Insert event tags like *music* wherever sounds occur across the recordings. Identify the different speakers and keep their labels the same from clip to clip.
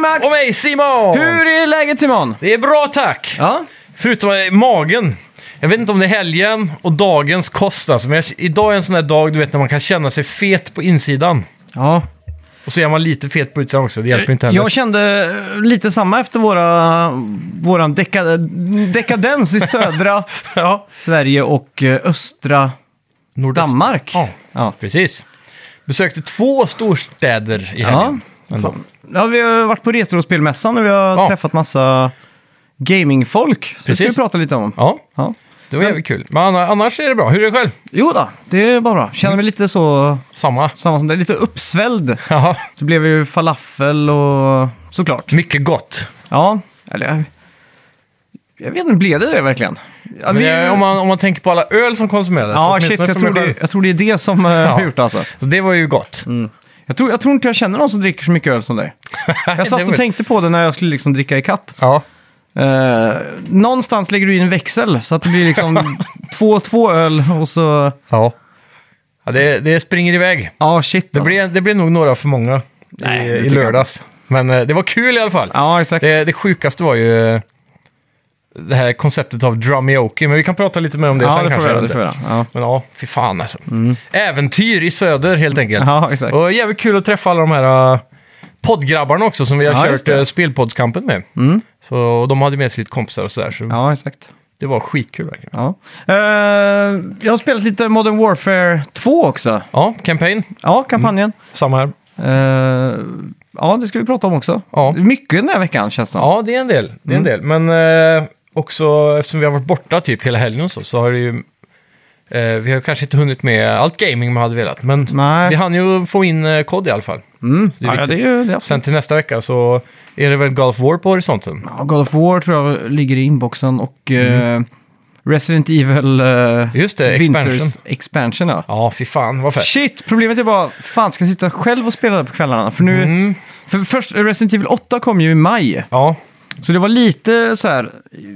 Speaker 1: Max!
Speaker 2: Och mig Simon!
Speaker 1: Hur är läget Simon?
Speaker 2: Det är bra tack!
Speaker 1: Ja,
Speaker 2: Förutom i magen. Jag vet inte om det är helgen och dagens kost alltså, men jag, idag är en sån där dag du vet när man kan känna sig fet på insidan.
Speaker 1: ja.
Speaker 2: Och så är man lite fet på utsidan också, det hjälper inte heller.
Speaker 1: jag kände lite samma efter våra, våran deka, dekadens i södra
Speaker 2: *laughs* Ja,
Speaker 1: Sverige och eh, östra
Speaker 2: nordöst.
Speaker 1: Danmark.
Speaker 2: Ja,
Speaker 1: Ja.
Speaker 2: precis. Besökte två storstäder i helgen. Ändå.
Speaker 1: Ja, vi har varit på Retrospelmässan och vi har
Speaker 2: Ja.
Speaker 1: träffat massa gamingfolk. Så det ska
Speaker 2: Precis.
Speaker 1: vi prata lite om.
Speaker 2: Ja,
Speaker 1: Ja.
Speaker 2: det var jävligt kul. Men anna- annars är det bra. Hur är det själv?
Speaker 1: Jo då, det är bara bra.
Speaker 2: Mm.
Speaker 1: Känner mig lite så,
Speaker 2: Samma.
Speaker 1: samma som det, lite uppsvälld.
Speaker 2: Jaha.
Speaker 1: Det blev ju falafel och såklart.
Speaker 2: Mycket gott.
Speaker 1: Ja, eller jag, jag vet inte, blev det det verkligen? Ja,
Speaker 2: Men
Speaker 1: vi-
Speaker 2: det, om, man, om man tänker på alla öl som konsumerades.
Speaker 1: ja
Speaker 2: åtminstone
Speaker 1: shit, jag
Speaker 2: för
Speaker 1: tror,
Speaker 2: mig
Speaker 1: det,
Speaker 2: själv.
Speaker 1: jag tror det är det som eh, har
Speaker 2: Ja.
Speaker 1: gjort alltså.
Speaker 2: Så det var ju gott.
Speaker 1: Mm.
Speaker 2: *laughs*
Speaker 1: Jag tror, jag tror inte jag känner någon som dricker så mycket öl som dig. Jag
Speaker 2: det
Speaker 1: satt
Speaker 2: var-
Speaker 1: och tänkte på det när jag skulle liksom dricka ikapp.
Speaker 2: Ja.
Speaker 1: Eh, någonstans lägger du in en växel så att det blir
Speaker 2: *laughs*
Speaker 1: liksom två, två öl och så...
Speaker 2: Ja. ja det, det springer iväg.
Speaker 1: Ja, shit.
Speaker 2: Det
Speaker 1: alltså.
Speaker 2: blev, det blev nog några för många
Speaker 1: Nej,
Speaker 2: i,
Speaker 1: det
Speaker 2: i
Speaker 1: tycker jag
Speaker 2: lördags. Men eh, det var kul i alla fall.
Speaker 1: Ja, exakt.
Speaker 2: Det, det sjukaste var ju eh, det här konceptet av drumioke. Men vi kan prata lite mer om det
Speaker 1: ja,
Speaker 2: sen
Speaker 1: det får
Speaker 2: kanske.
Speaker 1: vi göra,
Speaker 2: jag
Speaker 1: det
Speaker 2: vet
Speaker 1: får vi
Speaker 2: inte.
Speaker 1: göra. Mm. Ja.
Speaker 2: Men ja, fy fan alltså. Äventyr i söder helt enkelt.
Speaker 1: ja, exakt.
Speaker 2: Och jävligt kul att träffa alla de här eh, poddgrabbarna också som vi har
Speaker 1: Ja, just
Speaker 2: kört
Speaker 1: det.
Speaker 2: eh, spelpoddskampen med.
Speaker 1: Mm.
Speaker 2: Så och de hade med sig lite kompisar och sådär. Så
Speaker 1: Ja, exakt.
Speaker 2: det var skitkul verkligen.
Speaker 1: Ja. Eh, jag har spelat lite Modern Warfare 2 också.
Speaker 2: Ja, campaign.
Speaker 1: Ja, kampanjen.
Speaker 2: Samma här.
Speaker 1: Eh, ja, det ska vi prata om också.
Speaker 2: Ja.
Speaker 1: Mycket den här veckan känns det som.
Speaker 2: Ja, det är en del. Det är en
Speaker 1: Mm.
Speaker 2: del. Men eh, också eftersom vi har varit borta typ hela helgen och så, så har det ju... Eh, vi har kanske inte hunnit med allt gaming man hade velat, men
Speaker 1: Nej.
Speaker 2: vi hann ju få in eh, kod i alla fall.
Speaker 1: Mm.
Speaker 2: det är
Speaker 1: ja, det är
Speaker 2: viktigt.
Speaker 1: ju det. är absolut.
Speaker 2: Sen till nästa vecka så är det väl Golf War på horisonten.
Speaker 1: Ja, God of War tror jag ligger i inboxen och eh, Resident Evil eh,
Speaker 2: Mm. Just det,
Speaker 1: Winters
Speaker 2: expansion.
Speaker 1: expansion. Ja.
Speaker 2: Ja, fy fan vad fett.
Speaker 1: Shit, problemet är bara, fan ska jag sitta själv och spela på kvällarna? För nu,
Speaker 2: Mm,
Speaker 1: för först, Resident Evil 8 kom ju i maj.
Speaker 2: ja,
Speaker 1: Så det var lite så här,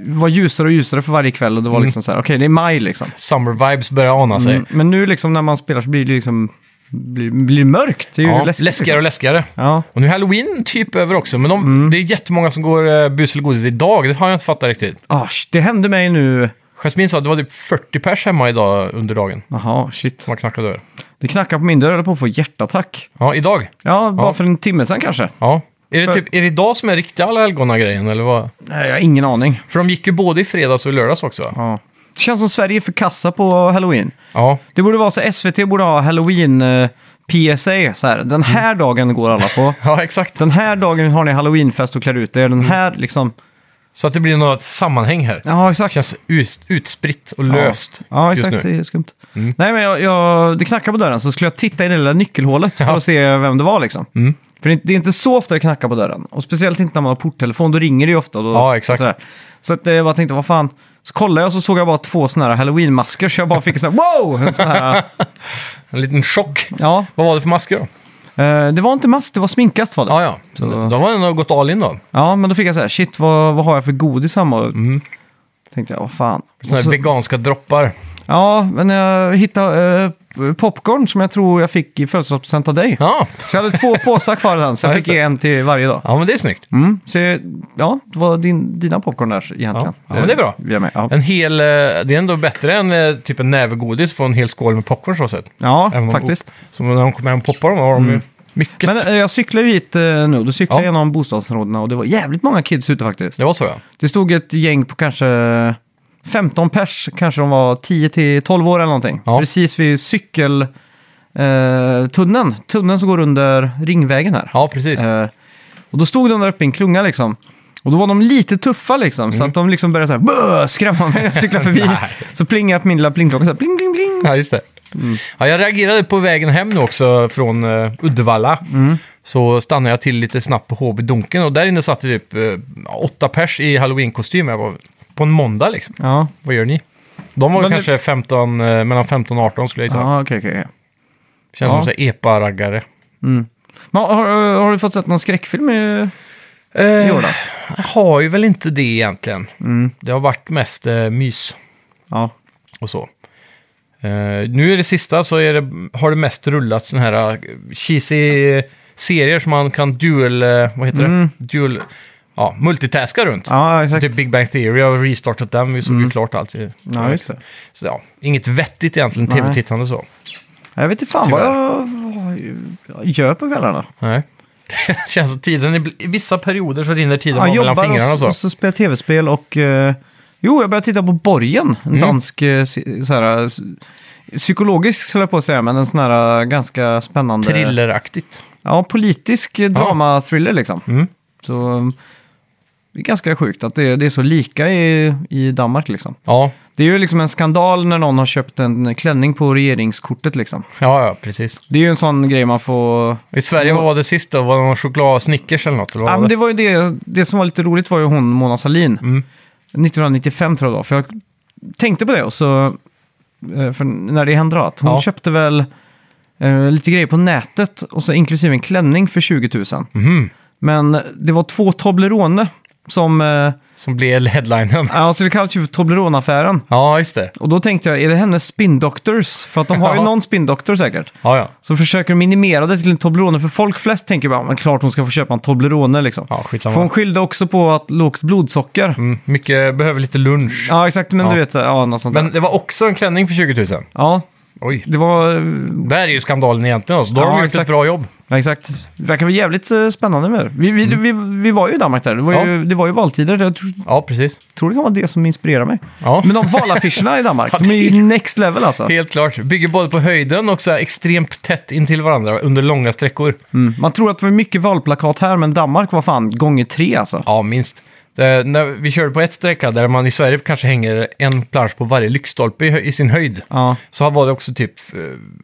Speaker 1: var ljusare och ljusare för varje kväll och det var
Speaker 2: Mm.
Speaker 1: liksom så här, okej det är maj liksom.
Speaker 2: summer vibes börjar ana sig.
Speaker 1: Mm. Men nu liksom när man spelar så blir det liksom, blir, blir mörkt. Det är ju
Speaker 2: Ja,
Speaker 1: läskigt.
Speaker 2: läskigare och
Speaker 1: liksom.
Speaker 2: läskigare.
Speaker 1: Ja.
Speaker 2: Och nu är halloween typ över också, men de,
Speaker 1: Mm.
Speaker 2: det är jättemånga som går eh, bus eller godis idag. Det har jag inte fattat riktigt.
Speaker 1: Ah, sh- det hände mig nu.
Speaker 2: Jasmin sa att det var typ 40 pers hemma idag under dagen
Speaker 1: Jaha, shit.
Speaker 2: som har knackat över.
Speaker 1: Det knackar på min dörr, jag höll på att få hjärtattack.
Speaker 2: Ja, idag.
Speaker 1: Ja, bara
Speaker 2: Ja.
Speaker 1: för en timme sedan kanske.
Speaker 2: Ja. Är det,
Speaker 1: För-
Speaker 2: typ, är det idag som är riktiga alla helgona-grejen, eller vad?
Speaker 1: Nej, jag har ingen aning.
Speaker 2: För de gick ju både i fredags och i lördags också.
Speaker 1: Ja. Det känns som Sverige är för kassa på halloween.
Speaker 2: Ja,
Speaker 1: Det borde vara så SVT borde ha halloween eh, PSA så här. Den här dagen går alla på.
Speaker 2: ja exakt.
Speaker 1: Den här dagen har ni halloweenfest och klär ut er. Den här liksom...
Speaker 2: Så att det blir något sammanhang här.
Speaker 1: Ja, exakt.
Speaker 2: Känns ut, utspritt och löst
Speaker 1: Ja,
Speaker 2: just
Speaker 1: exakt.
Speaker 2: nu. Mm.
Speaker 1: Det är skumt. Nej, men jag, jag, det knackade på dörren så skulle jag titta i det lilla nyckelhålet för
Speaker 2: Ja.
Speaker 1: att se vem det var. Liksom.
Speaker 2: Mm.
Speaker 1: För det, är- det är inte så ofta det knackar på dörren. Och speciellt inte när man har porttelefon, då ringer det ju ofta. Då,
Speaker 2: Ja, exakt.
Speaker 1: och sådär. Så att, eh, jag bara tänkte, vad fan. Så kollade jag så såg jag bara två sådana här halloween-masker så jag bara fick en sån här wow! En sån
Speaker 2: *laughs*
Speaker 1: här,
Speaker 2: En liten chock.
Speaker 1: ja,
Speaker 2: Vad var det för masker då?
Speaker 1: eh, det var inte mask, det var sminkat var det.
Speaker 2: Ja, ja. Så
Speaker 1: Så-
Speaker 2: då var det nog gått all in då.
Speaker 1: Ja, men då fick jag så här, shit vad, vad har jag för godis hemma? Tänkte jag, vad fan.
Speaker 2: Sådana
Speaker 1: Och
Speaker 2: Mm. här
Speaker 1: så-
Speaker 2: veganska droppar.
Speaker 1: Ja, men jag hittade eh, popcorn som jag tror jag fick i födelsedagspresent av dig.
Speaker 2: Ja.
Speaker 1: Så jag hade två påsar kvar den, så jag
Speaker 2: Ja,
Speaker 1: fick
Speaker 2: just det.
Speaker 1: en till varje dag.
Speaker 2: ja, men det är snyggt.
Speaker 1: Mm. Så ja, det var din, dina popcorn där egentligen.
Speaker 2: Ja, ja, men det är bra.
Speaker 1: Vi är med. Ja,
Speaker 2: En hel, eh, det är ändå bättre än eh, typ en näve godis från en hel skål med popcorn så sett.
Speaker 1: ja
Speaker 2: Även om-
Speaker 1: faktiskt. Mm.
Speaker 2: Så när de kommer hem och poppar dem har de ju mycket.
Speaker 1: Men eh, jag cyklar ju hit eh, nu, då cyklar
Speaker 2: Ja.
Speaker 1: jag genom bostadsområdena och det var jävligt många kids ute faktiskt.
Speaker 2: Det var så ja.
Speaker 1: Det stod ett gäng på kanske 15 pers, kanske de var 10 till 12 år eller någonting.
Speaker 2: Ja.
Speaker 1: Precis vid cykeltunneln, eh, tunneln. tunneln som går under Ringvägen här.
Speaker 2: Ja, precis.
Speaker 1: Eh, och då stod de där uppe i en klunga liksom. Och då var de lite tuffa liksom, så att de liksom började så här, "Bö!" skrämma mig när jag cyklade förbi.
Speaker 2: Mm. Nej.
Speaker 1: så plingade min lilla plingklocka så här, pling, pling, pling.
Speaker 2: Ja, just det.
Speaker 1: Mm.
Speaker 2: Ja, jag reagerade på vägen hem nu också från eh, Uddevalla.
Speaker 1: Mm.
Speaker 2: Så stannade jag till lite snabbt på HB Donken och där inne satt det typ eh, åtta pers i halloweenkostym. Jag var på en måndag liksom.
Speaker 1: Ja,
Speaker 2: Vad gör ni? De var väl
Speaker 1: Men det-
Speaker 2: kanske 15, eh, mellan 15 och 18 skulle jag säga.
Speaker 1: ja okej, okej. okej.
Speaker 2: Känns
Speaker 1: ja.
Speaker 2: som så här epa-raggare.
Speaker 1: Men har, har, har du fått sett någon skräckfilm i,
Speaker 2: Eh,
Speaker 1: i år då? Mm.
Speaker 2: jag har ju väl inte det egentligen. Det har varit mest eh, mys
Speaker 1: Ja.
Speaker 2: och så. Eh, nu är det sista så är det, har det mest rullat sån här eh, cheesy serier som man kan dual... eh, Vad heter det? Dual... Ja, multitaska runt.
Speaker 1: Mm. Ja,
Speaker 2: Så
Speaker 1: exakt. Mm.
Speaker 2: typ Big Bang Theory, jag har restartat den, vi såg ju klart allt. i-
Speaker 1: Ja, just det.
Speaker 2: Så ja, inget vettigt egentligen,
Speaker 1: Nej.
Speaker 2: tv-tittande så.
Speaker 1: Jag vet inte fan vad jag, vad jag gör på kvällarna.
Speaker 2: Nej. *laughs* Det känns som tiden, ibl- i vissa perioder så rinner tiden
Speaker 1: Ja,
Speaker 2: bara mellan
Speaker 1: jobbar
Speaker 2: fingrarna och så.
Speaker 1: och så spelar jag tv-spel och... eh, jo, jag började titta på Borgen.
Speaker 2: Mm.
Speaker 1: En dansk, eh, se- så här, s- psykologisk höll jag på att säga, men en sån här eh, ganska spännande...
Speaker 2: Thrilleraktigt.
Speaker 1: Ja, politisk eh, drama-thriller liksom. Så um, det är ganska sjukt att det, det är så lika i, i Danmark liksom.
Speaker 2: Ja,
Speaker 1: Det är ju liksom en skandal när någon har köpt en klänning på regeringskortet liksom.
Speaker 2: ja, ja, precis.
Speaker 1: Det är ju en sån grej man får...
Speaker 2: I Sverige, vad var det sist då? Var det någon choklad Snickers eller något? Eller vad
Speaker 1: Ja,
Speaker 2: var
Speaker 1: men det var ju det, det som var lite roligt var ju hon, Mona Sahlin. 1995 tror jag det var, för jag tänkte på det och så... eh, För när det hände då, att hon
Speaker 2: Ja.
Speaker 1: köpte väl eh, lite grejer på nätet och så inklusive en klänning för 20 000.
Speaker 2: Mhm.
Speaker 1: Men det var två Toblerone som... Eh,
Speaker 2: Som blev headlinen.
Speaker 1: alltså det kallas ju för Toblerone-affären.
Speaker 2: Ja, just det.
Speaker 1: Och då tänkte jag, är det hennes spindoctors? För att de har ju
Speaker 2: Ja.
Speaker 1: någon spindoktor säkert.
Speaker 2: Ja, ja.
Speaker 1: Så försöker de minimera det till en Toblerone, för folk flest tänker bara, men klart hon ska få köpa en Toblerone liksom.
Speaker 2: Ja, skitsamma.
Speaker 1: För hon skyllde också på att lågt blodsocker.
Speaker 2: Mm, mycket behöver lite lunch.
Speaker 1: Ja, exakt, men
Speaker 2: Ja.
Speaker 1: du vet, så här, ja, något sånt där.
Speaker 2: Men det var också en klänning för 20 000.
Speaker 1: Ja,
Speaker 2: Oj.
Speaker 1: det var... eh,
Speaker 2: Det här är ju skandalen egentligen. Alltså. Då
Speaker 1: Ja,
Speaker 2: har de gjort
Speaker 1: exakt.
Speaker 2: ett bra jobb.
Speaker 1: Ja, exakt. Det verkar vara jävligt eh, spännande med det. Vi, vi, vi, vi var ju i Danmark där, det var,
Speaker 2: Mm. Ja.
Speaker 1: ju, det var ju valtider. Jag tror,
Speaker 2: Ja, precis.
Speaker 1: tror det kan vara det som inspirerar mig.
Speaker 2: Ja.
Speaker 1: Men de valaffischerna i Danmark,
Speaker 2: *laughs* Ja,
Speaker 1: de är
Speaker 2: det
Speaker 1: ju next level alltså.
Speaker 2: Helt klart. Bygger både på höjden och så här extremt tätt in till varandra under långa sträckor.
Speaker 1: Mm. Man tror att det var mycket valplakat här, men Danmark var fan gånger tre alltså.
Speaker 2: Ja, minst. Det, när vi körde på ett sträcka där man i Sverige kanske hänger en plansch på varje lyktstolpe i, hö- i sin höjd.
Speaker 1: Ja,
Speaker 2: Så här var det också typ eh,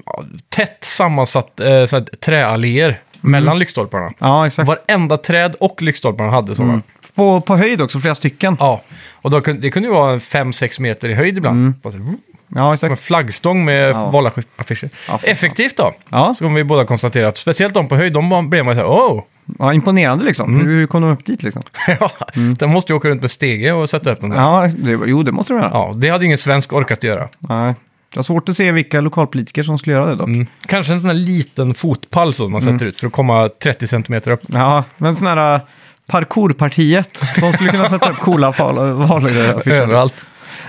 Speaker 2: ja, tätt sammansatt eh, så här, träalléer mellan lyktstolparna.
Speaker 1: ja Mm. exakt.
Speaker 2: Varenda träd och lyktstolparna hade sådana.
Speaker 1: På, på höjd också, flera stycken.
Speaker 2: Ja, och då kunde, det kunde ju vara 5-6 meter i höjd ibland. Bara så, vroom,
Speaker 1: Ja,
Speaker 2: som en
Speaker 1: exakt.
Speaker 2: flaggstång med
Speaker 1: Mm. Ja.
Speaker 2: valaffischer.
Speaker 1: Ja, för
Speaker 2: Effektivt då,
Speaker 1: Ja,
Speaker 2: så kommer vi båda konstatera. att Speciellt de på höjd, de bara- blev man så här, oh!
Speaker 1: ja imponerande liksom. Hur- Hur kom de upp dit liksom?
Speaker 2: *laughs* ja, den måste ju åka runt med stege och sätta upp den där. Ja.
Speaker 1: Ja, det, jo, det måste de göra.
Speaker 2: det hade ingen svensk orkat göra.
Speaker 1: Nej. Jag har svårt att se vilka lokalpolitiker som skulle göra det dock.
Speaker 2: Mm. Kanske en sån här liten fotpall som man
Speaker 1: Mm.
Speaker 2: sätter ut för att komma 30 centimeter upp.
Speaker 1: Ja, men sådana här äh, parkourpartiet. De skulle kunna sätta upp coola val- valaffischer.
Speaker 2: Överallt.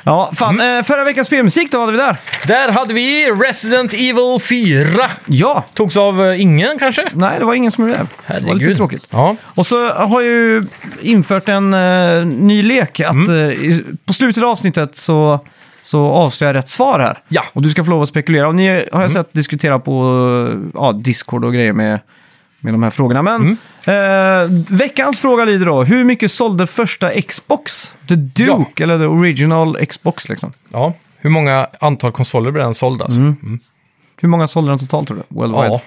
Speaker 1: Ja, fan. eh, Förra veckans spelmusik, då vad hade vi där?
Speaker 2: Där hade vi Resident Evil 4.
Speaker 1: Ja!
Speaker 2: Togs av eh, ingen kanske?
Speaker 1: Nej, det var ingen som gjorde det. Det var lite tråkigt.
Speaker 2: Ja,
Speaker 1: Och så har jag ju infört en eh, ny lek. Att,
Speaker 2: Mm.
Speaker 1: eh, i, på slutet av avsnittet så, så avslöjar jag rätt svar här.
Speaker 2: Ja. Mm.
Speaker 1: Och du ska få lov att spekulera. Och ni har jag sett diskutera på eh, ja, Discord och grejer med, med de här frågorna. Men
Speaker 2: Mm.
Speaker 1: eh, veckans fråga lyder då. Hur mycket sålde första Xbox? The Duke, eller the original Xbox liksom.
Speaker 2: ja. Hur många antal konsoler blev den såld alltså?
Speaker 1: Mm. Hur många sålde den totalt tror du? Worldwide?
Speaker 2: Ja.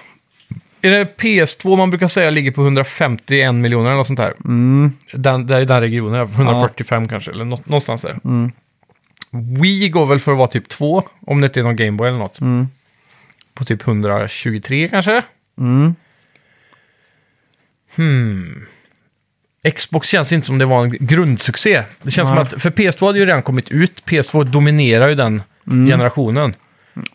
Speaker 2: Är det PS2 man brukar säga ligger på 151 miljoner eller något sånt där?
Speaker 1: Mm.
Speaker 2: Den, där I den regionen, ja. 145 kanske, eller nå, någonstans där.
Speaker 1: Mm.
Speaker 2: Wii går väl för att vara typ 2, om det inte är någon Gameboy eller något. På typ 123 kanske?
Speaker 1: Mm.
Speaker 2: Hmm. Xbox känns inte som det var en grundsuccé. Det känns
Speaker 1: Nej.
Speaker 2: som att, för PS2 hade ju redan kommit ut, PS2 dominerar ju den
Speaker 1: Mm.
Speaker 2: generationen.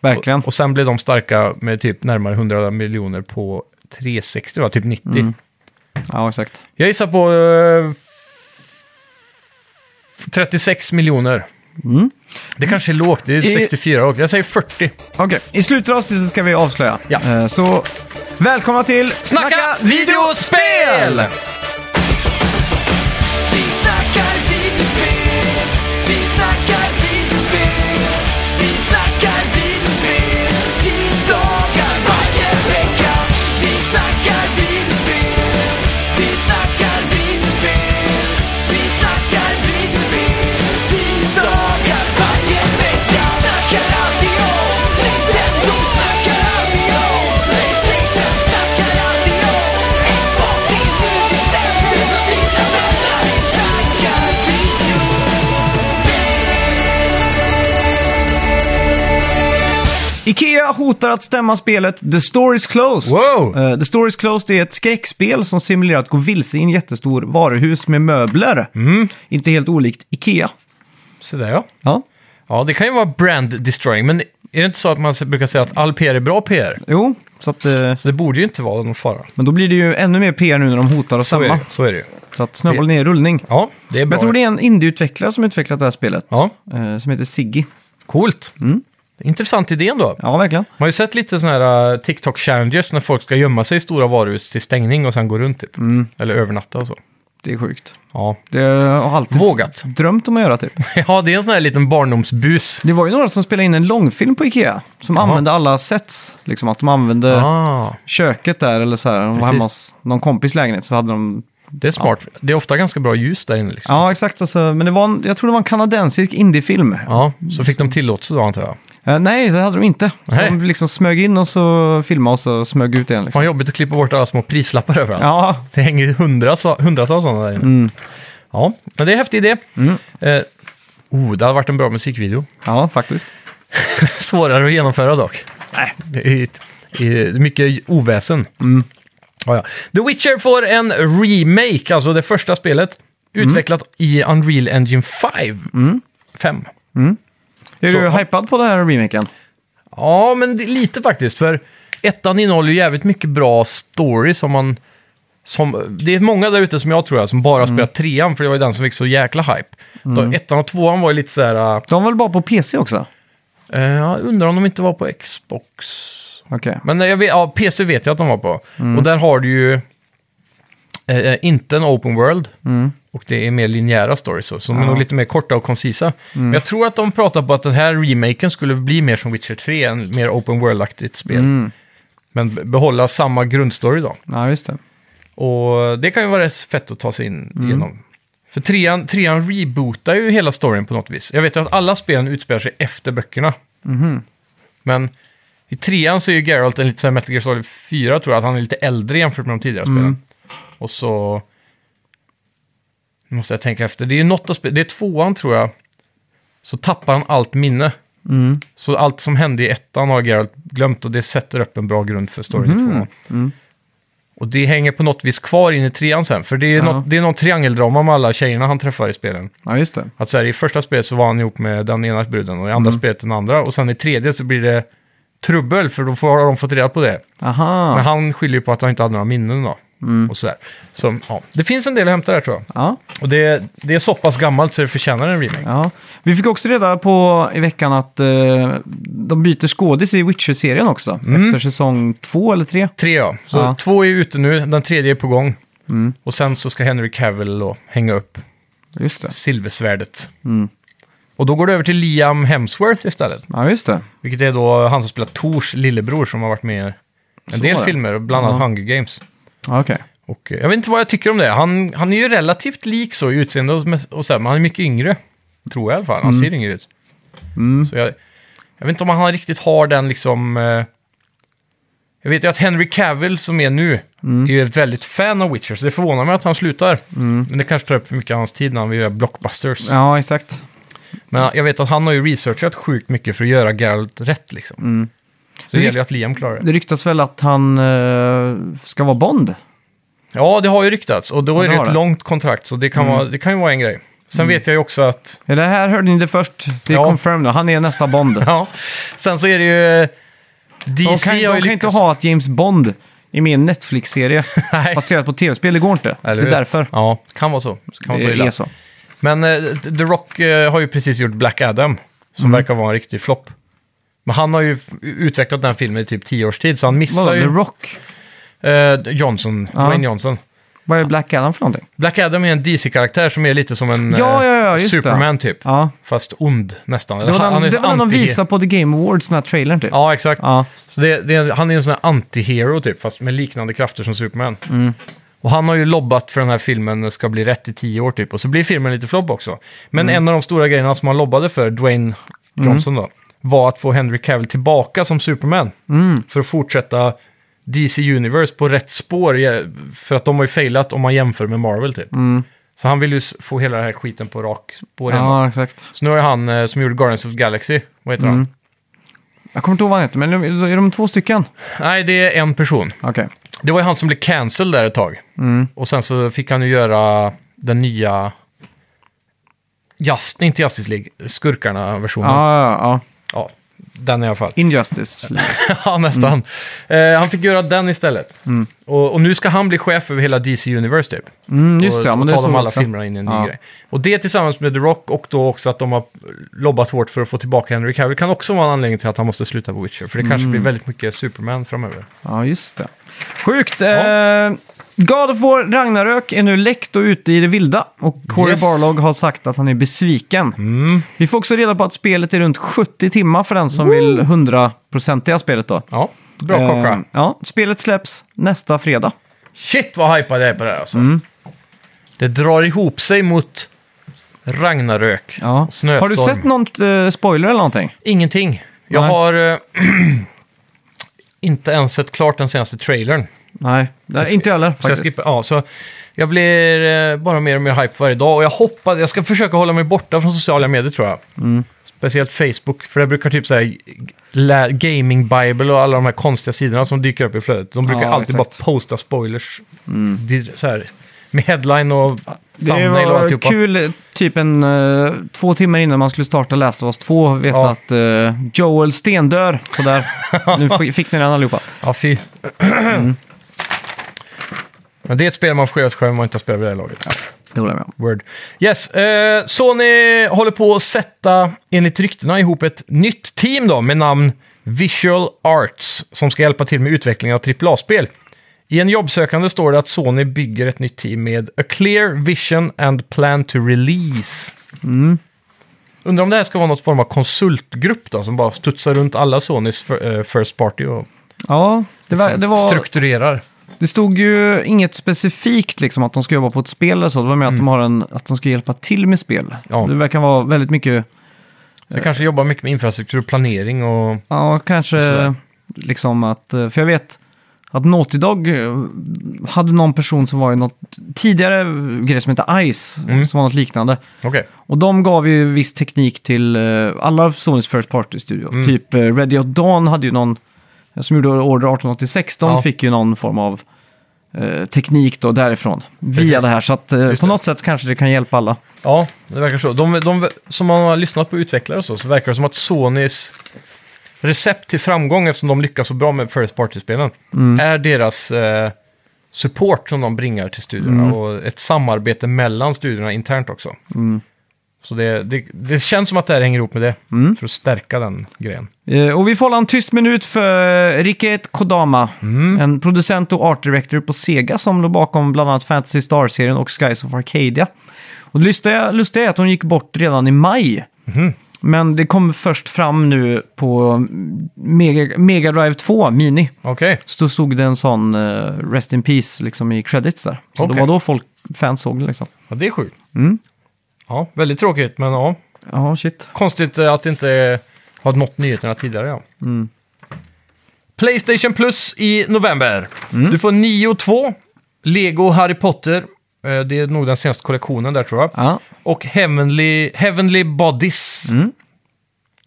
Speaker 1: Verkligen.
Speaker 2: Och sen blev de starka med typ närmare 100 miljoner på 360, va? typ 90.
Speaker 1: Mm. Ja, exakt.
Speaker 2: Jag gissar på eh, f- 36 miljoner.
Speaker 1: Mm.
Speaker 2: Det kanske är lågt, det är
Speaker 1: I-
Speaker 2: 64 och Jag säger 40.
Speaker 1: Okej, i slutet av avsnittet ska vi avslöja.
Speaker 2: Ja.
Speaker 1: Eh, Så välkomna till
Speaker 2: videospel!
Speaker 3: Vi snackar videospel, vi snackar videospel, vi snackar videospel, tisdagar varje vecka. Vi snackar videospel, vi snackar videospel, vi snackar videospel, tisdagar varje vecka. Snackar alltid om Nintendo, snackar alltid om Playstation, snackar alltid om Xbox, det är nu vi sänder, mina vänner. Vi snackar video.
Speaker 1: Ikea hotar att stämma spelet The Store is Closed.
Speaker 2: Wow!
Speaker 1: Eh, The Store is Closed är ett skräckspel som simulerar att gå vilse i en jättestor varuhus med möbler.
Speaker 2: Mm.
Speaker 1: Inte helt olikt Ikea.
Speaker 2: Så där ja.
Speaker 1: Ja.
Speaker 2: Ja, det kan ju vara brand destroying, men är det inte så att man brukar säga att all PR är bra PR?
Speaker 1: Jo, Så att, eh,
Speaker 2: Så det borde ju inte vara någon fara.
Speaker 1: men då blir det ju ännu mer PR nu när de hotar att
Speaker 2: Så är,
Speaker 1: stämma.
Speaker 2: det, så är det ju.
Speaker 1: Så att snöbollen är i rullning.
Speaker 2: Ja, det är
Speaker 1: Men
Speaker 2: bra.
Speaker 1: jag tror det är en indieutvecklare som utvecklat det här spelet.
Speaker 2: Ja.
Speaker 1: Eh, som heter Siggy.
Speaker 2: Coolt.
Speaker 1: Mm.
Speaker 2: Intressant idé ändå.
Speaker 1: Ja, verkligen.
Speaker 2: Man har ju sett lite sådana här eh, TikTok-challenges när folk ska gömma sig i stora varuhus till stängning och sen gå runt typ. Eller övernatta och så.
Speaker 1: Det är sjukt.
Speaker 2: Ja. *laughs*
Speaker 1: Det har alltid
Speaker 2: Vågat.
Speaker 1: drömt om att göra typ.
Speaker 2: ja, det är en sån här liten barndomsbus.
Speaker 1: Det var ju några som spelade in en långfilm på Ikea. Som använde alla sets. Liksom att de använde
Speaker 2: Ah, köket.
Speaker 1: köket där eller så här. De var
Speaker 2: Precis.
Speaker 1: hemma hos någon kompis lägenhet så hade de...
Speaker 2: Det är smart. Det är ofta ganska bra ljus där inne liksom.
Speaker 1: Ja, exakt. Alltså, men det var en, jag tror det var en kanadensisk indiefilm.
Speaker 2: Ja, så fick de tillåtelse då antar jag.
Speaker 1: Eh, nej, det hade de inte. Så
Speaker 2: Nej.
Speaker 1: de liksom smög in och så filmade och så smög ut igen. Liksom.
Speaker 2: Fan jobbigt att klippa bort alla små prislappar överallt.
Speaker 1: Ja,
Speaker 2: Det hänger ju hundra, så- hundratals sådana där inne. Ja, men det är en häftig idé. Eh, oh, det hade varit en bra musikvideo.
Speaker 1: ja, faktiskt.
Speaker 2: Svårare att genomföra dock.
Speaker 1: Nej.
Speaker 2: I, i, mycket oväsen. Ja, ja. The Witcher får en remake, alltså det första spelet. Utvecklat i Unreal Engine 5. Fem.
Speaker 1: Är
Speaker 2: Så,
Speaker 1: du
Speaker 2: ja.
Speaker 1: hypad på den här remaken?
Speaker 2: Ja, men det, lite faktiskt. För ettan innehåller ju jävligt mycket bra story som man... Som, det är många där ute som jag tror jag, som bara spelat trean, för det var ju den som fick så jäkla hype. Då, ettan och tvåan var ju lite så här...
Speaker 1: De var väl bara på PC också?
Speaker 2: eh, jag undrar om de inte var på Xbox.
Speaker 1: Okej.
Speaker 2: Men jag vet, ja, PC vet jag att de var på. Och där har du ju eh, inte en open world. Och det är mer linjära stories, så, så de är nog lite mer korta och koncisa. Men jag tror att de pratar på att den här remaken skulle bli mer som Witcher 3, en mer open world-aktigt spel. Men be- behålla samma grundstory då.
Speaker 1: Ja, just det.
Speaker 2: Och det kan ju vara rätt fett att ta sig in genom. För trean, trean rebootar ju hela storyn på något vis. Jag vet ju att alla spelen utspelar sig efter böckerna. Men i trean så är ju Geralt en lite sån här Metal Gear Solid 4 tror jag, att han är lite äldre jämfört med de tidigare
Speaker 1: Mm.
Speaker 2: spelen. Och så... Nu måste jag tänka efter. Det är ju något av spel... Det är tvåan tror jag. Så tappar han allt minne.
Speaker 1: Mm.
Speaker 2: Så allt som hände i ettan har Geralt glömt och det sätter upp en bra grund för storyn
Speaker 1: Mm-hmm.
Speaker 2: i tvåan.
Speaker 1: Mm.
Speaker 2: Och det hänger på något vis kvar in i trean sen, för det är,
Speaker 1: Ja.
Speaker 2: något, det är någon triangeldrama med alla tjejerna han träffar i spelen.
Speaker 1: Ja, just det.
Speaker 2: Att så här, i första spelet så var han ihop med den ena bruden och i
Speaker 1: Mm.
Speaker 2: andra spelet den andra. Och sen i tredje så blir det trubbel, för då får, har de fått reda på det. Men
Speaker 1: Aha.
Speaker 2: han skyller ju på att han inte hade några minnen då.
Speaker 1: Mm.
Speaker 2: Och så där. Så, ja. Det finns en del att hämta där tror jag.
Speaker 1: Ja,
Speaker 2: Och det, det är så pass gammalt så det förtjänar en remake.
Speaker 1: ja. Vi fick också reda på i veckan att eh, de byter skådis i Witcher-serien också.
Speaker 2: Mm.
Speaker 1: Efter säsong två eller tre.
Speaker 2: Tre ja. Så
Speaker 1: Ja. Mm.
Speaker 2: två är ute nu, den tredje är på gång. Och sen så ska Henry Cavill då hänga upp
Speaker 1: Just det.
Speaker 2: silversvärdet.
Speaker 1: Mm.
Speaker 2: Och då går det över till Liam Hemsworth istället.
Speaker 1: Ja, just det.
Speaker 2: Vilket är då han som spelar Tors lillebror som har varit med i en
Speaker 1: Så
Speaker 2: del
Speaker 1: var det.
Speaker 2: filmer, bland annat
Speaker 1: Ja.
Speaker 2: Hunger Games.
Speaker 1: Ja, Okej.
Speaker 2: Och eh, jag vet inte vad jag tycker om det. Han, han är ju relativt lik så i utseende och, och så här, men han är mycket yngre. Tror jag i alla fall. Han ser yngre ut. Så jag, jag vet inte om han riktigt har den liksom... Eh, jag vet ju att Henry Cavill som är nu är ju ett väldigt fan av Witcher, så det förvånar mig att han slutar. Men det kanske tar upp för mycket av hans tid när han vill göra blockbusters.
Speaker 1: Ja, exakt.
Speaker 2: Men jag vet att han har ju researchat sjukt mycket för att göra Geralt rätt liksom. Så det gäller ju att Liam klarar det.
Speaker 1: Det ryktas väl att han eh, ska vara Bond?
Speaker 2: Ja, det har ju ryktats och då är
Speaker 1: det
Speaker 2: det
Speaker 1: har
Speaker 2: ett
Speaker 1: det. Mm.
Speaker 2: långt kontrakt så det kan, vara, det kan ju vara en grej. Sen vet jag ju också att, *laughs*
Speaker 1: Ja, Det här hörde ni det först. Det är
Speaker 2: Ja.
Speaker 1: confirmed nu. Han är nästa
Speaker 2: *laughs*
Speaker 1: Bond.
Speaker 2: ja, sen så är det ju...
Speaker 1: De
Speaker 2: DC
Speaker 1: kan, de
Speaker 2: har ju
Speaker 1: kan inte
Speaker 2: lyckats.
Speaker 1: ha att James Bond är med i en Netflix-serie
Speaker 2: *laughs* Nej.
Speaker 1: baserat på tv-spel. Det går inte.
Speaker 2: Eller
Speaker 1: det
Speaker 2: hur?
Speaker 1: är därför.
Speaker 2: Ja, kan vara så. Kan vara så
Speaker 1: det är
Speaker 2: illa.
Speaker 1: så.
Speaker 2: Men eh, The Rock eh, har ju precis gjort Black Adam, som
Speaker 1: Mm.
Speaker 2: verkar vara en riktig flopp. Men han har ju f- utvecklat den här filmen i typ tio års tid, så han missar
Speaker 1: Vadå, The
Speaker 2: ju...
Speaker 1: Rock?
Speaker 2: Eh, Johnson,
Speaker 1: Ja.
Speaker 2: Dwayne Johnson.
Speaker 1: Vad är Black Adam för någonting?
Speaker 2: Black Adam är en DC-karaktär som är lite som en
Speaker 1: Ja,
Speaker 2: eh,
Speaker 1: ja, ja, just
Speaker 2: Superman typ.
Speaker 1: Ja.
Speaker 2: Fast ond nästan.
Speaker 1: Det var
Speaker 2: Han- han
Speaker 1: den,
Speaker 2: är
Speaker 1: det var den de
Speaker 2: anti-
Speaker 1: visade på The Game Awards, den här trailern typ.
Speaker 2: Ja, exakt.
Speaker 1: Ja.
Speaker 2: Så det, det, är- han är en sån här anti-hero typ, fast med liknande krafter som Superman. Och han har ju lobbat för den här filmen ska bli rätt i tio år typ. Och så blir filmen lite flopp också. Men en av de stora grejerna som han lobbade för, Dwayne Johnson då, var att få Henry Cavill tillbaka som Superman. För att fortsätta DC Universe på rätt spår. ja, För att de har ju failat om man jämför med Marvel typ. Så han vill ju s- få hela den här skiten på rak spår igen.
Speaker 1: Ja, exakt.
Speaker 2: Så nu har ju han eh, som gjorde Guardians of the Galaxy, vad heter han?
Speaker 1: Jag kommer inte ihåg vad han heter, men är de- är de två stycken?
Speaker 2: Nej, det är en person.
Speaker 1: Okej.
Speaker 2: Det var ju han som blev cancel där ett tag.
Speaker 1: Mm.
Speaker 2: Och sen så fick han ju göra den nya... Just, inte Justice League, skurkarna-versionen. Ja.
Speaker 1: Ja, ja, ja.
Speaker 2: den i alla fall.
Speaker 1: Injustice.
Speaker 2: *laughs* ja, nästan.
Speaker 1: Mm.
Speaker 2: Eh, han fick göra den istället. Och, och nu ska han bli chef över hela DC Universe typ.
Speaker 1: Mm, just
Speaker 2: och,
Speaker 1: det, ja,
Speaker 2: och
Speaker 1: men det
Speaker 2: ta de
Speaker 1: såg
Speaker 2: alla
Speaker 1: också.
Speaker 2: filmerna in i en ny
Speaker 1: Ja.
Speaker 2: grej. Och det tillsammans med The Rock och då också att de har lobbat hårt för att få tillbaka Henry Cavill kan också vara en anledning till att han måste sluta på Witcher. För det
Speaker 1: Mm.
Speaker 2: kanske blir väldigt mycket Superman framöver.
Speaker 1: Ja, just det. Sjukt. Eh, God of War Ragnarök är nu läckt och ute i det vilda. Och Corey
Speaker 2: Yes.
Speaker 1: Barlog har sagt att han är besviken. Vi får också reda på att spelet är runt 70 timmar för den som vill 100-procentiga spelet då.
Speaker 2: Ja, bra
Speaker 1: Eh,
Speaker 2: kocka.
Speaker 1: Ja, spelet släpps nästa fredag.
Speaker 2: Shit vad hypad jag är på det här alltså.
Speaker 1: Mm.
Speaker 2: Det drar ihop sig mot Ragnarök.
Speaker 1: Ja.
Speaker 2: Snöstorm.
Speaker 1: Har du sett någon eh, spoiler eller någonting?
Speaker 2: Ingenting. Jag
Speaker 1: Nej.
Speaker 2: har eh, *clears throat* inte ens sett klart den senaste trailern.
Speaker 1: Nej, Nej inte jag heller
Speaker 2: Så jag,
Speaker 1: faktiskt.
Speaker 2: skippar, ja, så jag blir eh, bara mer och mer hype varje dag. Och jag hoppas, jag ska försöka hålla mig borta från sociala medier tror jag.
Speaker 1: Mm.
Speaker 2: Speciellt Facebook, för det brukar typ såhär la- Gaming Bible och alla de här konstiga sidorna som dyker upp i flödet. De brukar
Speaker 1: Ja,
Speaker 2: alltid
Speaker 1: exakt. Mm.
Speaker 2: bara posta spoilers. Dir- Så här, med headline och
Speaker 1: Det
Speaker 2: thumbnail och
Speaker 1: var
Speaker 2: alltihopa.
Speaker 1: kul, eh, typ en, eh, två timmar innan man skulle starta Last of Us 2, veta
Speaker 2: Ja.
Speaker 1: att eh, Joel stendör. Sådär,
Speaker 2: *laughs*
Speaker 1: nu fi- fick ni den allihopa.
Speaker 2: Ja, fy.
Speaker 1: Mm.
Speaker 2: *clears throat* Men det är ett spel man får göra själv om man inte har spelat vid det här laget.
Speaker 1: Det håller jag med om.
Speaker 2: Word. Yes, eh, Sony håller på att sätta, enligt ryktena, ihop ett nytt team då med namn Visual Arts som ska hjälpa till med utvecklingen av AAA-spel. I en jobbsökande står det att Sony bygger ett nytt team med A Clear Vision and Plan to Release.
Speaker 1: Mm.
Speaker 2: Undrar om det här ska vara något form av konsultgrupp då, som bara studsar runt alla Sonys för, eh, First Party och liksom
Speaker 1: Ja, det, var, det, var,
Speaker 2: strukturerar.
Speaker 1: det stod ju inget specifikt liksom att de ska jobba på ett spel eller så. Det var mer att, de har en, att de ska hjälpa till med spel.
Speaker 2: Mm. Ja.
Speaker 1: Det verkar vara väldigt mycket, Eh.
Speaker 2: Så kanske jobbar mycket med infrastruktur och planering och...
Speaker 1: ja kanske
Speaker 2: Sådär.
Speaker 1: liksom att, eh, för jag vet att Naughty Dog eh, hade någon person som var i något tidigare grej som hette Ice,
Speaker 2: Mm.
Speaker 1: som var något liknande.
Speaker 2: Okej.
Speaker 1: Och de gav ju viss teknik till eh, alla Sonys First Party-studio.
Speaker 2: Mm.
Speaker 1: Typ eh, Ready Out Dawn hade ju någon, eh, som gjorde Order 1886, de
Speaker 2: Ja.
Speaker 1: fick ju någon form av eh, teknik då därifrån. Via
Speaker 2: Precis.
Speaker 1: det här, så att eh, på
Speaker 2: Just det.
Speaker 1: något sätt kanske det kan hjälpa alla.
Speaker 2: Ja, det verkar så. De, de, som man har lyssnat på utvecklare och så, så verkar det som att Sonys recept till framgång, eftersom de lyckas så bra med First Party-spelen, är deras eh, support som de bringar till studierna och ett samarbete mellan studierna internt också. Så det, det, det känns som att det här hänger ihop med det, för att stärka den grejen.
Speaker 1: Eh, och vi får hålla en tyst minut för Riket Kodama, en producent och art director på Sega som låg bakom bland annat Fantasy Star-serien och Skies of Arcadia. Och det lustiga, lustiga är att hon gick bort redan i maj. Men det kom först fram nu på Mega, Mega Drive 2 Mini.
Speaker 2: Okej,
Speaker 1: Så då stod det en sån eh, Rest in Peace liksom i credits där. Så det
Speaker 2: Okej.
Speaker 1: var då folk, fans såg det liksom.
Speaker 2: ja, det är sjukt.
Speaker 1: Mm.
Speaker 2: Ja, väldigt tråkigt, men ja.
Speaker 1: Ja, shit.
Speaker 2: Konstigt eh, att det inte har nått nyheterna tidigare. Ja.
Speaker 1: Mm.
Speaker 2: Playstation Plus i november.
Speaker 1: Mm.
Speaker 2: Du får 9.2, Lego Harry Potter. eh, Det är nog den senaste kollektionen där tror jag.
Speaker 1: Ja, Mm.
Speaker 2: Och Heavenly, Heavenly Bodies.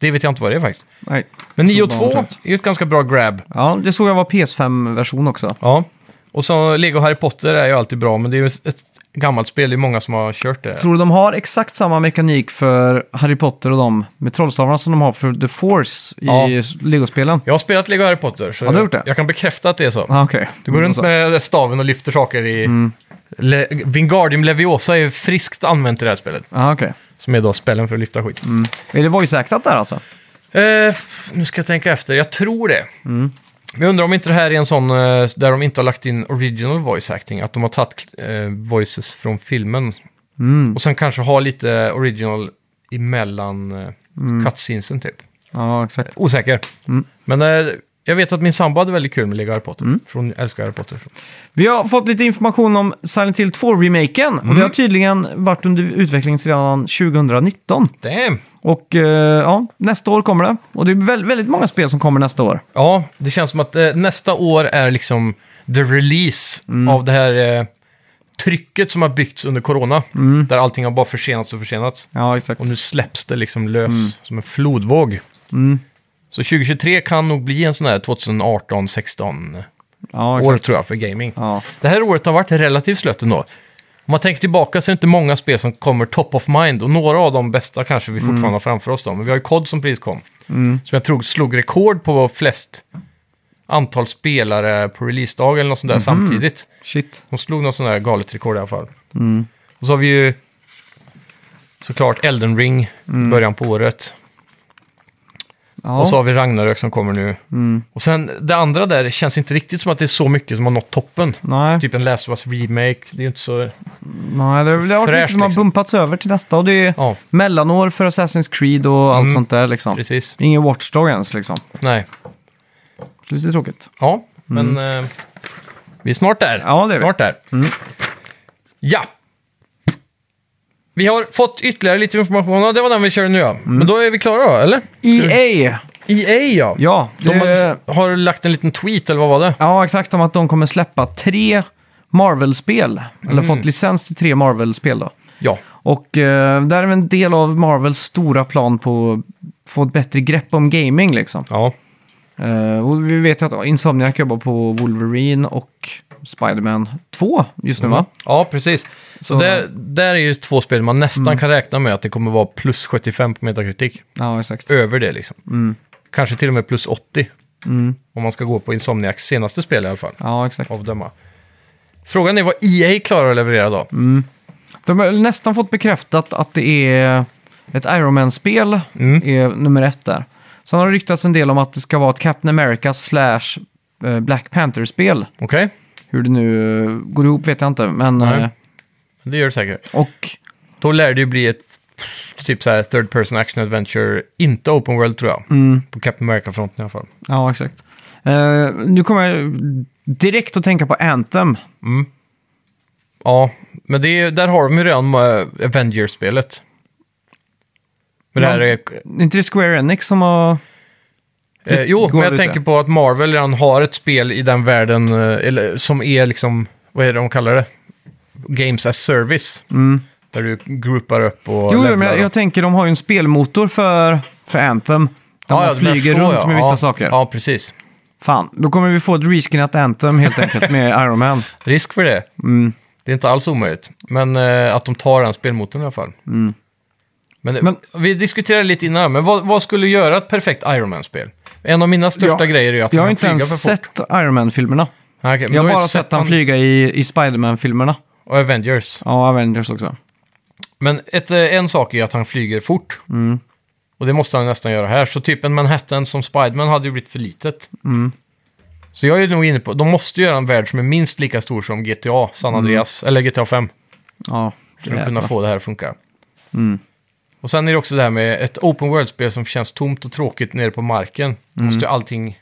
Speaker 2: Det vet jag inte vad det är faktiskt.
Speaker 1: nej.
Speaker 2: Men
Speaker 1: Så barn
Speaker 2: 9.2
Speaker 1: trött.
Speaker 2: är ju ett ganska bra grab.
Speaker 1: Ja, det såg jag var PS5-version också.
Speaker 2: Ja. Och så Lego Harry Potter är ju alltid bra, men det är ju ett gammalt spel. Det är många som har kört det.
Speaker 1: Tror du de har exakt samma mekanik för Harry Potter och de med trollstavarna som de har för The Force i
Speaker 2: Ja.
Speaker 1: Lego-spelen?
Speaker 2: Jag har spelat Lego Harry Potter, så
Speaker 1: Har du gjort det?
Speaker 2: jag kan bekräfta att det är så.
Speaker 1: Ah, okej.
Speaker 2: Du går runt
Speaker 1: Så.
Speaker 2: med staven och lyfter saker i... Le Wingardium Leviosa är friskt använt i det här spelet.
Speaker 1: Ah, okej.
Speaker 2: Som är då spelen för att lyfta skit.
Speaker 1: Är det voice-actat där alltså?
Speaker 2: Eh, nu ska jag tänka efter, jag tror det. Men jag undrar om inte det här är en sån eh, där de inte har lagt in original voice acting. Att de har tagit eh, voices från filmen.
Speaker 1: Mm.
Speaker 2: Och sen kanske ha lite original emellan eh, cutscenesen typ.
Speaker 1: Ja, exakt.
Speaker 2: Osäker. Men eh, jag vet att min sambo hade väldigt kul med Lego Harry Potter. För hon älskar Harry Potter.
Speaker 1: Vi har fått lite information om Silent Hill 2-remaken. Och
Speaker 2: Mm.
Speaker 1: det har tydligen varit under utveckling sedan 2019.
Speaker 2: Damn!
Speaker 1: Och eh, ja, nästa år kommer det. Och det är väl- väldigt många spel som kommer nästa år.
Speaker 2: Ja, det känns som att eh, nästa år är liksom the release
Speaker 1: Mm.
Speaker 2: av det här eh, trycket som har byggts under corona.
Speaker 1: Mm.
Speaker 2: Där allting har bara försenats och försenats.
Speaker 1: Ja, exakt.
Speaker 2: Och nu släpps det liksom lös
Speaker 1: Mm.
Speaker 2: som en flodvåg. Så 2023 kan nog bli en sån här 2018-16
Speaker 1: Ja,
Speaker 2: år
Speaker 1: exakt.
Speaker 2: tror jag för gaming.
Speaker 1: Ja.
Speaker 2: Det här året har varit relativt slött ändå. Om man tänker tillbaka så är det inte många spel som kommer top of mind. Och några av de bästa kanske vi fortfarande har framför oss då. Men vi har ju COD som precis kom. Som jag tror slog rekord på flest antal spelare på releasedag eller något sånt där samtidigt.
Speaker 1: Shit.
Speaker 2: De slog något sånt där galet rekord i alla fall. Och så har vi ju såklart Elden Ring i början på året.
Speaker 1: Ja.
Speaker 2: Och så har vi Ragnarök som kommer nu. Och sen det andra där det känns inte riktigt som att det är så mycket som har nått toppen.
Speaker 1: Nej,
Speaker 2: Typ en Last of Us Remake, det är ju inte så...
Speaker 1: nej, det,
Speaker 2: så
Speaker 1: det har varit mycket
Speaker 2: fräscht,
Speaker 1: som har
Speaker 2: liksom.
Speaker 1: bumpats över till nästa. Och det är
Speaker 2: Ja,
Speaker 1: mellanår för Assassin's Creed och allt
Speaker 2: Mm.
Speaker 1: sånt där liksom.
Speaker 2: precis.
Speaker 1: Det är Ingen Watchdog ens liksom.
Speaker 2: Nej.
Speaker 1: Så Lite tråkigt.
Speaker 2: Ja, men eh, vi är snart där.
Speaker 1: Mm. Ja, det är vi. Mm.
Speaker 2: snart där. Ja. Vi har fått ytterligare lite information. Ja, det var den vi körde nu ja.
Speaker 1: Mm.
Speaker 2: Men då är vi klara då, eller?
Speaker 1: EA!
Speaker 2: EA ja.
Speaker 1: E Ja, det,
Speaker 2: De har, har lagt en liten tweet, eller vad var det?
Speaker 1: ja, exakt om att de kommer släppa tre Marvel-spel.
Speaker 2: Mm.
Speaker 1: Eller fått licens till tre Marvel-spel då.
Speaker 2: Ja.
Speaker 1: Och eh, det här är en del av Marvels stora plan på att få ett bättre grepp om gaming liksom.
Speaker 2: Ja.
Speaker 1: Eh, och vi vet ju att Insomniac jobbar på Wolverine och Spider-Man 2 just nu va?
Speaker 2: Ja, precis. Mm. Så,
Speaker 1: Så- Mm.
Speaker 2: där, där är ju två spel man nästan kan räkna med att det kommer vara plus 75 på Metacritic.
Speaker 1: Ja, exakt.
Speaker 2: Över det liksom.
Speaker 1: Mm.
Speaker 2: Kanske till och med plus 80. Om man ska gå på Insomniacs senaste spel i alla fall.
Speaker 1: Ja, exakt.
Speaker 2: Av döma. Frågan är vad EA klarar att leverera då.
Speaker 1: Mm. De har nästan fått bekräftat att det är ett Iron Man-spel,
Speaker 2: Mm.
Speaker 1: är nummer ett där. Sen har det ryktats en del om att det ska vara ett Captain America slash eh, Black Panther-spel.
Speaker 2: Okej?
Speaker 1: Hur det nu eh, går ihop vet jag inte, men...
Speaker 2: Nej.
Speaker 1: eh,
Speaker 2: Det gör det säkert.
Speaker 1: Och
Speaker 2: Då lär det ju bli ett typ så här third person action adventure, inte open world tror jag.
Speaker 1: Mm.
Speaker 2: På Captain America-fronten i alla fall.
Speaker 1: Ja, exakt. Eh, nu kommer jag direkt att tänka på Anthem.
Speaker 2: Ja, men det är, där har de ju redan eh, Avengers-spelet. Men det här är...
Speaker 1: Är inte det Square Enix som har...
Speaker 2: Eh, jo,
Speaker 1: går
Speaker 2: men jag
Speaker 1: lite.
Speaker 2: tänker på att Marvel redan har ett spel i den världen eh, eller, som är liksom, vad är det de kallar det? Games as service. Där du groupar upp och
Speaker 1: Mm. Jo, jo, men
Speaker 2: levelar
Speaker 1: jag,
Speaker 2: upp.
Speaker 1: jag tänker de har ju en spelmotor för, för Anthem. Där man
Speaker 2: ja, det menar
Speaker 1: flyger
Speaker 2: så,
Speaker 1: runt
Speaker 2: ja.
Speaker 1: med vissa
Speaker 2: ja,
Speaker 1: saker.
Speaker 2: Ja, precis.
Speaker 1: Fan, då kommer vi få ett reskinat Anthem helt enkelt
Speaker 2: *laughs*
Speaker 1: med Iron Man.
Speaker 2: Risk för det.
Speaker 1: Mm.
Speaker 2: Det är inte alls omöjligt. Men eh, att de tar den spelmotorn i alla fall. Men,
Speaker 1: Mm. Men-
Speaker 2: vi diskuterade lite innan, men vad, vad skulle göra ett perfekt Iron Man-spel? En av mina största
Speaker 1: Ja.
Speaker 2: grejer är ju att
Speaker 1: Jag
Speaker 2: man
Speaker 1: har
Speaker 2: kan
Speaker 1: inte
Speaker 2: flyga för
Speaker 1: ens
Speaker 2: fort.
Speaker 1: sett Iron Man-filmerna.
Speaker 2: Nej, okej, men
Speaker 1: Jag
Speaker 2: du
Speaker 1: har
Speaker 2: ju
Speaker 1: bara sett han flyga i, i Spider-Man-filmerna.
Speaker 2: Och Avengers.
Speaker 1: Ja, Avengers också.
Speaker 2: Men ett, eh, en sak är att han flyger fort. Och det måste han nästan göra här. Så typ en Manhattan som Spiderman hade ju blivit för litet. Så jag är nog inne på, de måste göra en värld som är minst lika stor som GTA San Andreas, eller GTA 5.
Speaker 1: Ja,
Speaker 2: För att kunna
Speaker 1: jävlar.
Speaker 2: få det här att funka. Och sen är det också det här med ett open world-spel som känns tomt och tråkigt nere på marken. Då Måste ju allting...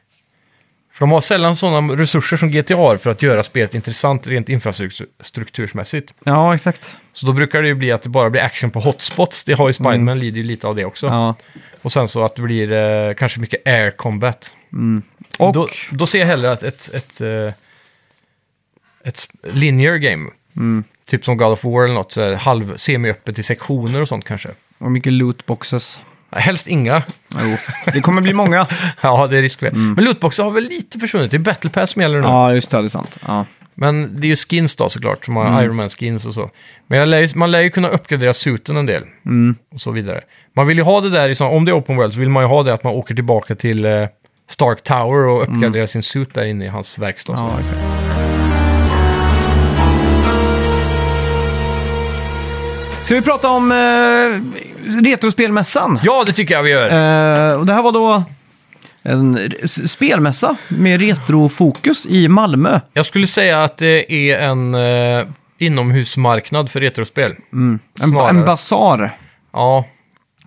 Speaker 2: För de har sällan sådana resurser som GTA har för att göra spelet intressant rent infrastruktursmässigt.
Speaker 1: Ja, exakt.
Speaker 2: Så då brukar det ju bli att det bara blir action på hotspots. Det har ju Spiderman, lider ju lite av det också.
Speaker 1: Mm. Ja.
Speaker 2: Och sen så att det blir eh, kanske mycket air combat.
Speaker 1: Och
Speaker 2: Då, då ser jag hellre att ett, ett, eh, ett sp- linear game,
Speaker 1: Mm.
Speaker 2: typ som God of War eller något, så här halv semi-öppet i sektioner och sånt kanske.
Speaker 1: och mycket lootboxes.
Speaker 2: Helst inga. *laughs*
Speaker 1: Jo, det kommer bli många.
Speaker 2: ja, det är risk för det. Men lootboxar har väl lite försvunnit. Det är Battle Pass som gäller nu.
Speaker 1: Mm. Ja, just det, det är sant. Ja.
Speaker 2: Men det är ju skins då såklart, som har
Speaker 1: Mm.
Speaker 2: Iron Man-skins och så. Men jag lär, ju- man lär ju kunna uppgradera suiten en del.
Speaker 1: Mm.
Speaker 2: Och så vidare. Man vill ju ha det där, i sån, om det är open world, så vill man ju ha det att man åker tillbaka till eh, Stark Tower och uppgraderar sin suit där inne i hans verkstad. och så.
Speaker 1: Mm. Ja, exakt. Ska vi prata om eh, Retrospelmässan?
Speaker 2: ja, det tycker jag vi gör.
Speaker 1: Eh, och det här var då en re- s- spelmässa med retrofokus i Malmö.
Speaker 2: Jag skulle säga att det är en eh, inomhusmarknad för retrospel.
Speaker 1: Mm. En, ba-
Speaker 2: Snarare.
Speaker 1: en basar.
Speaker 2: Ja.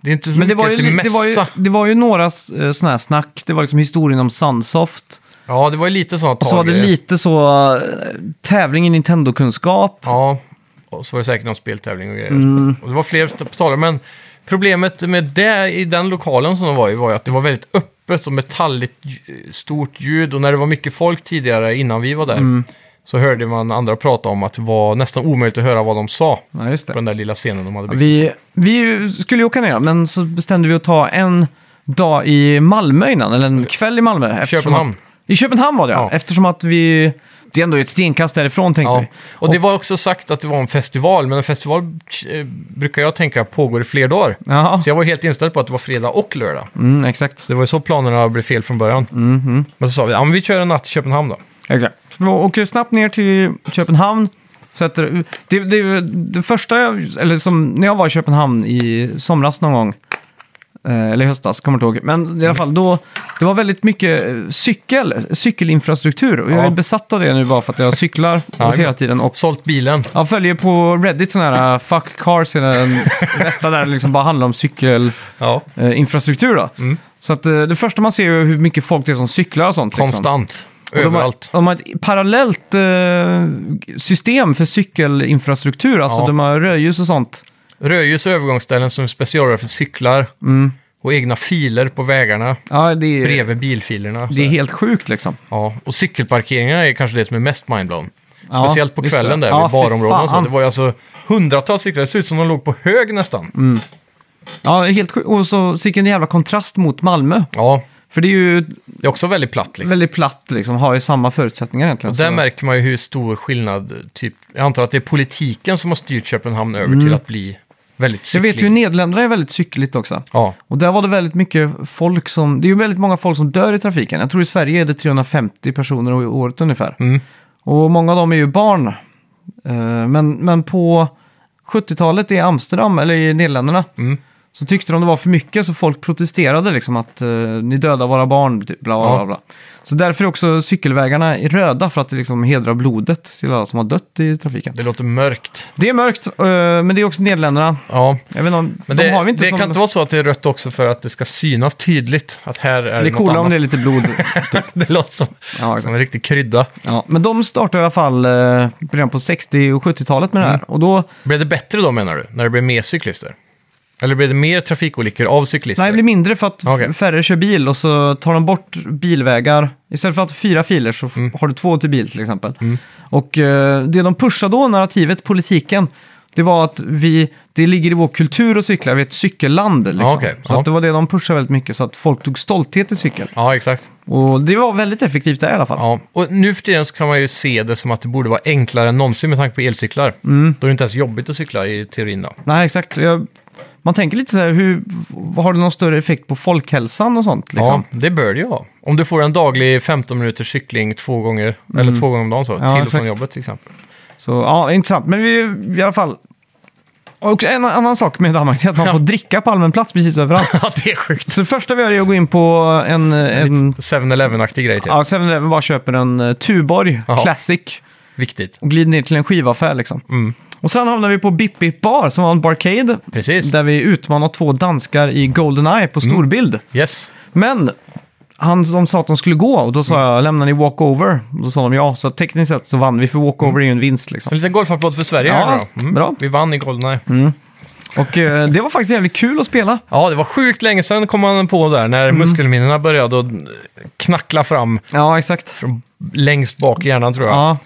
Speaker 2: Det är inte så
Speaker 1: Men det
Speaker 2: mycket
Speaker 1: var, ju,
Speaker 2: till
Speaker 1: li-
Speaker 2: mässa.
Speaker 1: det, var ju, det var ju några eh, sådana här snack. Det var liksom historien om Sunsoft.
Speaker 2: Ja, det var ju lite sådana
Speaker 1: Och så var det lite så eh, tävling i Nintendo-kunskap.
Speaker 2: Ja, och så var det säkert någon speltävling och grejer.
Speaker 1: Mm.
Speaker 2: Och det var fler på talare, men problemet med det i den lokalen som de var i var ju att det var väldigt öppet och metalligt lj- stort ljud. Och när det var mycket folk tidigare, innan vi var där,
Speaker 1: Mm.
Speaker 2: så hörde man andra prata om att det var nästan omöjligt att höra vad de sa
Speaker 1: Ja, just
Speaker 2: på den där lilla scenen de hade byggt.
Speaker 1: Vi, vi skulle ju åka ner, men så bestämde vi att ta en dag i Malmö innan, eller en kväll i Malmö. eftersom
Speaker 2: Köpenhamn.
Speaker 1: Att, I Köpenhamn var det, ja.
Speaker 2: Ja.
Speaker 1: Eftersom att vi Det är ändå ett stenkast därifrån tänkte
Speaker 2: Ja.
Speaker 1: vi.
Speaker 2: Och det var också sagt att det var en festival, men en festival eh, brukar jag tänka pågår i fler dagar.
Speaker 1: Ja,
Speaker 2: Så jag var helt inställd på att det var fredag och lördag.
Speaker 1: mm, exakt.
Speaker 2: Så det var ju så planerna blev fel från början.
Speaker 1: Mhm.
Speaker 2: Men så sa vi, ja men vi kör en natt i Köpenhamn då.
Speaker 1: Exakt. Vi åker snabbt ner till Köpenhamn. Sätter, det, det, det första, jag- eller som när jag var i Köpenhamn i somras någon gång, eh, eller i höstas, kommer inte ihåg. Men i alla fall då, det var väldigt mycket eh, cykel, cykelinfrastruktur. Och jag
Speaker 2: Ja.
Speaker 1: är besatt av det nu bara för att jag cyklar
Speaker 2: Ja,
Speaker 1: hela tiden. Och
Speaker 2: Sålt bilen.
Speaker 1: jag följer på Reddit sådana här eh, fuck cars, är
Speaker 2: *laughs*
Speaker 1: den nästa där det liksom bara handlar om cykel
Speaker 2: Ja,
Speaker 1: eh, infrastruktur då.
Speaker 2: Mm.
Speaker 1: Så att eh, det första man ser är ju hur mycket folk det är som cyklar och sånt. liksom.
Speaker 2: konstant.
Speaker 1: Och de har-
Speaker 2: Överallt.
Speaker 1: De har ett parallellt eh, system för cykelinfrastruktur, alltså
Speaker 2: Ja.
Speaker 1: de har rödljus och sånt.
Speaker 2: Rödljus och övergångsställen som är specialare för cyklar. Och egna filer på vägarna
Speaker 1: Ja, Mm. det är,
Speaker 2: bredvid bilfilerna.
Speaker 1: det är
Speaker 2: Så-
Speaker 1: helt sjukt liksom.
Speaker 2: Ja, och cykelparkeringarna är kanske det som är mest mindblown.
Speaker 1: Ja,
Speaker 2: Speciellt på
Speaker 1: visst
Speaker 2: kvällen
Speaker 1: det.
Speaker 2: där
Speaker 1: Ja,
Speaker 2: vid
Speaker 1: fy
Speaker 2: barområden och så.
Speaker 1: fan.
Speaker 2: Det var ju alltså hundratals cyklar. Det såg ut som de låg på hög nästan.
Speaker 1: Mm. Ja, det är helt sjukt. Och så vilken jävla kontrast mot Malmö.
Speaker 2: Ja,
Speaker 1: För det är ju
Speaker 2: det är också väldigt platt liksom.
Speaker 1: väldigt platt liksom, har ju samma förutsättningar egentligen.
Speaker 2: Och
Speaker 1: Så-
Speaker 2: där märker man ju hur stor skillnad, typ, jag antar att det är politiken som har styrt Köpenhamn över till att bli väldigt
Speaker 1: jag
Speaker 2: cyklig.
Speaker 1: Mm. vet ju Nederländerna är väldigt cykligt också.
Speaker 2: Ja,
Speaker 1: Och där var det väldigt mycket folk som, det är ju väldigt många folk som dör i trafiken. Jag tror i Sverige är det 350 personer i året ungefär.
Speaker 2: Mm.
Speaker 1: Och många av dem är ju barn. Eh, Men, men på 70-talet i Amsterdam, eller i Nederländerna,
Speaker 2: Mm.
Speaker 1: så tyckte de det var för mycket så folk protesterade liksom att eh, ni dödar våra barn, typ, bla bla
Speaker 2: Ja.
Speaker 1: bla. Så därför är också cykelvägarna röda för att det liksom hedrar blodet till alla som har dött i trafiken.
Speaker 2: det låter mörkt.
Speaker 1: Det är mörkt, eh, men det är också Nederländerna.
Speaker 2: Ja,
Speaker 1: Jag vet inte, om-
Speaker 2: men
Speaker 1: de
Speaker 2: det,
Speaker 1: har vi inte
Speaker 2: det
Speaker 1: som...
Speaker 2: kan inte vara så att det är rött också för att det ska synas tydligt att här är
Speaker 1: det är
Speaker 2: något
Speaker 1: coolare
Speaker 2: annat.
Speaker 1: om det är lite blod.
Speaker 2: *laughs* det låter som,
Speaker 1: Ja, exakt.
Speaker 2: som en riktig krydda.
Speaker 1: Ja, men de startade i alla fall eh, redan på 60 och 70-talet med det
Speaker 2: Mm.
Speaker 1: här. Och då,
Speaker 2: Blev det bättre då menar du? När det blev mer cyklister? Eller blev det mer trafikolyckor av cyklister?
Speaker 1: nej, det blir mindre för att
Speaker 2: Okej.
Speaker 1: färre kör bil och så tar de bort bilvägar. Istället för att ha fyra filer så f-
Speaker 2: Mm.
Speaker 1: har du två till bil till exempel. Och eh, det de pushade då, narrativet, politiken, det var att vi, det ligger i vår kultur att cykla, vi är ett cykelland. Liksom.
Speaker 2: Ja, okej.
Speaker 1: Så
Speaker 2: Ja.
Speaker 1: att det var det de pushade väldigt mycket, så att folk tog stolthet i cykel.
Speaker 2: Ja, exakt.
Speaker 1: Och det var väldigt effektivt där i alla fall.
Speaker 2: Ja. Och nu för tiden så kan man ju se det som att det borde vara enklare än någonsin med tanke på elcyklar.
Speaker 1: Mm.
Speaker 2: Då är det inte ens jobbigt att cykla i teorin då.
Speaker 1: Nej, exakt. Jag, man tänker lite så här, hur, har det någon större effekt på folkhälsan och sånt? Liksom?
Speaker 2: Ja, det bör det ju ha. Om du får en daglig 15 minuters cykling två gånger, eller två gånger om dagen så, till och från
Speaker 1: Mm. exakt.
Speaker 2: jobbet
Speaker 1: *laughs*
Speaker 2: till exempel.
Speaker 1: Så ja, intressant. Men vi, vi i alla fall... Och en annan sak med Danmark är att man
Speaker 2: Ja.
Speaker 1: får dricka på allmän plats precis överallt.
Speaker 2: Ja, det är sjukt.
Speaker 1: Så det första vi gör är att gå in på en... en
Speaker 2: 7-Eleven-aktig grej till.
Speaker 1: ja, 7-Eleven bara köper en eh, Tuborg
Speaker 2: Jaha.
Speaker 1: Classic
Speaker 2: Viktigt.
Speaker 1: och glider ner till en skivaffär liksom.
Speaker 2: Mm.
Speaker 1: Och sen hamnar vi på Bip Bip Bar som var en barcade.
Speaker 2: Precis. Mm.
Speaker 1: Där vi utmanar två danskar i Goldeneye på storbild.
Speaker 2: Yes.
Speaker 1: Men han, de sa att de skulle gå och då
Speaker 2: Mm.
Speaker 1: sa jag lämnar ni walkover? Och Då sa de ja, så tekniskt sett så vann vi för walkover
Speaker 2: Mm.
Speaker 1: är ju en vinst liksom.
Speaker 2: En liten golfapplåd för Sverige
Speaker 1: Ja,
Speaker 2: här nu då. Mm.
Speaker 1: bra. Mm.
Speaker 2: Vi vann i Goldeneye.
Speaker 1: Och eh, det var faktiskt jävligt kul att spela.
Speaker 2: Ja, det var sjukt länge sedan kom man på där, när
Speaker 1: Mm.
Speaker 2: muskelminnena började att knackla fram
Speaker 1: Ja, exakt.
Speaker 2: från längst bak i hjärnan tror jag.
Speaker 1: Ja,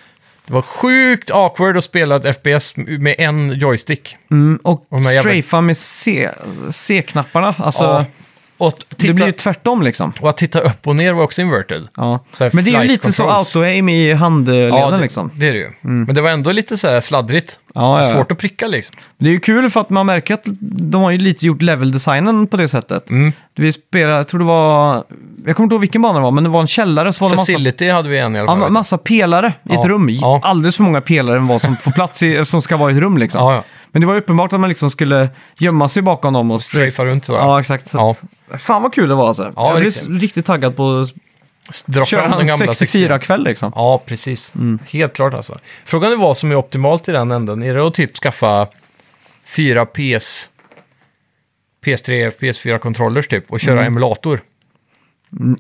Speaker 2: Det var sjukt awkward att spela ett FPS med en joystick.
Speaker 1: mm, och
Speaker 2: Och de här jävla-
Speaker 1: strafa med C- C-knapparna. Alltså,
Speaker 2: Ja. Och, att
Speaker 1: det blir
Speaker 2: titta,
Speaker 1: ju tvärtom liksom.
Speaker 2: och att titta upp och ner var också inverted.
Speaker 1: Ja.
Speaker 2: Så här
Speaker 1: Men det är ju
Speaker 2: flight
Speaker 1: lite
Speaker 2: controls.
Speaker 1: så auto-aim i handleden
Speaker 2: det,
Speaker 1: liksom.
Speaker 2: det är det ju. Men det var ändå lite så här sladdrigt.
Speaker 1: Ja, ja, ja.
Speaker 2: Svårt att pricka liksom.
Speaker 1: Det är ju kul för att man märker att de har ju lite gjort level-designen på det sättet.
Speaker 2: Mm.
Speaker 1: Vi spelade, jag tror det var, jag kommer inte ihåg vilken bana det var, men det var en källare så var det massa
Speaker 2: Facility hade vi en i alla
Speaker 1: Ja,
Speaker 2: fall.
Speaker 1: ma- massa pelare i ett
Speaker 2: Ja,
Speaker 1: rum.
Speaker 2: ja.
Speaker 1: Alldeles för många pelare än vad som får plats i, som ska vara i ett rum liksom.
Speaker 2: Ja, ja.
Speaker 1: Men det var uppenbart att man liksom skulle gömma sig bakom dem och
Speaker 2: Strafea runt så.
Speaker 1: Ja, exakt. Så
Speaker 2: Ja.
Speaker 1: Att, fan vad kul det var alltså.
Speaker 2: Ja,
Speaker 1: jag blev
Speaker 2: riktigt.
Speaker 1: riktigt. taggad på att
Speaker 2: Dra
Speaker 1: köra
Speaker 2: fram den
Speaker 1: hans
Speaker 2: gamla 64.
Speaker 1: 64-kväll liksom.
Speaker 2: Ja, precis.
Speaker 1: Mm.
Speaker 2: Helt klart alltså. Frågan är vad som är optimalt i den änden. Är det att typ skaffa fyra PS... PS3, PS4-kontrollers typ och köra
Speaker 1: Mm.
Speaker 2: emulator.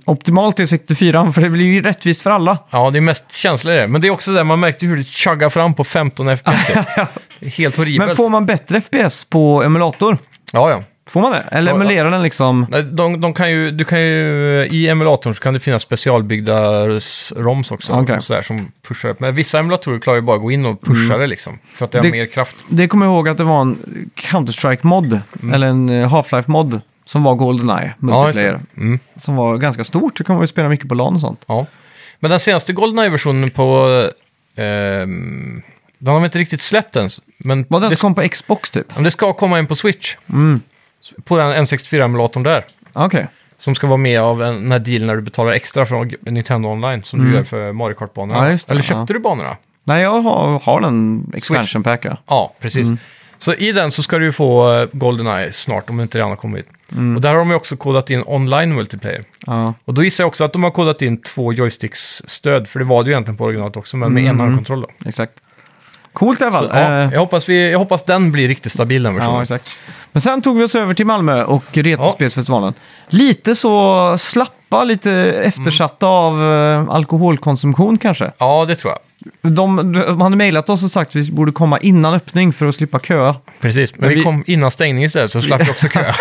Speaker 1: Optimalt är 64 för det blir ju rättvist för alla.
Speaker 2: Ja, det är mest känsla i det. Men det är också där man märkte hur det chuggar fram på 15 FPS. typ.
Speaker 1: *laughs*
Speaker 2: Det är Helt horribelt.
Speaker 1: Men får man bättre FPS på emulator?
Speaker 2: Ja, ja.
Speaker 1: Får man det? Eller
Speaker 2: Ja, ja.
Speaker 1: emulerar den liksom?
Speaker 2: Nej, De, de kan ju, du kan ju, I emulatorn så kan det finnas specialbyggda s- ROMs också.
Speaker 1: Okej. Mm.
Speaker 2: och Så där, som pushar upp. Men vissa emulatorer klarar ju bara att gå in och pusha det liksom. För att det har
Speaker 1: Det-
Speaker 2: mer kraft.
Speaker 1: Det kommer jag ihåg att det var en Counter-Strike-mod, eller en eh, Half-Life-mod, som var Goldeneye,
Speaker 2: Mm. Ja, just det.
Speaker 1: multiplayer.
Speaker 2: Mm.
Speaker 1: Som var ganska stort, det kan man ju spela mycket på LAN och sånt.
Speaker 2: Ja. Men den senaste Goldeneye-versionen på... Eh, den har vi inte riktigt släppt än. Men
Speaker 1: Var det
Speaker 2: det,
Speaker 1: den Mm. som kom på Xbox typ?
Speaker 2: men det ska komma in på Switch. På den N64-emulatorn där.
Speaker 1: Ah, Okej.
Speaker 2: Som ska vara med av en, den här dealen när du betalar extra från Nintendo Online. Som du gör för Mario Kart-banorna.
Speaker 1: Mm. Ja, just det,
Speaker 2: Eller
Speaker 1: ja.
Speaker 2: köpte du banorna?
Speaker 1: Nej, jag har, har den expansion packa.
Speaker 2: Ja, precis.
Speaker 1: Mm.
Speaker 2: Så i den så ska du ju få eh, Goldeneye snart, om det inte redan har kommit.
Speaker 1: Mm.
Speaker 2: Och där har de ju också kodat in online multiplayer.
Speaker 1: Ja.
Speaker 2: Och då gissar jag också att de har kodat in två joysticks-stöd, för det var det ju egentligen på originalet också, men med
Speaker 1: Mm.
Speaker 2: enhandkontroll då.
Speaker 1: Exakt. Coolt i alla
Speaker 2: Så,
Speaker 1: fall.
Speaker 2: ja,
Speaker 1: Eh,
Speaker 2: jag, hoppas vi, jag hoppas den blir riktigt stabil den versionen.
Speaker 1: Ja, exakt. Men sen tog vi oss över till Malmö och Retrospelsfestivalen. Lite så slappa, lite eftersatta av eh, alkoholkonsumtion kanske.
Speaker 2: Ja, det tror jag.
Speaker 1: De, de hade mejlat oss och sagt att vi borde komma innan öppning för att slippa köa.
Speaker 2: Precis, men,
Speaker 1: Men
Speaker 2: vi
Speaker 1: vi-
Speaker 2: kom innan stängning istället
Speaker 1: *laughs*
Speaker 2: så slapp vi också köa.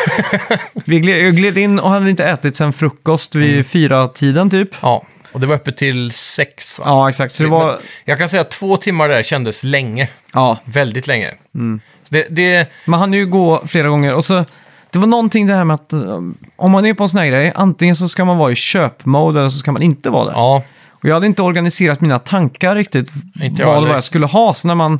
Speaker 1: Vi gled, jag gled in och hade inte ätit sen frukost vid fyra tiden typ.
Speaker 2: ja, och det var öppet till sex. Va?
Speaker 1: Ja, exakt. Så det var...
Speaker 2: Men Jag kan säga att två timmar där kändes länge,
Speaker 1: Ja,
Speaker 2: väldigt länge.
Speaker 1: Mm.
Speaker 2: Så det, det,
Speaker 1: man hann ju gå flera gånger. Och så, det var någonting det här med att eh, om man är på en sån här grej, antingen så ska man vara i köpmode eller så ska man inte vara det.
Speaker 2: ja,
Speaker 1: Och jag hade inte organiserat mina tankar riktigt,
Speaker 2: Inte jag
Speaker 1: vad, det
Speaker 2: heller.
Speaker 1: var jag skulle ha. Så när man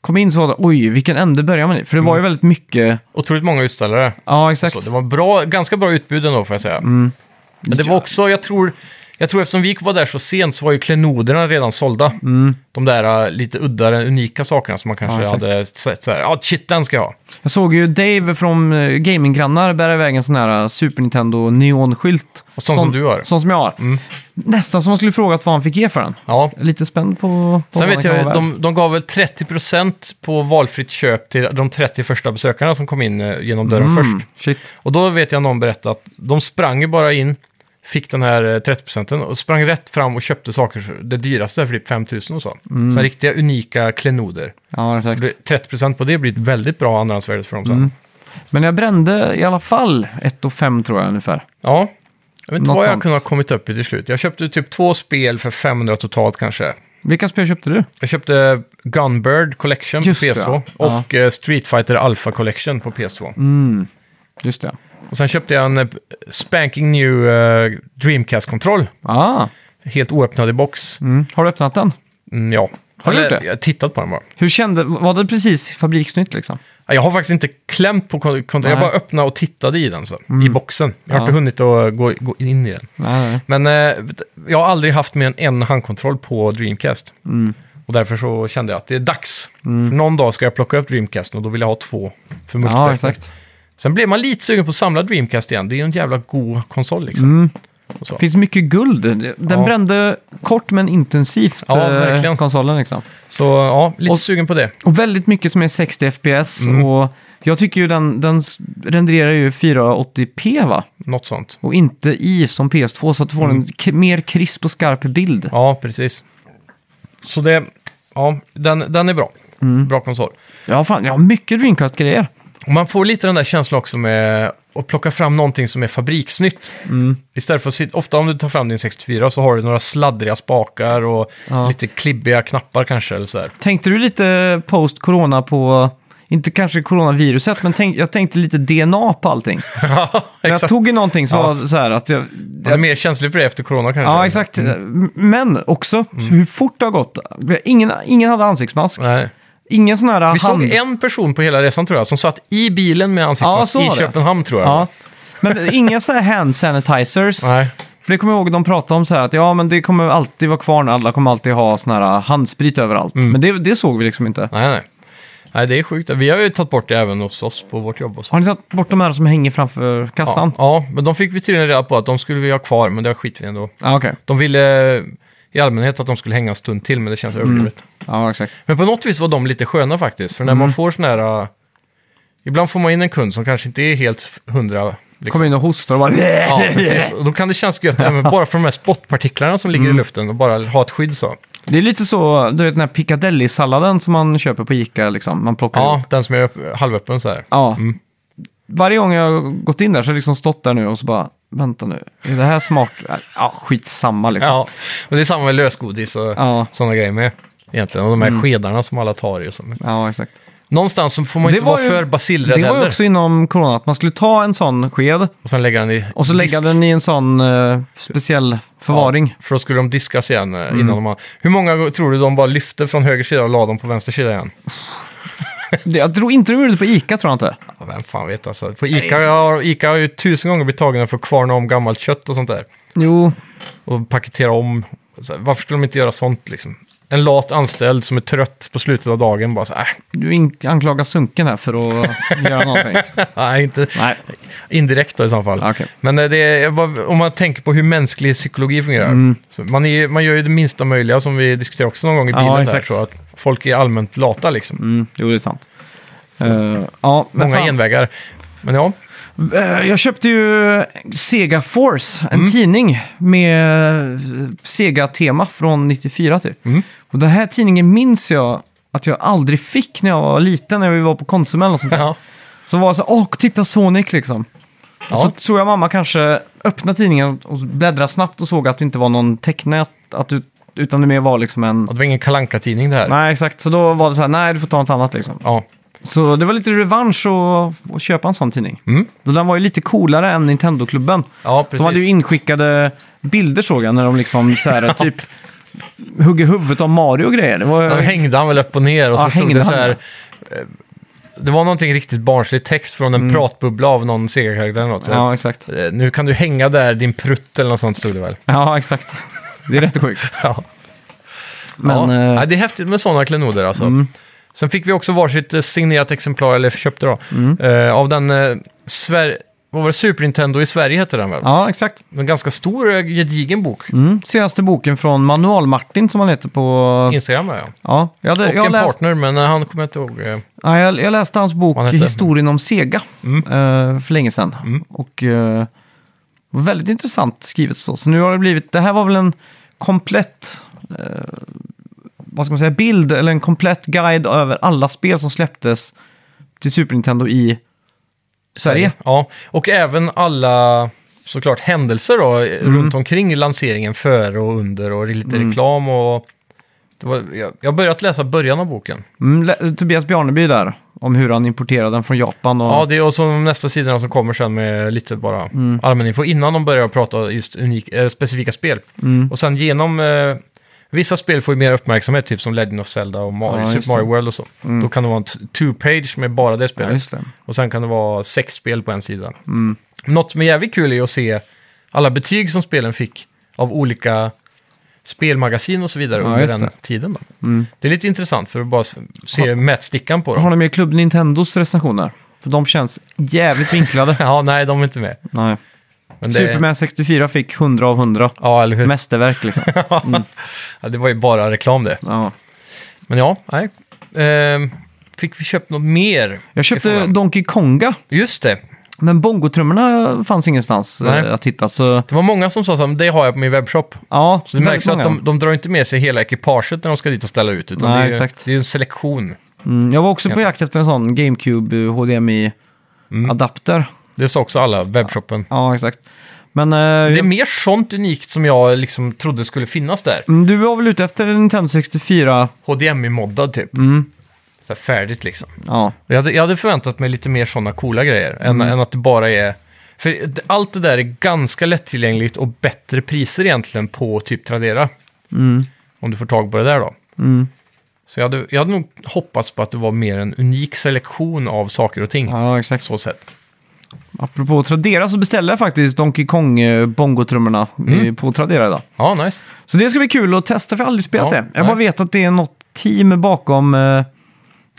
Speaker 1: kom in så var det, oj, vilken ände börjar man i? För det var ju väldigt mycket,
Speaker 2: otroligt många utställare.
Speaker 1: ja exakt.
Speaker 2: Mm. Så det var bra, ganska bra utbud ändå får jag säga. Men det var också, jag tror, jag tror eftersom vi var där så sent så var ju klenoderna redan sålda. De där äh, lite uddare, unika sakerna som man kanske
Speaker 1: Ja, exakt.
Speaker 2: hade sett så här, ja shit den ska jag ha.
Speaker 1: Jag såg ju Dave från eh, Gaminggrannar bära iväg en sån här eh, Super Nintendo neonskylt.
Speaker 2: Och sån som du har. Mm.
Speaker 1: Sån som jag har. Nästan som man skulle frågat vad han fick ge för den.
Speaker 2: Ja.
Speaker 1: Jag är lite spänd på på vad den
Speaker 2: Sen vet
Speaker 1: kan vara
Speaker 2: jag,
Speaker 1: värd.
Speaker 2: de, de gav väl 30% på valfritt köp till de 30 första besökarna som kom in eh, genom dörren
Speaker 1: Mm,
Speaker 2: först.
Speaker 1: shit.
Speaker 2: Och då vet jag någon berätta att de sprang ju bara in, fick den här eh, 30% och sprang rätt fram och köpte saker, för det dyraste för typ 5000 och så. Mm. Sådana riktiga unika klenoder.
Speaker 1: Ja, exakt.
Speaker 2: Det- 30% på det blir ett väldigt bra andrahandsvärde för dem sen.
Speaker 1: Mm. Men jag brände i alla fall 1 och 5 tror jag ungefär.
Speaker 2: Ja, jag vet inte
Speaker 1: Något
Speaker 2: vad jag
Speaker 1: sånt.
Speaker 2: kunde ha kommit upp i till slut. Jag köpte typ två spel för 500 totalt kanske.
Speaker 1: Vilka spel köpte du?
Speaker 2: Jag köpte Gunbird Collection
Speaker 1: Just
Speaker 2: på
Speaker 1: det,
Speaker 2: PS2
Speaker 1: ja. Mm.
Speaker 2: och eh, Street Fighter Alpha Collection på PS2.
Speaker 1: Just det.
Speaker 2: Och sen köpte jag en eh, spanking new eh, Dreamcast-kontroll.
Speaker 1: Ah,
Speaker 2: Helt oöppnad i box.
Speaker 1: mm. Har du öppnat den?
Speaker 2: Mm, ja.
Speaker 1: Har du
Speaker 2: Eller,
Speaker 1: gjort det?
Speaker 2: Jag har tittat på den bara.
Speaker 1: Hur kände, var det precis fabriksnytt liksom?
Speaker 2: Ja, Jag har faktiskt inte klämt på kon- kontrollen. Jag
Speaker 1: Nej. Mm.
Speaker 2: bara öppnade och tittade i den, så, i boxen. Jag har
Speaker 1: Ja.
Speaker 2: inte hunnit att gå, gå in i den.
Speaker 1: Nej, nej.
Speaker 2: Men eh, jag har aldrig haft mer än en handkontroll på Dreamcast.
Speaker 1: Mm.
Speaker 2: Och därför så kände jag att det är dags. För någon dag ska jag plocka upp Dreamcast och då vill jag ha två för multiplayer.
Speaker 1: Ja, exakt.
Speaker 2: Sen blev man lite sugen på att samla Dreamcast igen. Det är ju en jävla god konsol liksom.
Speaker 1: Mm.
Speaker 2: Och så.
Speaker 1: Det finns mycket guld. Den
Speaker 2: Ja.
Speaker 1: brände kort men intensivt
Speaker 2: Ja,
Speaker 1: eh,
Speaker 2: verkligen.
Speaker 1: konsolen liksom.
Speaker 2: så ja, lite
Speaker 1: Och-
Speaker 2: sugen på det.
Speaker 1: Och väldigt mycket som är 60 FPS.
Speaker 2: Mm.
Speaker 1: Och jag tycker ju den, den s- renderar ju 480p va?
Speaker 2: Något sånt.
Speaker 1: Och inte i som PS2 så att du får en k- mer krisp och skarp bild.
Speaker 2: Mm. Ja, precis. Så det, ja, den, den är bra.
Speaker 1: Mm.
Speaker 2: Bra konsol.
Speaker 1: Ja, fan, jag har mycket Dreamcast-grejer.
Speaker 2: Och man får lite den där känslan också med att plocka fram någonting som är fabriksnytt.
Speaker 1: Mm.
Speaker 2: Istället för att sitta, ofta om du tar fram din 64 så har du några sladdriga spakar och
Speaker 1: Ja.
Speaker 2: lite klibbiga knappar kanske eller så här. *laughs*
Speaker 1: Tänkte du lite post-corona på, inte kanske coronaviruset, men tänk, jag tänkte lite DNA på allting.
Speaker 2: ja,
Speaker 1: Men jag
Speaker 2: exakt.
Speaker 1: tog ju någonting som var så här att jag...
Speaker 2: Man är mer känslig för det efter corona kanske.
Speaker 1: Ja, exakt. Men också hur fort det har gått. Ingen, ingen hade ansiktsmask.
Speaker 2: Mm. Nej.
Speaker 1: Ingen sån här
Speaker 2: Vi
Speaker 1: hand...
Speaker 2: såg en person på hela resan tror jag som satt i bilen med
Speaker 1: Ja,
Speaker 2: ansiktsmask
Speaker 1: så
Speaker 2: i
Speaker 1: var det.
Speaker 2: Köpenhamn tror jag.
Speaker 1: Ja. Men inga så här hand sanitizers.
Speaker 2: Nej.
Speaker 1: För det kommer jag ihåg de pratade om så här att ja, men det kommer alltid vara kvar. Alla kommer alltid ha sån här äh, handsprit överallt.
Speaker 2: Mm.
Speaker 1: Men det, det såg vi liksom inte.
Speaker 2: nej, nej. Nej, det är sjukt. Vi har ju tagit bort det även hos oss på vårt jobb och så.
Speaker 1: Har ni tagit bort de här som hänger framför kassan?
Speaker 2: Ja, ja, men de fick vi tydligen reda på att de skulle vi ha kvar, men det skit vi ändå.
Speaker 1: Ja, okej.
Speaker 2: De ville i allmänhet att de skulle hänga en stund till, men det känns
Speaker 1: Mm.
Speaker 2: överdrivet.
Speaker 1: Ja, exakt.
Speaker 2: Men på något vis var de lite sköna faktiskt, för när
Speaker 1: Mm.
Speaker 2: man får sådana här... äh, Ibland får man in en kund som kanske inte är helt hundra. Liksom.
Speaker 1: Kom in och hostar och bara... *laughs*
Speaker 2: Ja, precis. Och då kan det kännas gött även bara för de här spottpartiklarna som ligger
Speaker 1: Mm.
Speaker 2: i luften och bara ha ett skydd så.
Speaker 1: Det är lite så, du vet den här piccadilly-salladen som man köper på Ica liksom. Man plockar
Speaker 2: Ja, den som är upp, halvöppen så här.
Speaker 1: Ja. Varje gång jag har gått in där så har jag liksom stått där nu och så bara, vänta nu, är det här smart? Ja, skitsamma liksom.
Speaker 2: Ja, och det är samma med lösgodis och
Speaker 1: Ja. Mm.
Speaker 2: sådana grejer med. Egentligen, och de här skedarna som alla tar i och så. Men
Speaker 1: Ja, exakt.
Speaker 2: Någonstans så får man
Speaker 1: Det
Speaker 2: inte
Speaker 1: var
Speaker 2: vara
Speaker 1: ju-
Speaker 2: för basilrädd
Speaker 1: Det var ju
Speaker 2: heller.
Speaker 1: också inom corona, att man skulle ta en sån sked
Speaker 2: Och sen lägga den i
Speaker 1: och så lägga den i en sån eh, speciell förvaring. Mm.
Speaker 2: Ja, för då skulle de diskas igen eh, innan de har... Hur många tror du de bara lyfte från höger sida och la dem på vänster sida igen?
Speaker 1: Det- Jag tror inte de gjorde det på Ica, tror jag inte.
Speaker 2: Ja, vem fan vet alltså. På Ica, har, Ica har ju tusen gånger blivit tagna för att kvarna om gammalt kött och sånt där.
Speaker 1: Jo,
Speaker 2: Och paketera om. Så här, varför skulle de inte göra sånt liksom? En lat anställd som är trött på slutet av dagen bara så här,
Speaker 1: du in- anklagar sunken här för att *laughs* göra någonting.
Speaker 2: "Äh, *laughs* nej, inte
Speaker 1: Nej,
Speaker 2: indirekt då i så fall.
Speaker 1: Ja, okej.
Speaker 2: Men eh, det är, bara- om man tänker på hur mänsklig psykologi fungerar.
Speaker 1: Mm.
Speaker 2: Så man, är, ju- man gör ju det minsta möjliga, som vi diskuterade också någon gång i
Speaker 1: Ja,
Speaker 2: bilen där,
Speaker 1: exakt.
Speaker 2: så att folk är allmänt lata liksom.
Speaker 1: mm, jo det är sant. Eh, ja, men
Speaker 2: Många
Speaker 1: fan.
Speaker 2: genvägar. Men ja,
Speaker 1: Eh, Jag köpte ju Sega Force,
Speaker 2: Mm.
Speaker 1: en tidning med Sega-tema från 94 typ.
Speaker 2: Mm.
Speaker 1: Och den här tidningen minns jag att jag aldrig fick när jag var liten, när vi var på Konsum eller något
Speaker 2: *laughs*
Speaker 1: sånt där.
Speaker 2: ja.
Speaker 1: Så var jag så här, åh, titta Sonic liksom. Och så
Speaker 2: ja.
Speaker 1: tror jag mamma kanske öppnade tidningen och bläddrade snabbt och såg att det inte var någon tecknat, att du, utan det mer var liksom en...
Speaker 2: Och det var ingen kalanka tidning det här.
Speaker 1: Nej, exakt. Så då var det så här, nej, du får ta något annat liksom.
Speaker 2: Ja.
Speaker 1: Så det var lite revansch att, att köpa en sån tidning.
Speaker 2: Mm.
Speaker 1: Och Den var ju lite coolare än Nintendo-klubben.
Speaker 2: ja,
Speaker 1: De
Speaker 2: precis.
Speaker 1: hade ju inskickade bilder såg jag när de liksom så
Speaker 2: *laughs*
Speaker 1: här, typ hugger huvudet av Mario och grejer. Det var,
Speaker 2: Då hängde han väl upp och ner och
Speaker 1: Ja,
Speaker 2: så stod
Speaker 1: hängde
Speaker 2: det så
Speaker 1: han,
Speaker 2: här...
Speaker 1: Mm.
Speaker 2: eh, Det var någonting riktigt barnslig text från en pratbubbla av någon segerkaraktär eller något.
Speaker 1: ja, exakt.
Speaker 2: Eh, Nu kan du hänga där, din prutt eller något sånt stod det väl.
Speaker 1: Ja, exakt. Det är rätt sjukt.
Speaker 2: Ja.
Speaker 1: Men,
Speaker 2: ja.
Speaker 1: eh, Mm.
Speaker 2: Ja, det är häftigt med sådana klenoder alltså. Sen fick vi också varsitt eh, signerat exemplar, eller köpte då,
Speaker 1: Mm.
Speaker 2: eh, av den eh, Sver- vad var det? Super Nintendo i Sverige hette den väl?
Speaker 1: Ja, exakt.
Speaker 2: En ganska stor, eh, gedigen bok.
Speaker 1: Mm. Senaste boken från Manual-Martin som han heter på...
Speaker 2: Instagram, ja.
Speaker 1: Ja, jag, hade,
Speaker 2: Och
Speaker 1: jag,
Speaker 2: en
Speaker 1: läst,
Speaker 2: partner, men eh, han kommer jag inte ihåg. eh.
Speaker 1: ja, jag, jag läste hans bok
Speaker 2: Vad Mm. han heter?
Speaker 1: Historien om Sega eh, för länge sedan.
Speaker 2: Mm.
Speaker 1: Och eh, var väldigt intressant skrivet så. Så nu har det blivit, det här var väl en komplett, eh, vad ska man säga, bild eller en komplett guide över alla spel som släpptes till Super Nintendo i Sverige.
Speaker 2: eh, Ja, och även alla såklart händelser då, eh,
Speaker 1: Mm.
Speaker 2: runt omkring lanseringen, före och under och lite reklam och... Det var, jag, jag har börjat läsa början av boken.
Speaker 1: Mm, lä- Tobias Bjarneby där, om hur han importerade den från Japan. Och,
Speaker 2: Ja, det är också de nästa sidorna som kommer sen med lite bara
Speaker 1: Mm.
Speaker 2: allmän info innan de börjar prata just unik, eh, specifika spel.
Speaker 1: Mm.
Speaker 2: Och sen genom... Eh, Vissa spel får ju mer uppmärksamhet, typ som Legend of Zelda och Mario,
Speaker 1: Ja, just
Speaker 2: Super Mario
Speaker 1: det. Mm.
Speaker 2: World och så. Då kan det vara en t- two-page med bara det
Speaker 1: ja,
Speaker 2: spelet.
Speaker 1: just det.
Speaker 2: Och sen kan det vara sex spel på en sida.
Speaker 1: Mm.
Speaker 2: Något som är jävligt kul är att se alla betyg som spelen fick av olika spelmagasin och så vidare
Speaker 1: Ja,
Speaker 2: under
Speaker 1: just
Speaker 2: den
Speaker 1: det. Mm.
Speaker 2: tiden. Då. Det är lite intressant för att bara s- se mätstickan på
Speaker 1: Har
Speaker 2: dem.
Speaker 1: ni med Klubb Nintendos recensioner? För de känns jävligt vinklade.
Speaker 2: *laughs* *laughs* Ja, nej, de är inte med.
Speaker 1: Nej.
Speaker 2: Men det,
Speaker 1: Superman 64 fick 100 av 100.
Speaker 2: Ja, eller *laughs* hur?
Speaker 1: Mästerverk liksom.
Speaker 2: Ja, det var ju bara reklam det.
Speaker 1: Ja.
Speaker 2: Men ja, nej. Ehm, fick vi köpt något mer?
Speaker 1: Jag
Speaker 2: Det
Speaker 1: köpte
Speaker 2: får man.
Speaker 1: Donkey Konga,
Speaker 2: Just det.
Speaker 1: men bongotrummorna fanns ingenstans eh,
Speaker 2: Nej.
Speaker 1: att hitta. Så
Speaker 2: Det var många som sa så här, "Men det har jag på min webbshop.
Speaker 1: ja,
Speaker 2: Så det
Speaker 1: väldigt
Speaker 2: märks att
Speaker 1: många.
Speaker 2: de, de drar inte med sig hela ekipaget när de ska dit och ställa ut. Utan
Speaker 1: Nej,
Speaker 2: det, är ju,
Speaker 1: exakt.
Speaker 2: det är ju en selektion.
Speaker 1: Mm, jag var också på jakt efter en sån GameCube eh,
Speaker 2: Mm.
Speaker 1: HDMI-adapter.
Speaker 2: Det sa också alla, webbshoppen.
Speaker 1: Ja, exakt. Men eh,
Speaker 2: Det är mer sånt unikt som jag liksom trodde skulle finnas där.
Speaker 1: mm, du var väl ute efter en Nintendo 64?
Speaker 2: HDMI-moddad typ.
Speaker 1: Mm.
Speaker 2: Så här färdigt liksom.
Speaker 1: Ja,
Speaker 2: Och Jag hade, jag hade förväntat mig lite mer sådana coola grejer.
Speaker 1: Mm.
Speaker 2: Än, än att det bara är... För det- allt det där är ganska lättillgängligt och bättre priser egentligen på typ Tradera.
Speaker 1: mm,
Speaker 2: Om du får tag på det där då.
Speaker 1: mm.
Speaker 2: Så jag hade, jag hade nog hoppats på att det var mer en unik selektion av saker och ting.
Speaker 1: ja exakt.
Speaker 2: Så sett.
Speaker 1: Apropå Tradera så beställde jag faktiskt Donkey Kong eh, bongotrummorna eh,
Speaker 2: Mm.
Speaker 1: på Tradera idag.
Speaker 2: Ja, nice.
Speaker 1: Så det ska bli kul att testa, för jag har aldrig spelat
Speaker 2: Ja,
Speaker 1: det. Jag bara
Speaker 2: nej.
Speaker 1: vet att det är något team bakom eh,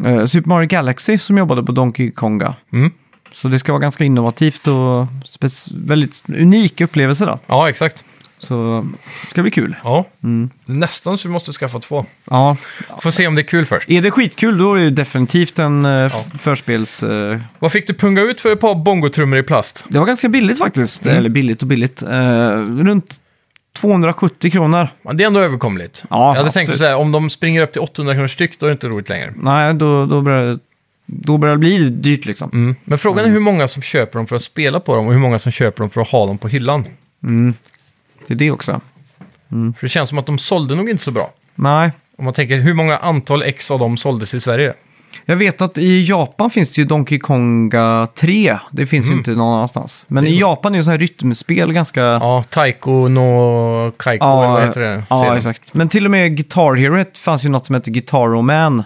Speaker 1: eh, Super Mario Galaxy som jobbade på Donkey Konga.
Speaker 2: Mm.
Speaker 1: Så det ska vara ganska innovativt och spec- väldigt unik upplevelse då.
Speaker 2: Ja, exakt.
Speaker 1: Så det ska bli kul. Mm.
Speaker 2: Ja. Nästan så vi måste skaffa två.
Speaker 1: Ja.
Speaker 2: Får se om det är kul först.
Speaker 1: Är det skitkul då är det ju definitivt en eh, f-
Speaker 2: Ja.
Speaker 1: förspels... Eh,
Speaker 2: Vad fick du punga ut för ett par bongotrummor i plast?
Speaker 1: det var ganska billigt faktiskt.
Speaker 2: Mm.
Speaker 1: Eller billigt och billigt. Eh, runt 270 kronor.
Speaker 2: Men det är ändå överkomligt.
Speaker 1: Ja,
Speaker 2: jag hade tänkt
Speaker 1: absolut.
Speaker 2: så här, om de springer upp till 800 kronor styck, då är det inte roligt längre.
Speaker 1: Nej, då, då, börjar, det- då börjar det bli dyrt liksom.
Speaker 2: Mm. Men frågan är hur många som köper dem för att spela på dem och hur många som köper dem för att ha dem på hyllan.
Speaker 1: Mm. Det är det också.
Speaker 2: För det känns som att de sålde nog inte så bra.
Speaker 1: Nej,
Speaker 2: Om man tänker hur många antal ex av dem såldes i Sverige.
Speaker 1: Jag vet att i Japan finns det ju Donkey Konga 3. Det finns
Speaker 2: Mhm.
Speaker 1: ju inte någon annanstans. Men i Japan är ju så här rytmspel ganska...
Speaker 2: Ja, Taiko no Kaiko, eller vad heter det?
Speaker 1: ja,
Speaker 2: serien?
Speaker 1: exakt. Men till och med Guitar Hero det fanns ju något som hette Guitar Man.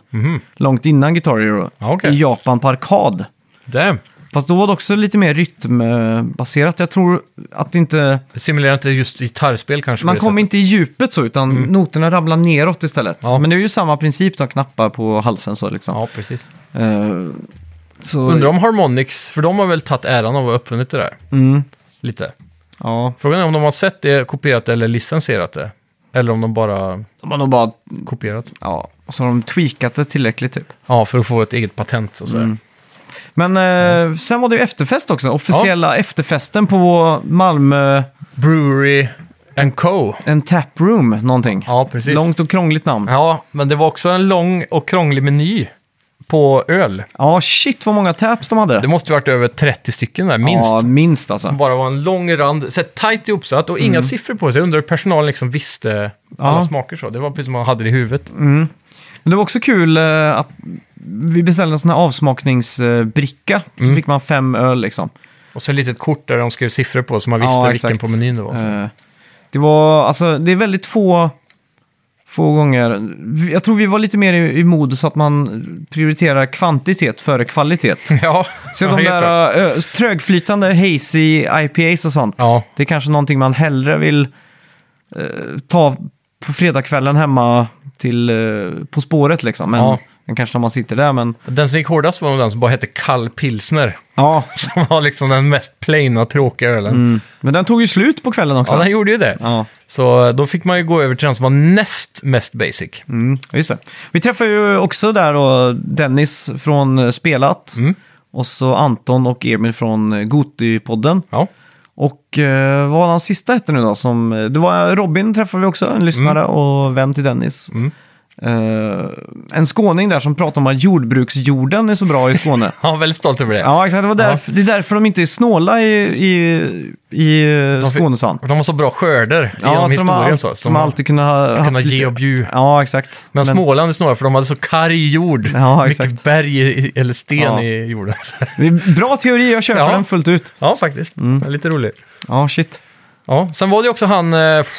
Speaker 1: Långt innan Guitar Hero.
Speaker 2: Mhm. Ja, okej.
Speaker 1: I Japan på arkad.
Speaker 2: Damn.
Speaker 1: Fast då var det också lite mer rytmbaserat. Jag tror att det inte...
Speaker 2: Det simulerar inte just gitarrspel kanske. på
Speaker 1: Man
Speaker 2: det Mm.
Speaker 1: kom inte i djupet så, utan noterna ramlar neråt istället.
Speaker 2: Ja.
Speaker 1: Men det är ju samma princip, de knappar på halsen så liksom.
Speaker 2: Ja, precis.
Speaker 1: Eh, så,
Speaker 2: Undrar om Harmonix, för de har väl tagit äran av att ha uppfunnit det där.
Speaker 1: Mm,
Speaker 2: Lite.
Speaker 1: ja.
Speaker 2: Frågan är om de har sett det, kopierat det eller licensierat det. Eller om de bara
Speaker 1: De har nog bara...
Speaker 2: kopierat.
Speaker 1: Ja. Och så har de tweakat det tillräckligt typ.
Speaker 2: Ja, för att få ett eget patent och
Speaker 1: Mm.
Speaker 2: sådär.
Speaker 1: Men eh, sen var det ju efterfest också. Officiella efterfesten på Malmö...
Speaker 2: Brewery and Co.
Speaker 1: En taproom någonting.
Speaker 2: Ja, precis.
Speaker 1: Långt och krångligt namn. Ja,
Speaker 2: Ja, men det var också en lång och krånglig meny på öl.
Speaker 1: shit vad många taps de hade.
Speaker 2: Det måste ju varit över 30 stycken där, minst.
Speaker 1: Ja, minst alltså.
Speaker 2: Som bara var en lång rand, så här tajt ihopsatt och inga siffror på sig. Jag undrar hur personalen liksom visste alla
Speaker 1: Mm. Ja. Mm.
Speaker 2: smaker så. Det var precis som man hade det i huvudet.
Speaker 1: Men det var också kul eh, att vi beställde en sån här avsmakningsbricka. Så
Speaker 2: Mm.
Speaker 1: fick man fem öl liksom.
Speaker 2: Och så ett litet kort där de skrev siffror på så man visste
Speaker 1: Ja,
Speaker 2: vilken
Speaker 1: exakt.
Speaker 2: på menyn det var. Så.
Speaker 1: Eh, det var, alltså det är väldigt få, få gånger. Jag tror vi var lite mer i, i modus att man prioriterar kvantitet före kvalitet.
Speaker 2: *laughs* Ja,
Speaker 1: Så
Speaker 2: ja,
Speaker 1: de
Speaker 2: helt klart.
Speaker 1: där eh, trögflytande hazy IPAs och sånt.
Speaker 2: Ja.
Speaker 1: Det är kanske någonting man hellre vill eh, ta på fredagskvällen hemma till, eh, På spåret liksom. Men,
Speaker 2: Ja.
Speaker 1: men kanske när man sitter där. Men,
Speaker 2: Den som gick hårdast var nog den som bara hette Kall Pilsner. *laughs*
Speaker 1: ja.
Speaker 2: Som var liksom den mest plaina, tråkiga ölen.
Speaker 1: mm. men den tog ju slut på kvällen också.
Speaker 2: Ja, den gjorde ju det.
Speaker 1: Ja,
Speaker 2: Så eh, då fick man ju gå över till den som var näst mest basic.
Speaker 1: mm, just det. Vi träffade ju också där då Dennis från eh, Spelat.
Speaker 2: Mm.
Speaker 1: Och så Anton och Emil från eh, Goty-podden.
Speaker 2: Ja,
Speaker 1: Och eh, vad var hans sista hette nu då? Som, eh, det var Robin träffade vi också, en lyssnare
Speaker 2: Mm.
Speaker 1: och vän till Dennis. Eh, en skåning där som pratade om att jordbruksjorden är så bra i
Speaker 2: *laughs*
Speaker 1: Skåne.
Speaker 2: han var väldigt stolt över det.
Speaker 1: ja, exakt. Det, var därför, det är därför de inte är snåla i, i, i eh,
Speaker 2: De fick-
Speaker 1: Skåne, sa han.
Speaker 2: De har så bra skörder
Speaker 1: Ja,
Speaker 2: genom
Speaker 1: som har,
Speaker 2: historien.
Speaker 1: all-
Speaker 2: Så,
Speaker 1: som alltid kunna ha...
Speaker 2: kunna
Speaker 1: haft
Speaker 2: ge och bjuda.
Speaker 1: Ja, exakt.
Speaker 2: Men, Småland är snarare för de hade så karg jord.
Speaker 1: Ja,
Speaker 2: Mycket
Speaker 1: exakt.
Speaker 2: berg i, eller sten
Speaker 1: Ja.
Speaker 2: i jorden. *laughs*
Speaker 1: Det är bra teori, jag köper
Speaker 2: Ja.
Speaker 1: den fullt ut.
Speaker 2: ja, faktiskt.
Speaker 1: Mm.
Speaker 2: Det är Lite rolig.
Speaker 1: Ja, shit.
Speaker 2: Ja, sen var det ju också han, eh, pff,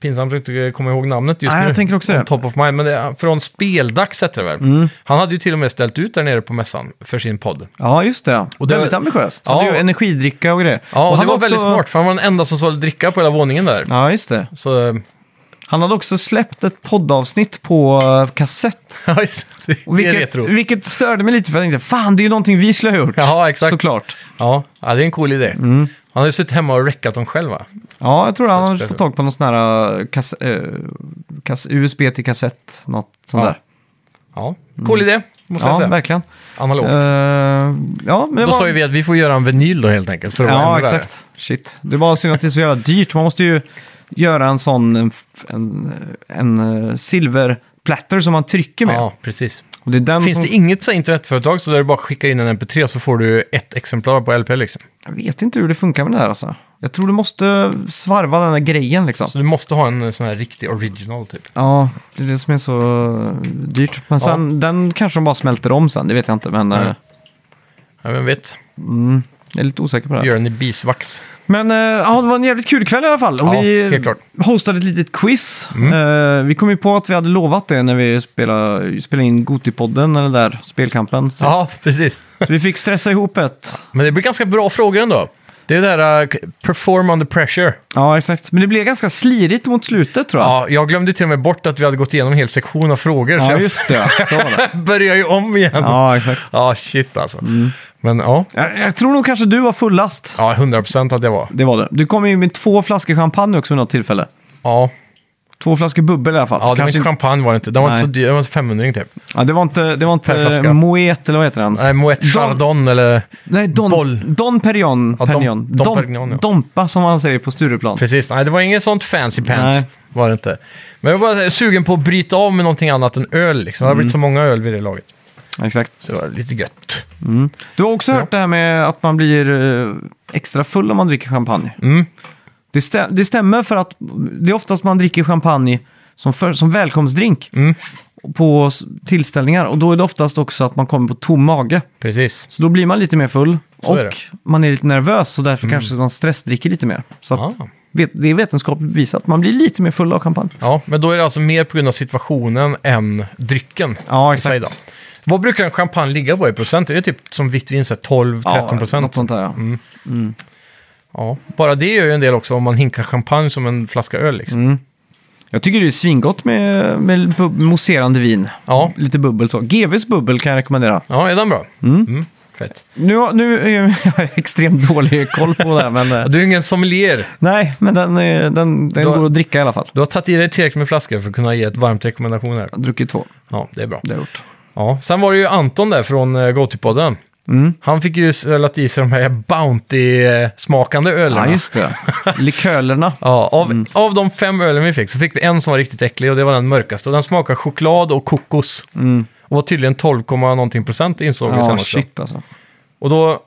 Speaker 2: pinsamt att inte eh, komma ihåg namnet just
Speaker 1: Nej,
Speaker 2: nu.
Speaker 1: jag tänker också det. Mm.
Speaker 2: On Top of mind, men det är från Speldags heter det väl. Han hade ju till och med ställt ut där nere på mässan för sin podd.
Speaker 1: Ja, just det.
Speaker 2: Och det-
Speaker 1: Väldigt ambitiöst.
Speaker 2: Ja.
Speaker 1: Hade ju energidricka och grejer.
Speaker 2: Ja, och det
Speaker 1: han
Speaker 2: var,
Speaker 1: också-
Speaker 2: väldigt smart, för han var den enda som sålde dricka på hela våningen där.
Speaker 1: Ja, just det.
Speaker 2: Så, *laughs* eh,
Speaker 1: Han hade också släppt ett poddavsnitt på eh, kassett.
Speaker 2: ja, just det.
Speaker 1: Och
Speaker 2: det är
Speaker 1: vilket,
Speaker 2: retro.
Speaker 1: vilket störde mig lite för jag tänkte, fan det är ju någonting vi skulle ha gjort.
Speaker 2: Ja, exakt.
Speaker 1: Såklart.
Speaker 2: Ja, ja, det är en cool idé.
Speaker 1: Mm.
Speaker 2: Han har ju suttit hemma och räckat dem själv, va?
Speaker 1: Ja, jag tror han har
Speaker 2: speciellt.
Speaker 1: fått tag på någon sån här eh, kass, eh, kass, USB till kassett, något sånt
Speaker 2: Ja,
Speaker 1: där.
Speaker 2: Ja, cool idé,
Speaker 1: Mm. Ja,
Speaker 2: måste jag säga.
Speaker 1: verkligen.
Speaker 2: Analogt.
Speaker 1: Eh, ja, men det
Speaker 2: Då
Speaker 1: var...
Speaker 2: sa ju vi att vi får göra en vinyl då helt enkelt. För att vara
Speaker 1: Ja,
Speaker 2: ännu värre.
Speaker 1: exakt. Shit. Det var synd att det är så jävla dyrt. Man måste ju göra en sån, en, en, en silverplatter som man trycker med.
Speaker 2: Ja, precis.
Speaker 1: Och det är den
Speaker 2: Finns
Speaker 1: som...
Speaker 2: det inget så här internetföretag så där du bara skickar in en MP3 så får du ett exemplar på LP liksom?
Speaker 1: Jag vet inte hur det funkar med det här alltså. Jag tror du måste svarva den där grejen liksom.
Speaker 2: Så du måste ha en eh, sån här riktig original typ.
Speaker 1: Ja, det är det som är så eh, dyrt. Men sen, den kanske de bara smälter om sen, det vet jag inte. Men eh, mm,
Speaker 2: Ja, vem vet?
Speaker 1: jag är lite osäker på det. här.
Speaker 2: Gör den i bisvax.
Speaker 1: Men eh, ja, det var en jävligt kul kväll i alla fall. Och
Speaker 2: Ja,
Speaker 1: vi
Speaker 2: helt klart. Mm.
Speaker 1: hostade ett litet quiz. Eh, vi kom ju på att vi hade lovat det när vi spelade, spelade in Gotipodden, eller där, spelkampen. sist.
Speaker 2: Ja, precis.
Speaker 1: Så vi fick stressa ihop ett.
Speaker 2: Men det blir ganska bra frågor ändå. Det är det här eh, perform under pressure.
Speaker 1: Ja, exakt. Men det blev ganska slirigt mot slutet tror jag.
Speaker 2: Ja, jag glömde till och med bort att vi hade gått igenom en hel sektion av frågor.
Speaker 1: Ja,
Speaker 2: så
Speaker 1: just det. Så var
Speaker 2: *laughs*
Speaker 1: det.
Speaker 2: jag börjar ju om igen.
Speaker 1: Ja,
Speaker 2: Ja,
Speaker 1: exakt.
Speaker 2: shit alltså. Men ja,
Speaker 1: Jag, jag tror nog kanske du var fullast.
Speaker 2: ja 100% att jag var.
Speaker 1: Det var det. Du kom ju med två flaskor champagne också vid något tillfälle.
Speaker 2: Ja,
Speaker 1: Två flaskor bubbel i alla fall.
Speaker 2: ja det var inte
Speaker 1: inte-
Speaker 2: champagne var det inte. Den var inte så
Speaker 1: Nej.
Speaker 2: dyr, den var 500 typ.
Speaker 1: ja, det var inte, det var
Speaker 2: Per
Speaker 1: inte
Speaker 2: flaska.
Speaker 1: Moet, eller vad heter den?
Speaker 2: Nej, Moët Chardon eller...
Speaker 1: Nej, Don,
Speaker 2: Boll.
Speaker 1: Don Perignon.
Speaker 2: Ja, Dom-
Speaker 1: Perignon.
Speaker 2: Dom Perignon, ja.
Speaker 1: Dompa, som han säger på Stureplan.
Speaker 2: Precis, nej det var inget sånt fancy pants.
Speaker 1: Nej.
Speaker 2: Var det inte. Men jag var bara sugen på att bryta av med någonting annat än öl liksom. Det har
Speaker 1: Mm.
Speaker 2: blivit så många öl vid det laget.
Speaker 1: Exakt.
Speaker 2: Så det var lite gött.
Speaker 1: Du har också hört det här med att man blir eh, extra full om man dricker champagne.
Speaker 2: Mm.
Speaker 1: Det, stä-
Speaker 2: Mm.
Speaker 1: det stämmer för att det är oftast man dricker champagne som, för- som välkomstdrink. på s- tillställningar. Och då är det oftast också att man kommer på tom mage.
Speaker 2: Precis.
Speaker 1: Så då blir man lite mer full
Speaker 2: Så
Speaker 1: och
Speaker 2: är det. Mm.
Speaker 1: man är lite nervös så därför kanske man stressdricker lite mer. Så att
Speaker 2: Ah.
Speaker 1: vet, det är vetenskapligt bevisat, man blir lite mer full av champagne.
Speaker 2: Ja, men då är det alltså mer på grund av situationen än drycken.
Speaker 1: Ja,
Speaker 2: i sig då. Vad brukar en champagne ligga på i procent? Är det typ som vitt vin, så här 12-13
Speaker 1: något
Speaker 2: procent? Mm.
Speaker 1: sånt där ja.
Speaker 2: Ja, bara det gör ju en del också om man hinkar champagne som en flaska öl. Liksom.
Speaker 1: Mm. Jag tycker det är svingott med, med bu- mousserande vin.
Speaker 2: Ja.
Speaker 1: Lite bubbel så. GVs bubbel kan jag rekommendera.
Speaker 2: ja, är den bra? Mm. Fett.
Speaker 1: Nu, har- nu är jag- *laughs* jag har extremt dålig koll på det här, men...
Speaker 2: *laughs*
Speaker 1: eh,
Speaker 2: Du är ingen sommelier.
Speaker 1: nej, men den, är- den, den
Speaker 2: Du har-
Speaker 1: går att dricka i alla fall.
Speaker 2: Du har tagit i dig tillräckligt med flaskor för att kunna ge ett varmt rekommendation här.
Speaker 1: Jag har druckit två,
Speaker 2: Ja, det är bra.
Speaker 1: det har jag gjort.
Speaker 2: Ja. Sen var det ju Anton där från eh, Gotypodden.
Speaker 1: Mm.
Speaker 2: Han fick ju lagt i sig de här Bounty-smakande ölerna.
Speaker 1: Ja, just Mm. det.
Speaker 2: *laughs*
Speaker 1: Likölerna.
Speaker 2: Ja, av, av de fem ölen vi fick så fick vi en som var riktigt äcklig och det var den mörkaste. Och den smakade choklad och kokos. Och var tydligen 12, någonting procent insåg vi sen
Speaker 1: Mm. Ja,
Speaker 2: också.
Speaker 1: shit alltså.
Speaker 2: Och då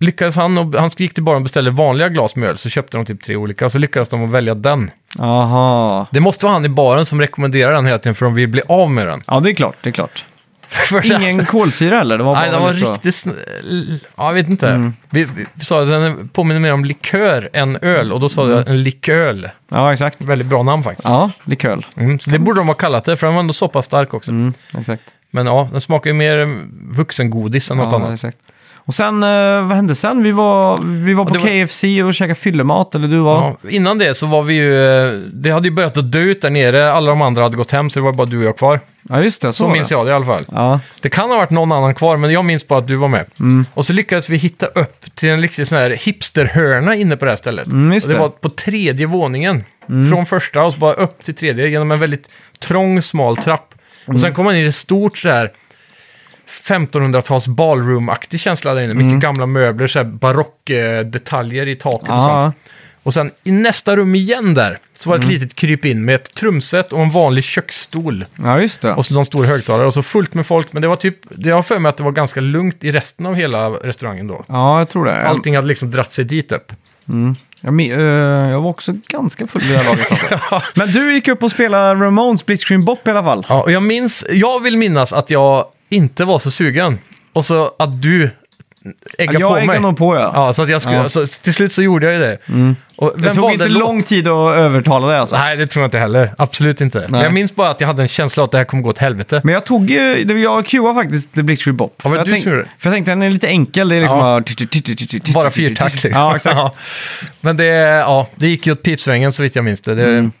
Speaker 2: lyckades han, och han gick till baren och beställde vanliga glas med öl, så köpte de typ tre olika och så lyckades de att välja den.
Speaker 1: Aha.
Speaker 2: Det måste vara han i baren som rekommenderar den hela tiden för de vill bli av med den. *laughs*
Speaker 1: Ja, det är klart, det är klart.
Speaker 2: För det- *laughs*
Speaker 1: Ingen kolsyra heller? Det var bara
Speaker 2: Nej, den var
Speaker 1: lite så. Mm.
Speaker 2: riktigt... Sn- ja, jag vet inte. Vi, vi sa att den påminner mer om likör än öl och då sa
Speaker 1: Mm.
Speaker 2: jag en liköl.
Speaker 1: Ja, exakt.
Speaker 2: Väldigt bra namn faktiskt.
Speaker 1: Ja, liköl.
Speaker 2: Mm, så det borde de ha kallat det, för den var ändå så pass stark också.
Speaker 1: Mm, exakt.
Speaker 2: Men ja, den smakar ju mer eh, vuxengodis än något
Speaker 1: Ja,
Speaker 2: annat.
Speaker 1: exakt. Och sen, eh, vad hände sen? Vi var, vi var på
Speaker 2: det var-
Speaker 1: KFC och käkade fyllemat, eller du var?
Speaker 2: Ja, innan det så var vi ju... eh, Det hade ju börjat att dö ut där nere. Alla de andra hade gått hem, så det var bara du och jag kvar.
Speaker 1: Ja, just det. Så,
Speaker 2: Så
Speaker 1: var
Speaker 2: minns
Speaker 1: det.
Speaker 2: jag det i alla fall.
Speaker 1: Ja,
Speaker 2: Det kan ha varit någon annan kvar, men jag minns bara att du var med.
Speaker 1: Mm.
Speaker 2: Och så lyckades vi hitta upp till en riktig sån här hipsterhörna inne på det här stället.
Speaker 1: Mm, just
Speaker 2: och det
Speaker 1: det. Mm.
Speaker 2: var på tredje våningen. Från första och så bara upp till tredje genom en väldigt trång, smal trapp.
Speaker 1: Mm.
Speaker 2: Och sen kom man in i ett stort så här 1500-tals ballroom-aktig känsla där inne.
Speaker 1: Mm.
Speaker 2: Mycket gamla möbler, så här barockdetaljer i taket och sånt.
Speaker 1: ja,
Speaker 2: Och sen i nästa rum igen där, så var det ett
Speaker 1: Mm.
Speaker 2: litet kryp in med ett trumset och en vanlig köksstol.
Speaker 1: ja, just det.
Speaker 2: Och så någon stor högtalare och så fullt med folk. Men det var typ, jag har för mig att det var ganska lugnt i resten av hela restaurangen då.
Speaker 1: Ja, jag tror det.
Speaker 2: Allting hade liksom dratt sig dit upp.
Speaker 1: Jag, men- eh, jag var också ganska full vid det här laget.
Speaker 2: *laughs*
Speaker 1: alltså. Men du gick upp och spelade Ramones Split Screen Bop i alla fall.
Speaker 2: Ja, och jag minns, jag vill minnas att jag inte var så sugen. Och så att du eggade på
Speaker 1: jag
Speaker 2: mig.
Speaker 1: ägde nog på, ja.
Speaker 2: Ja, så att jag skulle,
Speaker 1: Ja.
Speaker 2: så till slut så gjorde jag ju det. Och vem
Speaker 1: det tog
Speaker 2: valde
Speaker 1: inte
Speaker 2: låt?
Speaker 1: lång tid att övertala dig alltså.
Speaker 2: Nej, det tror jag inte heller. Absolut inte. Men jag minns bara att jag hade en känsla att det här kommer gå åt helvete.
Speaker 1: Men jag tog ju, det- jag cueade faktiskt The Blitzkrieg Bop.
Speaker 2: var det
Speaker 1: jag
Speaker 2: du
Speaker 1: tänk,
Speaker 2: som gjorde det?
Speaker 1: För jag tänkte den är lite enkel, det är liksom
Speaker 2: Ja.
Speaker 1: bara... t- t- t- t- t- t-
Speaker 2: Bara
Speaker 1: t- t-
Speaker 2: fyrtakt
Speaker 1: t-
Speaker 2: liksom.
Speaker 1: Ja, exakt.
Speaker 2: Ja. Men det, ja, det gick ju åt pipsvängen så vitt jag minns det. det,
Speaker 1: Mm.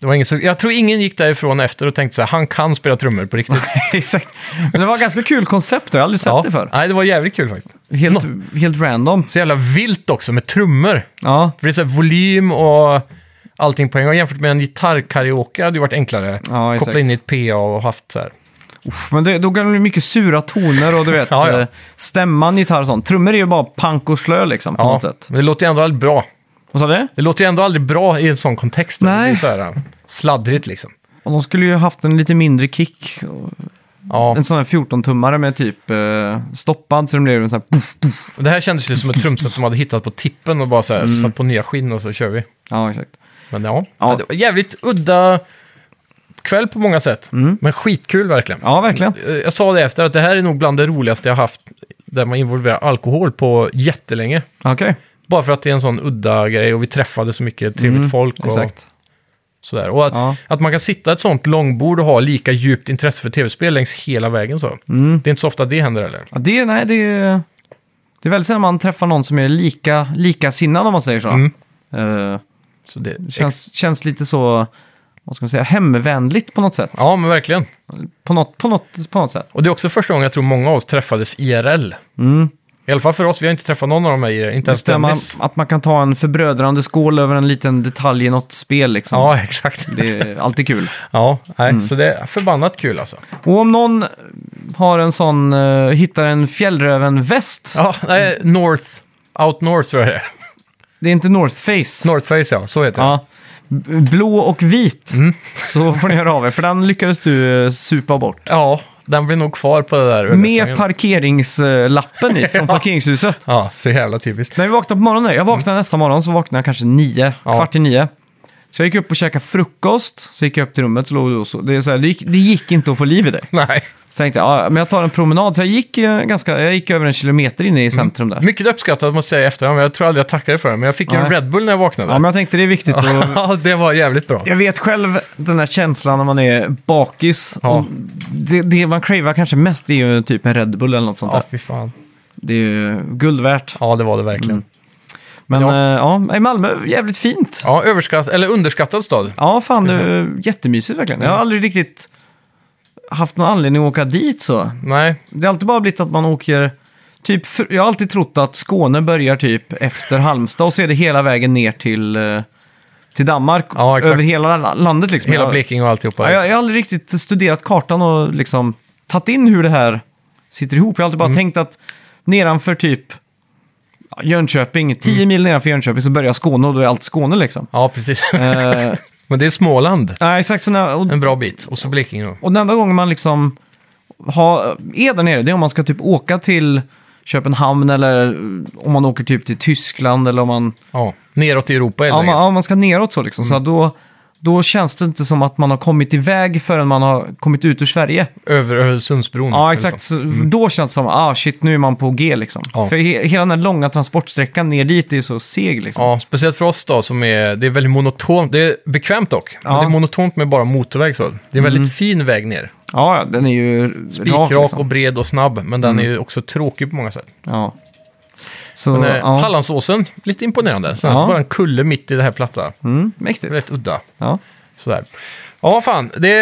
Speaker 2: det var ingen, så, jag tror ingen gick därifrån efter och tänkte så här, han kan spela trummor på riktigt.
Speaker 1: *laughs* exakt. Men det var ett ganska kul koncept, jag har aldrig sett
Speaker 2: ja.
Speaker 1: det förr.
Speaker 2: Nej, det var jävligt kul faktiskt.
Speaker 1: Helt, helt random.
Speaker 2: Så jävla vilt också med trummor.
Speaker 1: Ja,
Speaker 2: För det är så här volym och allting på en gång. Jämfört med en gitarrkaraoke hade ju varit enklare.
Speaker 1: Ja, exakt.
Speaker 2: Koppla in i ett PA och haft så här.
Speaker 1: Uff, men det, då kan det bli mycket sura toner och du vet,
Speaker 2: *laughs* Ja, ja.
Speaker 1: eh, stämman, gitarr och sånt. Trummor är ju bara pank och slö liksom på
Speaker 2: Ja,
Speaker 1: något sätt.
Speaker 2: men det låter ju ändå aldrig bra.
Speaker 1: Vad sa du?
Speaker 2: Det låter ju ändå aldrig bra i en sån kontext.
Speaker 1: Nej.
Speaker 2: Det är så här, äh, sladdrigt liksom.
Speaker 1: Och de skulle ju haft en lite mindre kick.
Speaker 2: Ja.
Speaker 1: En sån här 14-tummare med typ eh, stoppad så det blev en sån här... Puff, puff.
Speaker 2: Och Det här kändes ju som ett trumset de hade hittat på tippen och bara så här, satt på nya skinn och så kör vi.
Speaker 1: Ja, exakt.
Speaker 2: Men ja,
Speaker 1: Mm. Ja.
Speaker 2: Men det var jävligt udda kväll på många sätt. Men skitkul verkligen.
Speaker 1: Mm. Ja, verkligen.
Speaker 2: Eh, Jag sa det efter att det här är nog bland det roligaste jag haft där man involverar alkohol på jättelänge.
Speaker 1: Okej,
Speaker 2: Bara för att det är en sån udda grej och vi träffade så mycket trevligt folk och
Speaker 1: Mm, exakt.
Speaker 2: sådär. Och att,
Speaker 1: Ja.
Speaker 2: att man kan sitta i ett sånt långbord och ha lika djupt intresse för tv-spel längs hela vägen så.
Speaker 1: Mm.
Speaker 2: Det är inte så ofta det händer eller?
Speaker 1: Ja, det, nej, det, det är väldigt sällan man träffar någon som är lika, likasinnad om man säger så.
Speaker 2: Mm.
Speaker 1: Eh,
Speaker 2: Så det,
Speaker 1: det känns, känns lite så, vad ska man säga, hemvänligt på något sätt.
Speaker 2: Ja, men verkligen.
Speaker 1: På, något, på, något, på något sätt.
Speaker 2: Och det är också första gången jag tror många av oss träffades IRL.
Speaker 1: Mm.
Speaker 2: I alla fall för oss, vi har inte träffat någon av de här i det. Inte ens
Speaker 1: Just det, man,
Speaker 2: Dennis.
Speaker 1: att man kan ta en förbrödrande skål över en liten detalj i något spel liksom.
Speaker 2: Ja, *laughs* exakt.
Speaker 1: Det Mm. är alltid kul.
Speaker 2: Ja, nej, så det är förbannat kul alltså.
Speaker 1: Och om någon har en sån, eh, hittar en fjällröven-väst.
Speaker 2: Ja, nej, North, Out North tror jag det är.
Speaker 1: Det är inte North Face.
Speaker 2: North Face, ja, så heter det.
Speaker 1: Ja. B- Blå och vit.
Speaker 2: Mm.
Speaker 1: Så får ni höra av er, för den lyckades du eh, supa bort.
Speaker 2: Ja, den blir nog kvar på det där ölrestaurangen.
Speaker 1: Med parkeringslappen
Speaker 2: *laughs*
Speaker 1: i från
Speaker 2: Ja.
Speaker 1: parkeringshuset.
Speaker 2: Ja, så jävla typiskt.
Speaker 1: När vi vaknade på morgonen, jag vaknade nästa morgon så vaknade jag kanske nio,
Speaker 2: Ja.
Speaker 1: kvart i nio. Så jag gick upp och käkade frukost, så gick jag upp till rummet så låg du och så. Det, är så här, det, gick, det gick inte att få liv i det.
Speaker 2: Nej.
Speaker 1: Så tänkte jag, ja, men jag tar en promenad. Så jag gick, eh, ganska, jag gick över en kilometer inne i centrum där.
Speaker 2: Mycket uppskattat måste jag säga i efterhand, men jag tror aldrig jag tackade för det. Men jag fick ju en
Speaker 1: Nej.
Speaker 2: Red Bull när jag vaknade.
Speaker 1: Ja, men jag tänkte det är viktigt att...
Speaker 2: *laughs* Ja, *laughs* det var jävligt bra.
Speaker 1: Jag vet själv den här känslan när man är bakis.
Speaker 2: Ja.
Speaker 1: Och Det, det man cravar kanske mest det är ju typ en Red Bull eller något sånt
Speaker 2: Ja,
Speaker 1: där.
Speaker 2: fy fan.
Speaker 1: Det är ju guld värt.
Speaker 2: Ja, det var det verkligen.
Speaker 1: Mm. Men
Speaker 2: Ja.
Speaker 1: ja, ja i Malmö, jävligt fint.
Speaker 2: Ja, överskatt, eller underskattad stad.
Speaker 1: Ja, fan, det är jättemysigt verkligen. Jag har aldrig riktigt haft någon anledning att åka dit så.
Speaker 2: Nej,
Speaker 1: Det har alltid bara blivit att man åker... Typ, fr- jag har alltid trott att Skåne börjar typ efter Halmstad och så är det hela vägen ner till, eh, till Danmark.
Speaker 2: Ja, exakt.
Speaker 1: över hela la- landet liksom.
Speaker 2: hela
Speaker 1: Jag-
Speaker 2: Blekinge och alltihopa.
Speaker 1: Ja, jag, jag har aldrig riktigt studerat kartan och liksom tagit in hur det här sitter ihop. Jag har alltid bara
Speaker 2: Mm.
Speaker 1: tänkt att nedanför typ ja, Jönköping, 10
Speaker 2: Mm.
Speaker 1: mil nedanför Jönköping så börjar Skåne och då är allt Skåne
Speaker 2: *laughs*
Speaker 1: liksom.
Speaker 2: Ja, precis.
Speaker 1: Eh,
Speaker 2: men det är Småland.
Speaker 1: nej, exakt så när, och,
Speaker 2: En bra bit. Och så Blekinge då.
Speaker 1: och den enda gången man liksom har, är där nere, det är om man ska typ åka till Köpenhamn eller om man åker typ till Tyskland eller om man,
Speaker 2: Ja, neråt i Europa helt
Speaker 1: ja, man,
Speaker 2: enkelt.
Speaker 1: ja, man ska neråt så liksom.
Speaker 2: Mm.
Speaker 1: Så då, då känns det inte som att man har kommit iväg förrän man har kommit ut ur Sverige.
Speaker 2: Över Öresundsbron.
Speaker 1: Ja,
Speaker 2: eller
Speaker 1: exakt.
Speaker 2: så.
Speaker 1: Så Då känns det som, ah shit, nu är man på G liksom.
Speaker 2: Mm. Ja.
Speaker 1: För he hela den här långa transportsträckan ner dit är ju så seg liksom.
Speaker 2: Ja, speciellt för oss då som är, det är väldigt monotont, det är bekvämt dock, men
Speaker 1: Ja.
Speaker 2: det är monotont med bara motorväg så. Det är en väldigt fin väg ner.
Speaker 1: Ja, ja, den är ju
Speaker 2: Spikrak
Speaker 1: liksom.
Speaker 2: och bred och snabb, men den är ju också tråkig på många sätt.
Speaker 1: Ja. Så,
Speaker 2: Men, eh,
Speaker 1: ja.
Speaker 2: Hallandsåsen, lite imponerande. Sen
Speaker 1: Ja.
Speaker 2: bara en kulle mitt i det här platta.
Speaker 1: Mm, mäktigt.
Speaker 2: Rätt udda.
Speaker 1: Ja.
Speaker 2: Sådär. Ja, fan. Det,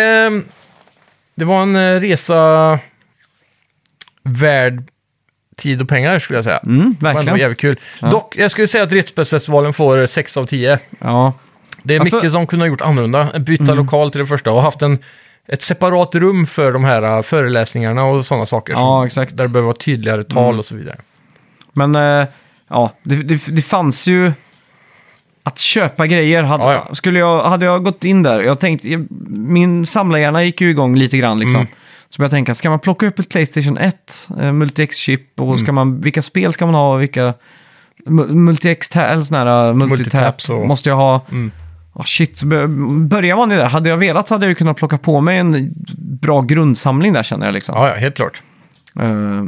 Speaker 2: det var en eh, resa värd tid och pengar skulle jag säga.
Speaker 1: Mm,
Speaker 2: Det var ändå
Speaker 1: verkligen.
Speaker 2: jävligt kul. Dock, jag skulle säga att Ritspetsfestivalen får 6 av 10.
Speaker 1: Ja.
Speaker 2: Det är
Speaker 1: Alltså- Mm.
Speaker 2: mycket som kunde ha gjort annorlunda. Byta lokal till det första och haft en, ett separat rum för de här eh, föreläsningarna och sådana saker.
Speaker 1: Ja,
Speaker 2: som-
Speaker 1: exakt. Mm.
Speaker 2: Där det behöver vara tydligare tal och så vidare.
Speaker 1: Men eh, ja, det, det, det fanns ju... Att köpa grejer, hade,
Speaker 2: Ja, ja.
Speaker 1: Skulle jag, hade jag gått in där, jag tänkte, jag- min samlarhjärna gick ju igång lite grann liksom.
Speaker 2: Mm.
Speaker 1: Så började jag tänka, ska man plocka upp ett Playstation 1, eh, Multi-X-chip och
Speaker 2: Mm.
Speaker 1: ska man, vilka spel ska man ha och vilka mu- Multi-X, ta- eller sådana här eh,
Speaker 2: Multitaps
Speaker 1: multitaps
Speaker 2: och-
Speaker 1: måste jag ha.
Speaker 2: Mm.
Speaker 1: Ah, shit, så bör- börjar man ju där, hade jag velat så hade jag ju kunnat plocka på mig en bra grundsamling där känner jag liksom.
Speaker 2: Ja, ja, helt klart.
Speaker 1: Eh,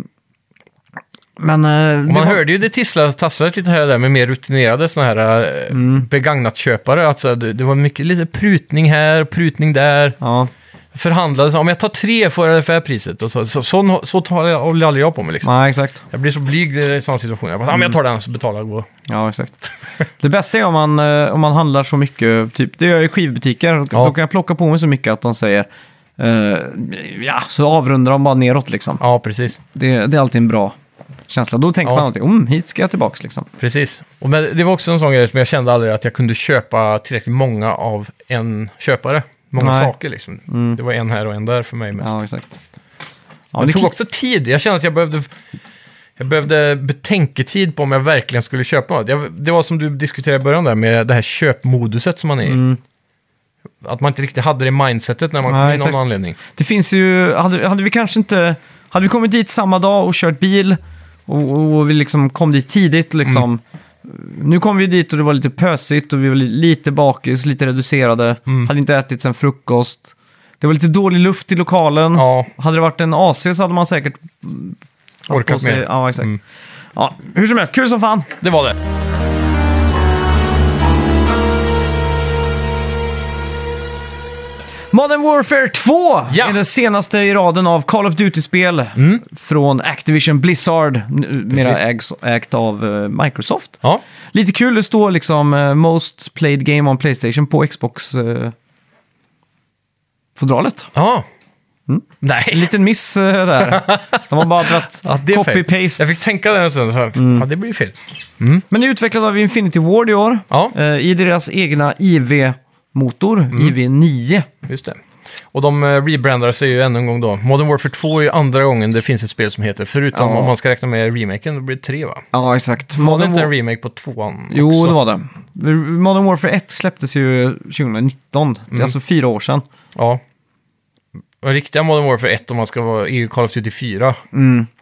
Speaker 1: men... eh,
Speaker 2: Och
Speaker 1: det
Speaker 2: man
Speaker 1: var-
Speaker 2: hörde ju det tisslades tassades lite här och där med mer rutinerade sådana här eh,
Speaker 1: Mm.
Speaker 2: begagnatköpare. Alltså, det, det var mycket lite prutning här, prutning där.
Speaker 1: Ja,
Speaker 2: Förhandlades, om jag tar tre får jag det här priset. Och så, så, så, så tar jag, håller aldrig jag på mig liksom.
Speaker 1: nej exakt.
Speaker 2: Jag blir så blyg i sådana situationer. Jag bara, ja men jag tar den så betalar jag. och går."
Speaker 1: Ja,
Speaker 2: *laughs*
Speaker 1: exakt. Det bästa är om man, eh, om man handlar så mycket, typ, det gör jag i skivbutiker,
Speaker 2: Ja.
Speaker 1: då kan jag plocka på mig så mycket att de säger eh, ja, så avrundar de bara neråt liksom.
Speaker 2: Ja, precis.
Speaker 1: Det, det är alltid en bra känsla. Då tänker
Speaker 2: Ja.
Speaker 1: man alltid, mm, hit ska jag tillbaks liksom.
Speaker 2: Precis. Och men, det var också en sån grej som jag kände aldrig att jag kunde köpa tillräckligt många av en köpare. Många
Speaker 1: Nej. Mm.
Speaker 2: saker liksom. Det var en här och en där för mig mest.
Speaker 1: Ja, exakt. Ja,
Speaker 2: Men
Speaker 1: det
Speaker 2: det tog
Speaker 1: kli-
Speaker 2: också tid. Jag kände att jag behövde, jag behövde betänketid på om jag verkligen skulle köpa något. Jag, det var som du diskuterade i början där med det här köpmoduset som man är i. Att man inte riktigt hade det mindsetet när man
Speaker 1: Mm. Nej,
Speaker 2: kom in
Speaker 1: exakt.
Speaker 2: av
Speaker 1: Mm.
Speaker 2: någon anledning.
Speaker 1: Det finns ju, hade, hade vi kanske inte, hade vi kommit dit samma dag och kört bil och, och, och vi liksom kom dit tidigt liksom.
Speaker 2: Mm.
Speaker 1: Nu kom vi dit och det var lite pösigt och vi var li- lite bakis, lite reducerade.
Speaker 2: Mm.
Speaker 1: Hade inte ätit sen frukost. Det var lite dålig luft i lokalen.
Speaker 2: Ja,
Speaker 1: Hade det varit en AC så hade man säkert... haft på
Speaker 2: orkat
Speaker 1: sig-
Speaker 2: mer. Mm.
Speaker 1: Ja, exakt. Ja, hur som helst, kul som fan.
Speaker 2: Det var det.
Speaker 1: Modern Warfare 2
Speaker 2: Ja. Mm.
Speaker 1: är det senaste i raden av Call of Duty-spel från Activision Blizzard, numera ägs, ägt av eh, Microsoft.
Speaker 2: Ja,
Speaker 1: Lite kul, det står liksom eh, Most Played Game on Playstation på eh, Xbox-fodralet.
Speaker 2: ja.
Speaker 1: Mm.
Speaker 2: Nej.
Speaker 1: Liten miss eh, där. De har bara dragit
Speaker 2: *laughs* Ja, det är fel.
Speaker 1: copy-paste. Mm.
Speaker 2: Jag fick tänka den en stund. så här, Ja, det blir fel.
Speaker 1: Men det är utvecklat av Infinity Ward i år.
Speaker 2: Ja.
Speaker 1: eh, I deras egna IV-motor,
Speaker 2: Mm.
Speaker 1: IV9.
Speaker 2: Just det. Och de eh, rebrandar sig ju ännu en gång då. Modern Warfare 2 är ju andra gången det finns ett spel som heter, förutom
Speaker 1: Ja.
Speaker 2: om man ska räkna med remaken, då blir det tre va?
Speaker 1: Ja, exakt.
Speaker 2: Var det
Speaker 1: Modern
Speaker 2: inte
Speaker 1: War-
Speaker 2: en remake på tvåan
Speaker 1: Jo,
Speaker 2: också?
Speaker 1: det var det. Modern Warfare 1 släpptes ju 2019. Det är
Speaker 2: Mm.
Speaker 1: alltså fyra år sedan.
Speaker 2: Ja. Och riktiga Modern Warfare 1 om
Speaker 1: Mm.
Speaker 2: man ska vara EU Call of Duty 4.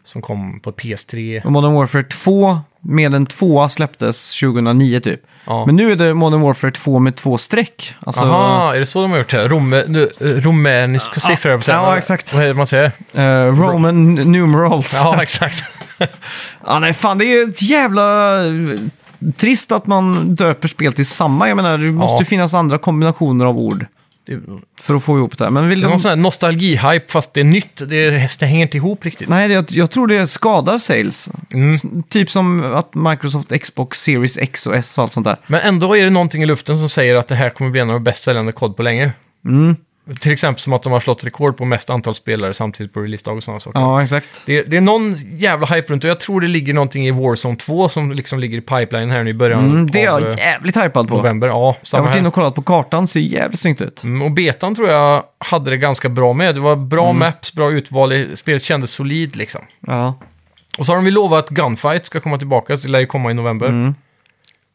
Speaker 2: Som kom på PS3.
Speaker 1: Och Modern Warfare 2 Med en tvåa släpptes 2009 typ.
Speaker 2: Ja.
Speaker 1: Men nu är det Modern Warfare 2 med två streck. Alltså,
Speaker 2: Aha, är det så de har gjort det? Rome, nu, eh, romäniska siffror, jag säga.
Speaker 1: ja,
Speaker 2: Men-
Speaker 1: exakt.
Speaker 2: Vad är det man säger?
Speaker 1: eh, Roman numerals. *laughs*
Speaker 2: Ja, exakt.
Speaker 1: Ja, nej, fan det är ju ett jävla eh, trist att man döper spel till samma. Jag menar, det måste ju finnas andra kombinationer av ord
Speaker 2: Det-
Speaker 1: för att få ihop det här. Men vill
Speaker 2: Det är
Speaker 1: de...
Speaker 2: någon sån här nostalgi-hype fast det är nytt. Det, är, det hänger inte ihop riktigt.
Speaker 1: Nej, det, jag, jag tror det skadar sales.
Speaker 2: Mm.
Speaker 1: S- Typ som att Microsoft Xbox Series X och S och allt sånt där.
Speaker 2: Men ändå är det någonting i luften som säger att det här kommer bli en av de bäst säljande kod på länge.
Speaker 1: Mm.
Speaker 2: Till exempel som att de har slått rekord på mest antal spelare samtidigt på releasedag och sådana saker.
Speaker 1: Ja, exakt.
Speaker 2: Det, det är någon jävla hype runt och jag tror det ligger någonting i Warzone 2 som liksom ligger i pipeline här nu i början
Speaker 1: Mm, det är
Speaker 2: av
Speaker 1: jag
Speaker 2: eh,
Speaker 1: jävligt hypad på.
Speaker 2: november. Ja,
Speaker 1: Jag har
Speaker 2: samma
Speaker 1: varit inne
Speaker 2: här.
Speaker 1: och kollat på kartan, ser jävligt snyggt ut.
Speaker 2: Mm, Och betan tror jag hade det ganska bra med. Det var bra
Speaker 1: Mm.
Speaker 2: maps, bra utval, i- spelet kändes solid liksom.
Speaker 1: Ja.
Speaker 2: Och så har de väl lovat att Gunfight ska komma tillbaka, så det lär ju komma i november.
Speaker 1: Mm.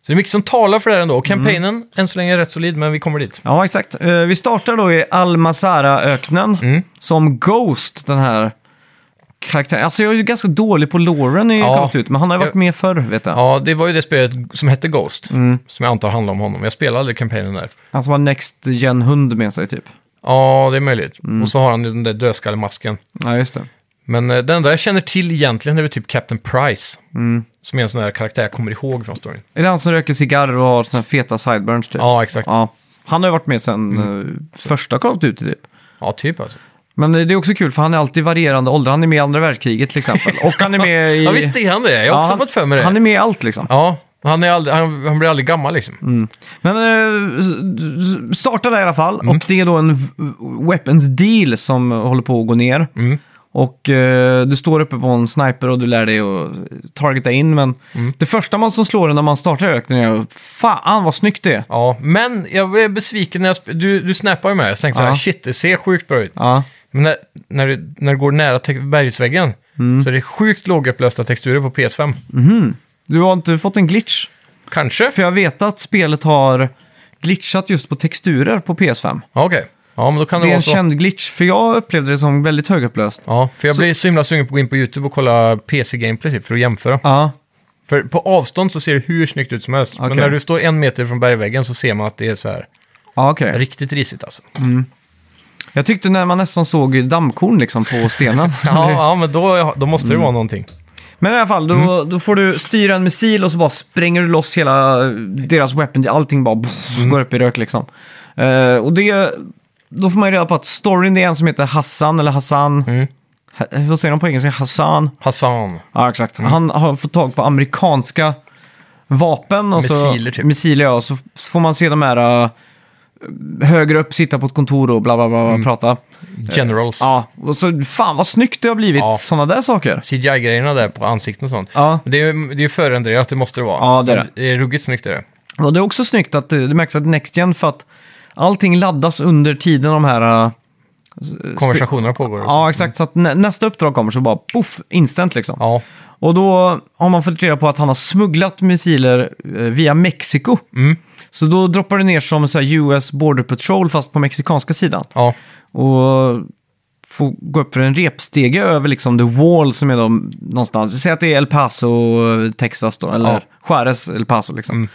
Speaker 2: Så det är mycket som talar för det här ändå. Och kampanjen, än så länge, är rätt solid, men vi kommer dit.
Speaker 1: Ja, exakt. Eh, Vi startar då i Al-Mazara-öknen
Speaker 2: Mm.
Speaker 1: som Ghost, den här karaktären. Alltså jag är ju ganska dålig på Lauren i
Speaker 2: Ja.
Speaker 1: Call of Duty, men han har ju varit
Speaker 2: Jag-
Speaker 1: med förr, vet jag.
Speaker 2: Ja, det var ju det spelet som hette Ghost,
Speaker 1: Mm.
Speaker 2: som jag antar handlar om honom. Jag spelade aldrig kampanjen där.
Speaker 1: Han som har Next Gen-hund med sig, typ.
Speaker 2: Ja, det är möjligt.
Speaker 1: Mm.
Speaker 2: Och så har han ju den där dödskallemasken.
Speaker 1: Ja, just det.
Speaker 2: Men eh, den enda jag känner till egentligen är väl typ Captain Price.
Speaker 1: Mm.
Speaker 2: Som är en sån där karaktär jag kommer ihåg från storyn.
Speaker 1: Är det han som röker cigarr och har såna här feta sideburns, typ?
Speaker 2: Ja, exakt. Ja,
Speaker 1: Ja. Han har ju varit med sedan
Speaker 2: Mm.
Speaker 1: eh, första Call of Duty, typ.
Speaker 2: typ alltså.
Speaker 1: Men eh, det är också kul, för han är alltid i varierande ålder. Han är med i andra världskriget, till exempel. Och han är
Speaker 2: *laughs*
Speaker 1: med i...
Speaker 2: Ja, visst är han det. Jag har också
Speaker 1: han,
Speaker 2: fått för mig det.
Speaker 1: Han är med i allt, liksom.
Speaker 2: Ja, han, är aldrig, han, han blir aldrig gammal liksom.
Speaker 1: Mm. Men eh, s- s- starta där i alla
Speaker 2: Mm.
Speaker 1: fall. Och det är då en v- weapons deal som håller på att gå ner.
Speaker 2: Mm.
Speaker 1: Och eh, du står uppe på en sniper och du lär dig att targeta in. Men
Speaker 2: Mm.
Speaker 1: det första man som slår en när man startar i öknen är fan vad snyggt det är.
Speaker 2: Ja, men jag blev besviken när jag... sp- Du, du snappade ju med. Jag tänkte så här,
Speaker 1: Ja.
Speaker 2: shit, det ser sjukt bra ut.
Speaker 1: Ja,
Speaker 2: Men när, när, du, när du går nära te- bergsväggen
Speaker 1: Mm.
Speaker 2: så är det sjukt lågupplösta texturer på PS5.
Speaker 1: du har inte fått en glitch.
Speaker 2: Kanske?
Speaker 1: För jag vet att spelet har glitchat just på texturer på PS5.
Speaker 2: Ja, Okej. Ja, men då kan det,
Speaker 1: Det är
Speaker 2: vara
Speaker 1: en
Speaker 2: så.
Speaker 1: känd glitch, för jag upplevde det som väldigt högupplöst.
Speaker 2: Ja, för jag blir så himla sugen på att gå in på YouTube och kolla PC-gameplay typ, för att jämföra.
Speaker 1: Ja,
Speaker 2: För på avstånd så ser det hur snyggt ut som helst. Men
Speaker 1: Okej.
Speaker 2: när du står en meter från bergväggen så ser man att det är så här
Speaker 1: ja okej.
Speaker 2: riktigt
Speaker 1: *laughs*
Speaker 2: risigt alltså.
Speaker 1: Jag tyckte när man nästan såg dammkorn liksom på stenen.
Speaker 2: *laughs* Ja, ja men då, då måste det
Speaker 1: Mm.
Speaker 2: vara någonting.
Speaker 1: Men i alla fall, då,
Speaker 2: Mm.
Speaker 1: då får du styra en missil och så bara spränger du loss hela eh, deras weapon. Allting bara pff,
Speaker 2: Mm.
Speaker 1: går upp i rök liksom. Eh, och det, då får man ju reda på att storyn det är en som heter Hassan eller Hassan.
Speaker 2: Mm.
Speaker 1: Ha, vad säger de på engelska? Hassan?
Speaker 2: Hassan.
Speaker 1: Ja, exakt.
Speaker 2: Mm.
Speaker 1: Han har fått tag på amerikanska vapen. Och
Speaker 2: Missiler,
Speaker 1: så,
Speaker 2: typ.
Speaker 1: Missiler, ja. Så, så får man se de här eh, högre upp, sitta på ett kontor och bla bla bla,
Speaker 2: Mm.
Speaker 1: bla prata.
Speaker 2: Generals.
Speaker 1: Ja, och så fan vad snyggt det har blivit.
Speaker 2: Ja.
Speaker 1: Sådana där saker.
Speaker 2: CGI-grejerna där på ansikten och sånt.
Speaker 1: Ja.
Speaker 2: Men Det är ju det är ju förrenderat, det måste det vara.
Speaker 1: Ja, det är det.
Speaker 2: Det är ruggigt snyggt är det.
Speaker 1: Och det är också snyggt att eh, det märks att Next Gen för att allting laddas under tiden de här... eh,
Speaker 2: Konversationerna pågår och så.
Speaker 1: Ja, exakt. Så att nä- nästa uppdrag kommer så bara poff, instant liksom.
Speaker 2: Ja.
Speaker 1: Och då har man fått reda på att han har smugglat missiler eh, via Mexiko.
Speaker 2: Mm.
Speaker 1: Så då droppar det ner som så här US Border Patrol fast på mexikanska sidan.
Speaker 2: Ja.
Speaker 1: Och får gå upp för en repstege över liksom the wall som är då någonstans. Säg att det är El Paso, eh, Texas då, eller
Speaker 2: Ja. Mm.
Speaker 1: Juarez, El Paso liksom.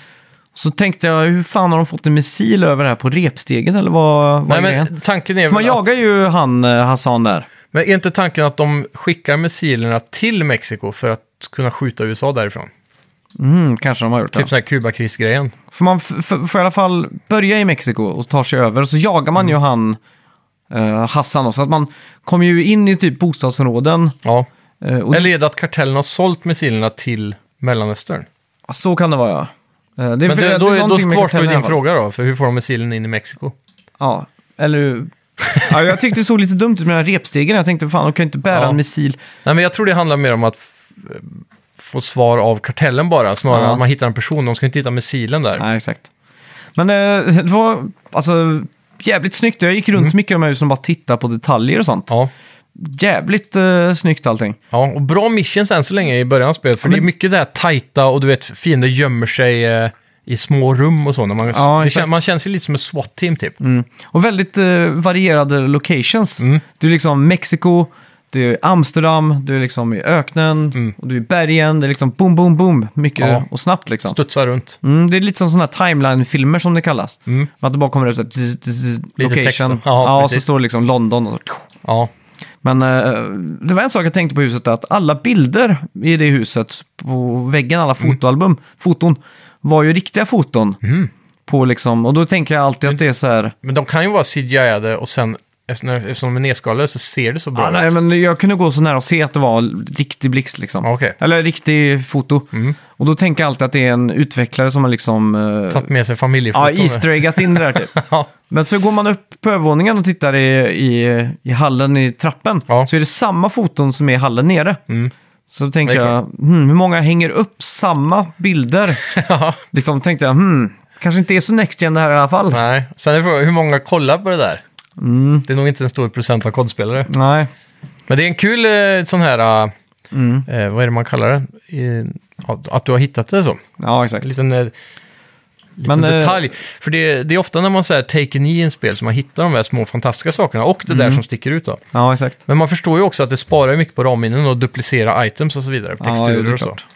Speaker 1: Så tänkte jag, hur fan har de fått en missil över det här på repstegen eller vad, vad
Speaker 2: Nej,
Speaker 1: är grejen?
Speaker 2: men tanken är
Speaker 1: För man
Speaker 2: väl att,
Speaker 1: jagar ju han, eh, Hassan där.
Speaker 2: Men är inte tanken att de skickar missilerna till Mexiko för att kunna skjuta USA därifrån?
Speaker 1: Mm, kanske de har gjort
Speaker 2: Typ
Speaker 1: det.
Speaker 2: sån här Kubakrisgrejen.
Speaker 1: För man f- f- får i alla fall börja i Mexiko och tar sig över och så jagar man
Speaker 2: Mm.
Speaker 1: ju han, eh, Hassan. Då, så att man kommer ju in i typ bostadsområden.
Speaker 2: Ja.
Speaker 1: eh, och
Speaker 2: Eller är det att kartellen har sålt missilerna till Mellanöstern?
Speaker 1: Så kan det vara, ja. Eh, Det är för-
Speaker 2: Men det,
Speaker 1: det
Speaker 2: då,
Speaker 1: är
Speaker 2: då
Speaker 1: någonting med
Speaker 2: kvarstår
Speaker 1: kartellen
Speaker 2: ju
Speaker 1: i
Speaker 2: din
Speaker 1: alla fall.
Speaker 2: fråga då, för hur får de missilen in i Mexiko?
Speaker 1: Ja, eller... ja, jag tyckte det såg lite dumt ut med den här repstegen. Jag tänkte, fan, de kan ju inte bära
Speaker 2: Ja.
Speaker 1: en missil.
Speaker 2: Nej, men jag tror det handlar mer om att f- få svar av kartellen bara, snarare än
Speaker 1: Ja.
Speaker 2: att man hittar en person. De ska inte hitta missilen där.
Speaker 1: Nej, exakt. Men eh, det var alltså, jävligt snyggt. Jag gick runt mycket i de här husen och bara tittade på detaljer och sånt.
Speaker 2: Mm. Ja.
Speaker 1: Jävligt eh, snyggt allting.
Speaker 2: ja, och bra missions än så länge i början av spelet, för
Speaker 1: Ja,
Speaker 2: det är
Speaker 1: men-
Speaker 2: mycket det här tajta och du vet, fiender gömmer sig eh, i små rum och så. När man,
Speaker 1: Ja,
Speaker 2: det
Speaker 1: exakt. Mm.
Speaker 2: kän, man känns ju lite som ett SWAT-team typ. Mm.
Speaker 1: Och väldigt eh, varierade locations. Det är liksom Mexiko, det Det är Amsterdam, du är liksom i öknen, och du är i bergen. Det är liksom boom, boom, boom. Mycket
Speaker 2: Mm. Ja.
Speaker 1: och snabbt liksom.
Speaker 2: Studsar runt.
Speaker 1: Mm, det är lite som sådana här timeline-filmer som det kallas. Att det bara kommer upp så här, tzz, tzz,
Speaker 2: Mm. Lite
Speaker 1: location.
Speaker 2: texten. Ja,
Speaker 1: ja, och så
Speaker 2: precis.
Speaker 1: står det liksom London och så.
Speaker 2: Ja,
Speaker 1: Men eh, det var en sak jag tänkte på i huset, att alla bilder i det huset, på väggen, alla
Speaker 2: Mm.
Speaker 1: fotoalbum, foton, var ju riktiga foton. På liksom, och då tänker jag alltid att det är så här,
Speaker 2: men de kan ju vara CGI-ade och sen eftersom eftersom de är nedskalade så ser det så bra
Speaker 1: ah,
Speaker 2: ut.
Speaker 1: nej, men jag kunde gå så nära och se att det var riktig blixt liksom.
Speaker 2: Ja, okej. Mm.
Speaker 1: Eller riktig foto. Och då tänker jag alltid att det är en utvecklare som har liksom... eh,
Speaker 2: Tagit med sig familjefoton.
Speaker 1: Ja, easter eggat in det där
Speaker 2: *laughs*
Speaker 1: typ.
Speaker 2: Ja.
Speaker 1: Men så går man upp på övervåningen och tittar i, i, i hallen i trappen.
Speaker 2: Ja. Mm.
Speaker 1: Så är det samma foton som är i hallen nere. Så tänker
Speaker 2: Det är
Speaker 1: jag, hmm, hur många hänger upp samma bilder?
Speaker 2: Ja.
Speaker 1: liksom tänkte jag, hmm, kanske inte är så next gen det här i alla fall. Nej.
Speaker 2: Nej, sen är frågan hur många kollar på det där?
Speaker 1: Mm.
Speaker 2: Det är nog inte en stor procent av kodspelare. Men det är en kul eh, sån här,
Speaker 1: Mm.
Speaker 2: eh, eh, vad är det man kallar det? Eh, att- att du har hittat det så.
Speaker 1: Ja, exakt.
Speaker 2: En liten, eh, liten
Speaker 1: Men, eh,
Speaker 2: detalj. För det, det är ofta när man säger taken i en spel som man hittar de här små fantastiska sakerna och det
Speaker 1: Mm.
Speaker 2: där som sticker ut då.
Speaker 1: Ja, exakt.
Speaker 2: Men man förstår ju också att det sparar ju mycket på ramminnen och duplicera items och så vidare.
Speaker 1: jo, det
Speaker 2: Texturer
Speaker 1: är
Speaker 2: och så.
Speaker 1: klart.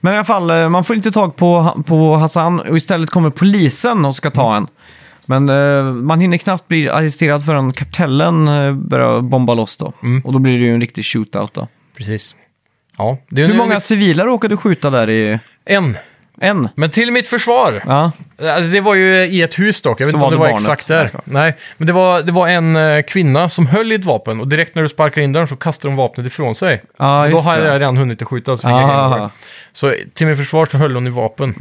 Speaker 1: Men i alla fall, eh, man får inte tag på, på Hassan och istället kommer polisen och ska
Speaker 2: Mm.
Speaker 1: ta en. Men eh, man hinner knappt bli arresterad förrän kartellen eh, börjar bomba loss då.
Speaker 2: Mm.
Speaker 1: Och då blir det ju en riktig shootout då.
Speaker 2: Precis. Ja, det är
Speaker 1: Hur
Speaker 2: en-
Speaker 1: många civila råkade du skjuta där i...
Speaker 2: En.
Speaker 1: En?
Speaker 2: Men till mitt försvar.
Speaker 1: Ja,
Speaker 2: Alltså, det var ju i ett hus dock, jag vet
Speaker 1: Så
Speaker 2: inte
Speaker 1: var
Speaker 2: om det
Speaker 1: det
Speaker 2: var
Speaker 1: barnet.
Speaker 2: exakt
Speaker 1: Nej,
Speaker 2: där.
Speaker 1: jag skojar.
Speaker 2: Nej, men det var, det var en eh, kvinna som höll i ett vapen och direkt när du sparkar in dörren så kastar de vapnet ifrån sig.
Speaker 1: Ja,
Speaker 2: Och då
Speaker 1: just
Speaker 2: har
Speaker 1: det.
Speaker 2: jag redan hunnit att skjuta. Så, fick jag
Speaker 1: Ah.
Speaker 2: hänga på det. så till mitt försvar så höll hon i vapen.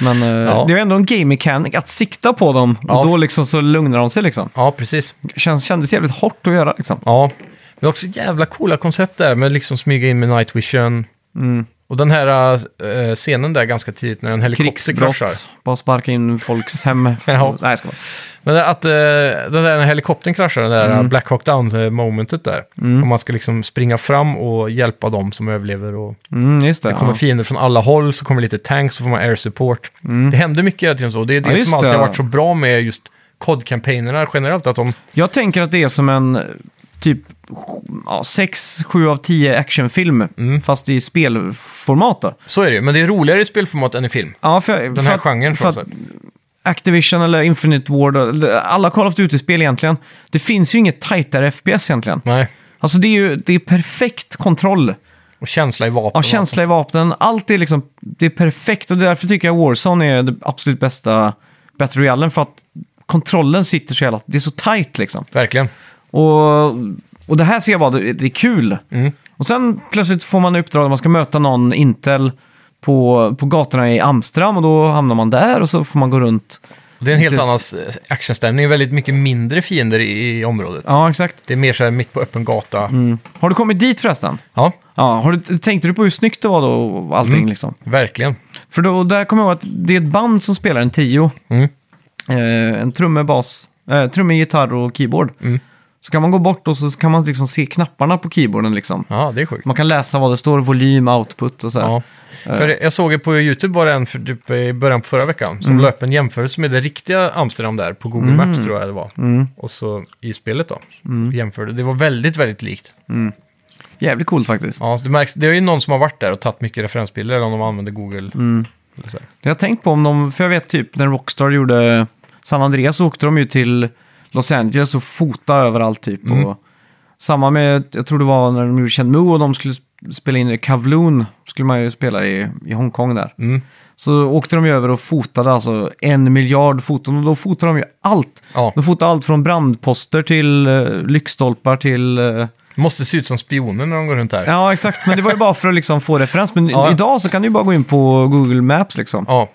Speaker 1: men eh, det är ju ändå en game mechanic att sikta på dem och
Speaker 2: Ja.
Speaker 1: då liksom så lugnar de sig liksom.
Speaker 2: Ja, precis.
Speaker 1: Känns, kändes jävligt hårt att göra liksom.
Speaker 2: Ja. Men också jävla coola koncept där med liksom smyga in med night vision.
Speaker 1: Mm.
Speaker 2: Och den här eh, scenen där ganska tidigt när en helikopter kraschar.
Speaker 1: Krigsbrott, bara sparka in folks hem.
Speaker 2: *laughs* Ja.
Speaker 1: Nej, jag skojar.
Speaker 2: Men det- att eh, den där när helikoptern kraschar, den där
Speaker 1: Mm.
Speaker 2: Black Hawk Down-momentet där. Och man ska liksom springa fram och hjälpa dem som överlever. Och
Speaker 1: Mm, just det.
Speaker 2: kommer
Speaker 1: ja.
Speaker 2: fiender från alla håll, så kommer lite tanks, så får man air support. Det händer mycket hela tiden så. Det är det
Speaker 1: Mm. Ja, just
Speaker 2: som alltid
Speaker 1: det.
Speaker 2: har varit så bra med just COD-kampanjerna generellt. Att de,
Speaker 1: Jag tänker att det är som en eh, typ 6-7 av 10 actionfilm,
Speaker 2: Mm.
Speaker 1: fast i spelformat då.
Speaker 2: så är det ju, men det är roligare i spelformat än i film.
Speaker 1: Ja, för,
Speaker 2: Den
Speaker 1: för
Speaker 2: här
Speaker 1: att-
Speaker 2: genren
Speaker 1: för
Speaker 2: för
Speaker 1: att Activision eller Infinite Ward, eller alla Call of Duty-spel egentligen, det finns ju inget tajtare FPS egentligen.
Speaker 2: Nej,
Speaker 1: Alltså det är ju det är perfekt kontroll.
Speaker 2: och känsla i vapen.
Speaker 1: Ja,
Speaker 2: och
Speaker 1: känsla i vapnen, allt är liksom, det är perfekt och därför tycker jag Warzone är det absolut bästa Battle Royalen för att kontrollen sitter så jävla, det är så tajt liksom.
Speaker 2: allt. Verkligen.
Speaker 1: Och, och det här ser jag bara, det, det är kul. Och sen plötsligt får man uppdrag att man ska möta någon Intel på, på gatorna i Amsterdam och då hamnar man där och så får man gå runt.
Speaker 2: Det är en helt
Speaker 1: Lite-
Speaker 2: annan s- actionstämning. Det är väldigt mycket mindre fiender i, i området.
Speaker 1: Ja, Mm. exakt.
Speaker 2: Det är mer så här mitt på öppen gata.
Speaker 1: Har du kommit dit förresten?
Speaker 2: Ja,
Speaker 1: Ja, har du, tänkte du på hur snyggt det var då och allting liksom?
Speaker 2: verkligen.
Speaker 1: För då, där kommer jag ihåg att det är ett band som spelar en trio.
Speaker 2: Mm.
Speaker 1: Eh, en trumme, bas, eh, trumme, gitarr och keyboard. Så kan man gå bort och så kan man liksom se knapparna på keyboarden liksom.
Speaker 2: Ja, det är sjukt.
Speaker 1: Man kan läsa vad det står, volym, output och så här.
Speaker 2: Ja.
Speaker 1: Eh.
Speaker 2: För jag såg ju på YouTube bara en för, typ, i början på förra veckan
Speaker 1: Mm.
Speaker 2: som la upp en jämförelse med det riktiga Amsterdam där på Google Maps tror jag det var.
Speaker 1: Mm.
Speaker 2: Och så i spelet då. Jämförde. Det var väldigt, väldigt likt.
Speaker 1: Jävligt coolt faktiskt.
Speaker 2: Ja, det, märks, det är ju någon som har varit där och tagit mycket referensbilder eller om de använder Google.
Speaker 1: Mm.
Speaker 2: Eller så här.
Speaker 1: Jag har tänkt på om de, för jag vet typ när Rockstar gjorde San Andreas så åkte de ju till Los Angeles och fotade överallt typ.
Speaker 2: Mm.
Speaker 1: Och samma med, jag tror det var när de gjorde Shenmue och de skulle sp- spela in i Kowloon, skulle man ju spela i, i Hongkong där.
Speaker 2: Mm.
Speaker 1: Så åkte de ju över och fotade alltså en miljard foton och då fotade de ju allt.
Speaker 2: Ja,
Speaker 1: De fotade allt från brandposter till eh, lyktstolpar till... eh,
Speaker 2: det måste se ut som spioner när de går runt där.
Speaker 1: ja, exakt. Men det var ju bara för att liksom få referens. Men
Speaker 2: *laughs* Ja.
Speaker 1: idag så kan du ju bara gå in på Google Maps liksom.
Speaker 2: Ja,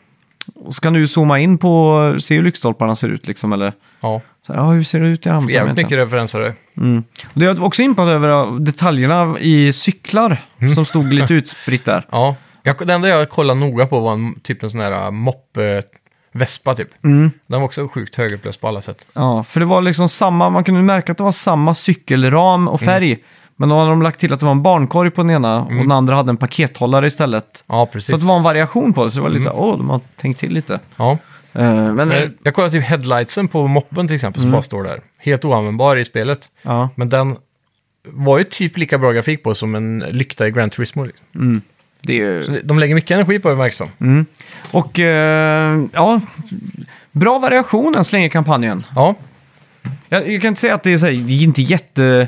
Speaker 1: Och så kan du ju zooma in på, se hur lyktstolparna ser ut liksom, eller
Speaker 2: ja.
Speaker 1: så här, ja, hur ser det ut i Amsterdam
Speaker 2: jävligt mycket
Speaker 1: egentligen?
Speaker 2: referenser.
Speaker 1: Mm. Och det är också impad över äh, detaljerna i cyklar
Speaker 2: Mm.
Speaker 1: som stod
Speaker 2: *laughs*
Speaker 1: lite utspritt där.
Speaker 2: Ja, jag, det enda jag kollade noga på var en, typ en sån här moppe, vespa typ.
Speaker 1: Mm.
Speaker 2: Den var också sjukt högupplöst på alla sätt.
Speaker 1: Ja, för det var liksom samma, man kunde märka att det var samma cykelram och
Speaker 2: Mm.
Speaker 1: färg. Men då hade de lagt till att det var en barnkorg på den ena och den andra hade en pakethållare istället.
Speaker 2: Ja,
Speaker 1: Så
Speaker 2: Mm. precis. Mm.
Speaker 1: att det var en variation på det, så det var lite så här, åh, de har tänkt till lite.
Speaker 2: Ja.
Speaker 1: Eh, men,
Speaker 2: Men Jag kollade typ headlightsen på moppen till exempel, som bara står där. Helt oanvändbar i spelet.
Speaker 1: Mm. ja.
Speaker 2: Men den var ju typ lika bra grafik på som en lykta i Gran Turismo. liksom.
Speaker 1: Det är ju...
Speaker 2: De lägger mycket energi på det verkar som.
Speaker 1: Mm. Och eh, ja, bra variation än så länge i kampanjen.
Speaker 2: Ja,
Speaker 1: Jag, jag kan inte säga att det är, så här, det är inte jätte...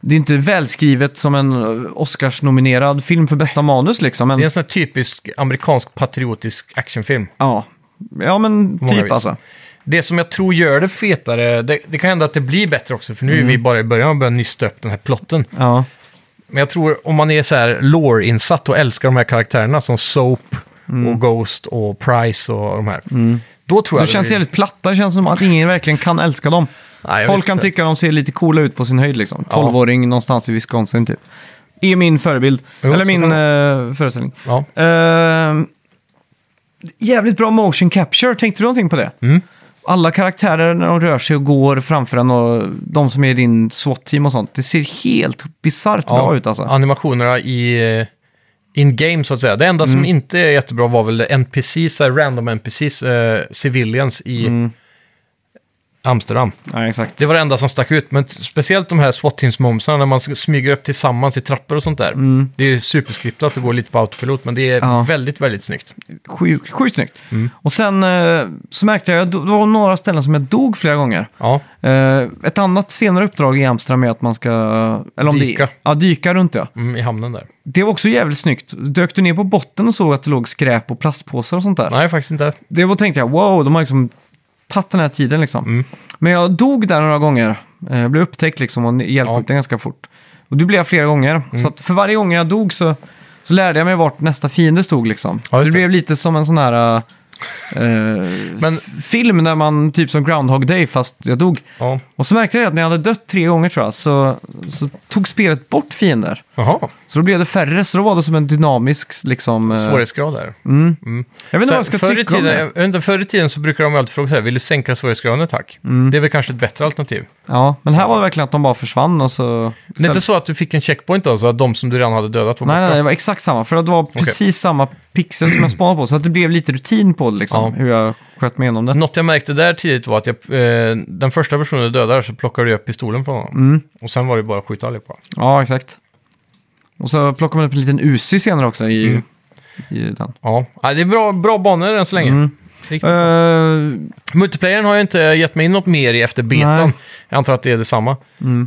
Speaker 1: Det är inte välskrivet som en eh, Oscars-nominerad film för bästa manus liksom. Men,
Speaker 2: det är en sån här typisk amerikansk patriotisk actionfilm.
Speaker 1: ja. ja, men
Speaker 2: många
Speaker 1: typ
Speaker 2: vis.
Speaker 1: alltså.
Speaker 2: Det som jag tror gör det fetare, det, det kan hända att det blir bättre också, för nu
Speaker 1: Mm.
Speaker 2: är vi bara i början och börjar nysta upp den här plotten.
Speaker 1: Ja.
Speaker 2: Men jag tror om man är så här lore-insatt och älskar de här karaktärerna som Soap
Speaker 1: Mm.
Speaker 2: och Ghost och Price och de här. Då tror jag
Speaker 1: De Mm. känns
Speaker 2: blir-
Speaker 1: jävligt platta, det känns som att ingen verkligen kan älska dem.
Speaker 2: Nej, jag
Speaker 1: Folk
Speaker 2: vet
Speaker 1: kan
Speaker 2: inte.
Speaker 1: tycka att de ser lite coola ut på sin höjd liksom.
Speaker 2: Ja.
Speaker 1: 12-åring någonstans i Wisconsin typ. Är min förebild.
Speaker 2: Jo,
Speaker 1: Eller
Speaker 2: så
Speaker 1: min
Speaker 2: kan
Speaker 1: eh, föreställning.
Speaker 2: Ja.
Speaker 1: Eh, jävligt bra motion capture, tänkte du någonting på det?
Speaker 2: Mm.
Speaker 1: Alla karaktärer när de rör sig och går framför en och de som är i din SWAT-team och sånt. Det ser helt bisarrt bra ut alltså.
Speaker 2: Animationerna i eh, in-game så att säga. Det enda
Speaker 1: Mm.
Speaker 2: som inte är jättebra var väl NPCs, så här random NPCs, eh, civilians i
Speaker 1: Mm.
Speaker 2: Amsterdam.
Speaker 1: Ja, exakt.
Speaker 2: Det var det enda som stack ut, men t- speciellt de här swat teams momsarna när man s- smyger upp tillsammans i trappor och sånt där. Det är ju superskriptat och går lite på autopilot, men det är
Speaker 1: Mm. Ja.
Speaker 2: väldigt, väldigt snyggt.
Speaker 1: Sjukt sjukt snyggt.
Speaker 2: Mm.
Speaker 1: Och sen eh, så märkte jag, det var några ställen som jag dog flera gånger.
Speaker 2: Ja,
Speaker 1: Eh, ett annat senare uppdrag i Amsterdam är att man ska... Eller om
Speaker 2: Dyka.
Speaker 1: Det, ja, dyka runt ja.
Speaker 2: mm, i hamnen där.
Speaker 1: Det var också jävligt snyggt. Dök du ner på botten och såg att det låg skräp och plastpåsar och sånt där?
Speaker 2: Nej, faktiskt inte.
Speaker 1: Det var tänkte jag, wow, de har liksom tagit den här tiden liksom.
Speaker 2: Mm.
Speaker 1: Men jag dog där några gånger. Eh, Jag blev upptäckt liksom och hjälpte ganska fort. Och det blev jag flera gånger.
Speaker 2: Mm.
Speaker 1: Så att för varje gång jag dog så, så lärde jag mig vart nästa fiende stod liksom.
Speaker 2: Ja,
Speaker 1: så
Speaker 2: just
Speaker 1: det
Speaker 2: det.
Speaker 1: blev lite som en sån här... eh,
Speaker 2: Men,
Speaker 1: film där man typ som Groundhog Day fast jag dog.
Speaker 2: ja,
Speaker 1: Och så märkte jag att när jag hade dött tre gånger tror jag så, så tog spelet bort fiender.
Speaker 2: jaha,
Speaker 1: Så då blev det färre, så då var det som en dynamisk liksom... eh, mm.
Speaker 2: svårighetsgrad där.
Speaker 1: Jag vet inte
Speaker 2: Mm. Så
Speaker 1: vad
Speaker 2: här,
Speaker 1: jag ska
Speaker 2: förr, i
Speaker 1: tycka om
Speaker 2: tiden,
Speaker 1: det.
Speaker 2: jag vet inte, förr i tiden så brukar de alltid fråga så här, vill du sänka svårighetsgraden tack?
Speaker 1: Mm.
Speaker 2: Det är väl kanske ett bättre alternativ.
Speaker 1: Ja, men här var det verkligen att de bara försvann och så...
Speaker 2: Det är inte så att du fick en checkpoint alltså, att de som du redan hade dödat var
Speaker 1: Nej, nej,
Speaker 2: borta?
Speaker 1: nej, det var exakt samma. För det var precis samma pixel
Speaker 2: *clears throat*
Speaker 1: som jag spanade på. Så att det blev lite rutin på det liksom,
Speaker 2: Ja.
Speaker 1: hur jag sköt mig igenom det.
Speaker 2: Något jag märkte där tidigt var att jag, eh, den första personen du dödar så plockar du upp pistolen från
Speaker 1: Mm.
Speaker 2: honom. Och sen var det bara att skjuta allihopa.
Speaker 1: Ja, exakt. Och så plockade man upp en liten Uzi senare också i,
Speaker 2: Mm.
Speaker 1: i den.
Speaker 2: Ja, Ja, det är bra, bra banor än så länge.
Speaker 1: Mm.
Speaker 2: Riktigt.
Speaker 1: Eh,
Speaker 2: Multiplayern har jag inte gett mig in något mer i efter betan.
Speaker 1: Nej. Mm.
Speaker 2: Jag antar att det är detsamma.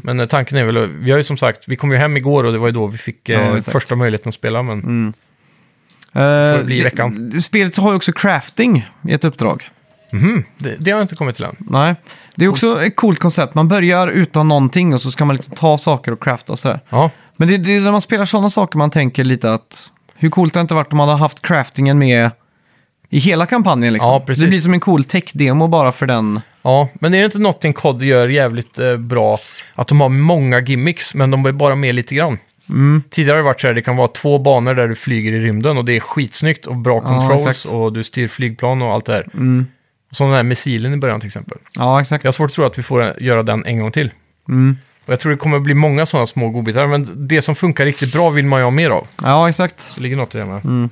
Speaker 2: Men eh, tanken är väl, vi har ju som sagt, vi kom ju hem igår och det var ju då vi fick eh,
Speaker 1: Ja, exakt.
Speaker 2: första möjligheten att spela. Men
Speaker 1: Eh,
Speaker 2: det bli i
Speaker 1: det-
Speaker 2: veckan.
Speaker 1: Spelet har ju också crafting i ett uppdrag.
Speaker 2: mhm, det, det har jag inte kommit till än.
Speaker 1: Nej. Det är också ett coolt koncept. Man börjar utan någonting och så ska man liksom ta saker och crafta och sådär.
Speaker 2: Ja,
Speaker 1: Men det, det är när man spelar sådana saker man tänker lite att hur coolt det inte varit om man hade haft craftingen med i hela kampanjen liksom.
Speaker 2: Ja, precis.
Speaker 1: Det blir som en cool tech-demo bara för den.
Speaker 2: ja, men är det inte någonting COD gör jävligt eh, bra? Att de har många gimmicks, men de är bara med lite grann.
Speaker 1: Mm.
Speaker 2: Tidigare har det varit så här, det kan vara två banor där du flyger i rymden och det är skitsnyggt och bra controls
Speaker 1: exakt. Mm.
Speaker 2: och du styr flygplan och allt det här. Som den här missilen i början till exempel.
Speaker 1: Ja, exakt.
Speaker 2: Jag har svårt att tro att vi får göra den en gång till.
Speaker 1: Mm.
Speaker 2: Och jag tror det kommer bli många sådana små godbitar, men det som funkar riktigt bra vill man ju ha mer av.
Speaker 1: Ja, exakt.
Speaker 2: Det ligger något i det med.
Speaker 1: Mm.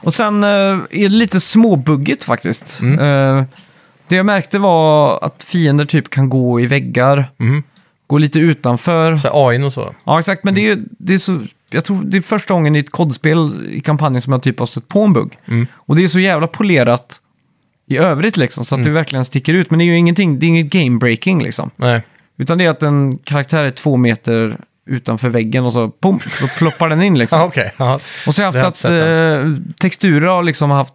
Speaker 1: Och sen eh, är det lite småbuggigt faktiskt.
Speaker 2: Mm.
Speaker 1: Eh, det jag märkte var att fiender typ kan gå i väggar,
Speaker 2: Mhm.
Speaker 1: gå lite utanför.
Speaker 2: Så här AI och så.
Speaker 1: Ja, exakt. Men det är, ju- det är så... Jag tror det är första gången i ett kodspel i kampanjen som jag typ har stött på en bugg.
Speaker 2: Mm.
Speaker 1: Och det är så jävla polerat i övrigt liksom, så att
Speaker 2: Mm.
Speaker 1: det verkligen sticker ut. Men det är ju ingenting, det är inget game-breaking liksom.
Speaker 2: Nej.
Speaker 1: Utan det är att en karaktär är två meter utanför väggen och så pum, så ploppar den in liksom.
Speaker 2: *laughs* Ja, okej. Ja.
Speaker 1: Och så har
Speaker 2: Det
Speaker 1: jag
Speaker 2: har
Speaker 1: haft att
Speaker 2: jag
Speaker 1: eh, texturer har liksom haft,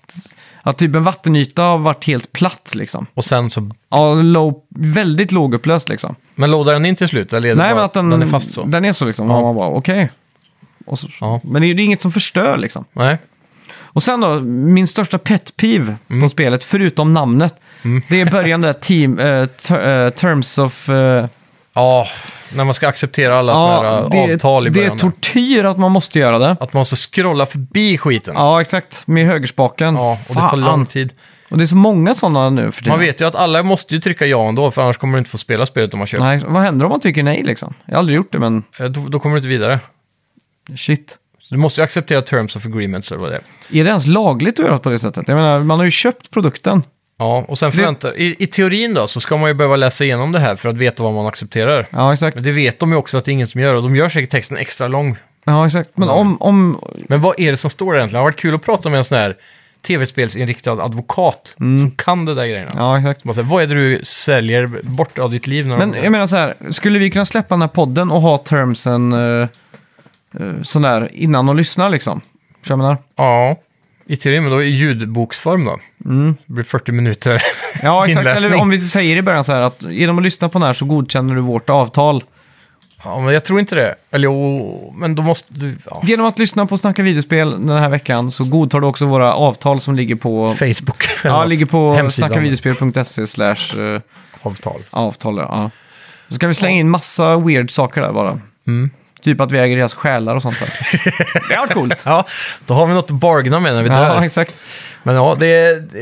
Speaker 1: att typ en vattenyta har varit helt platt liksom.
Speaker 2: Och sen så...
Speaker 1: Ja, low, väldigt lågupplöst liksom.
Speaker 2: Men lådar den in till slut? Eller är det
Speaker 1: Nej,
Speaker 2: bara,
Speaker 1: men att den,
Speaker 2: den är fast så?
Speaker 1: Den är så liksom.
Speaker 2: Ja.
Speaker 1: Och man bara, okej. Och så-
Speaker 2: Ja.
Speaker 1: Men det är ju det är inget som förstör liksom.
Speaker 2: Nej.
Speaker 1: Och sen då, min största pet peeve
Speaker 2: Mm.
Speaker 1: på spelet, förutom namnet, det är början där, team, eh, ter, eh, Terms of... eh,
Speaker 2: Ja, när man ska acceptera alla såna här eh,
Speaker 1: det,
Speaker 2: avtal i
Speaker 1: det är
Speaker 2: början. där.
Speaker 1: tortyr att man måste göra det.
Speaker 2: Att man måste scrolla förbi skiten. Ja,
Speaker 1: Ja, exakt. Med högerspaken.
Speaker 2: och det tar
Speaker 1: Fan.
Speaker 2: lång tid.
Speaker 1: Och det är så många sådana nu för tiden.
Speaker 2: Man vet ju att alla måste ju trycka ja ändå, för annars kommer du inte få spela spelet om man köper.
Speaker 1: Nej, vad händer om man tycker nej liksom? Jag har aldrig gjort det, men
Speaker 2: Eh, Då, då kommer du inte vidare.
Speaker 1: shit.
Speaker 2: Du måste ju acceptera terms of agreements eller vad det är.
Speaker 1: Är det ens lagligt att göra på det sättet? Jag menar, man har ju köpt produkten.
Speaker 2: Ja, och sen förväntar... I, I teorin då, så ska man ju behöva läsa igenom det här för att veta vad man accepterar.
Speaker 1: Ja, exakt.
Speaker 2: Men det vet de ju också att det är ingen som gör, och de gör säkert texten extra lång.
Speaker 1: Ja, exakt. Men om, om,
Speaker 2: Men vad är det som står där egentligen? Det har varit kul att prata med en sån här tv-spelsinriktad advokat som kan det där grejerna.
Speaker 1: Mm. ja, exakt.
Speaker 2: Man säger, vad är det du säljer bort av ditt liv? När
Speaker 1: Men
Speaker 2: de...
Speaker 1: jag menar så här, skulle vi kunna släppa den här podden och ha termsen eh, eh, sån där innan de lyssnar liksom? Så jag menar?
Speaker 2: Ja, i teorin, men då i ljudboksform då.
Speaker 1: Mm.
Speaker 2: Det blir 40 minuter. *laughs*
Speaker 1: Ja, exakt.
Speaker 2: Inläsning.
Speaker 1: Eller om vi säger i början så här att genom att lyssna på den här så godkänner du vårt avtal.
Speaker 2: ja, men jag tror inte det. Eller jo, men då måste du... Ja.
Speaker 1: Genom att lyssna på Snacka videospel den här veckan så godtar du också våra avtal som ligger på...
Speaker 2: Facebook. eller
Speaker 1: Ja,
Speaker 2: något.
Speaker 1: ligger på
Speaker 2: Hemsidan.
Speaker 1: snackavideospel.se slash eh,
Speaker 2: Avtal.
Speaker 1: avtal. Ja. Så kan vi slänga in massa weird saker där bara.
Speaker 2: Mm.
Speaker 1: Typ att vi äger deras själar och sånt där.
Speaker 2: *laughs*
Speaker 1: det har varit coolt.
Speaker 2: Ja, då har vi något att bargna med när vi
Speaker 1: Ja,
Speaker 2: dör.
Speaker 1: exakt.
Speaker 2: Men ja, det,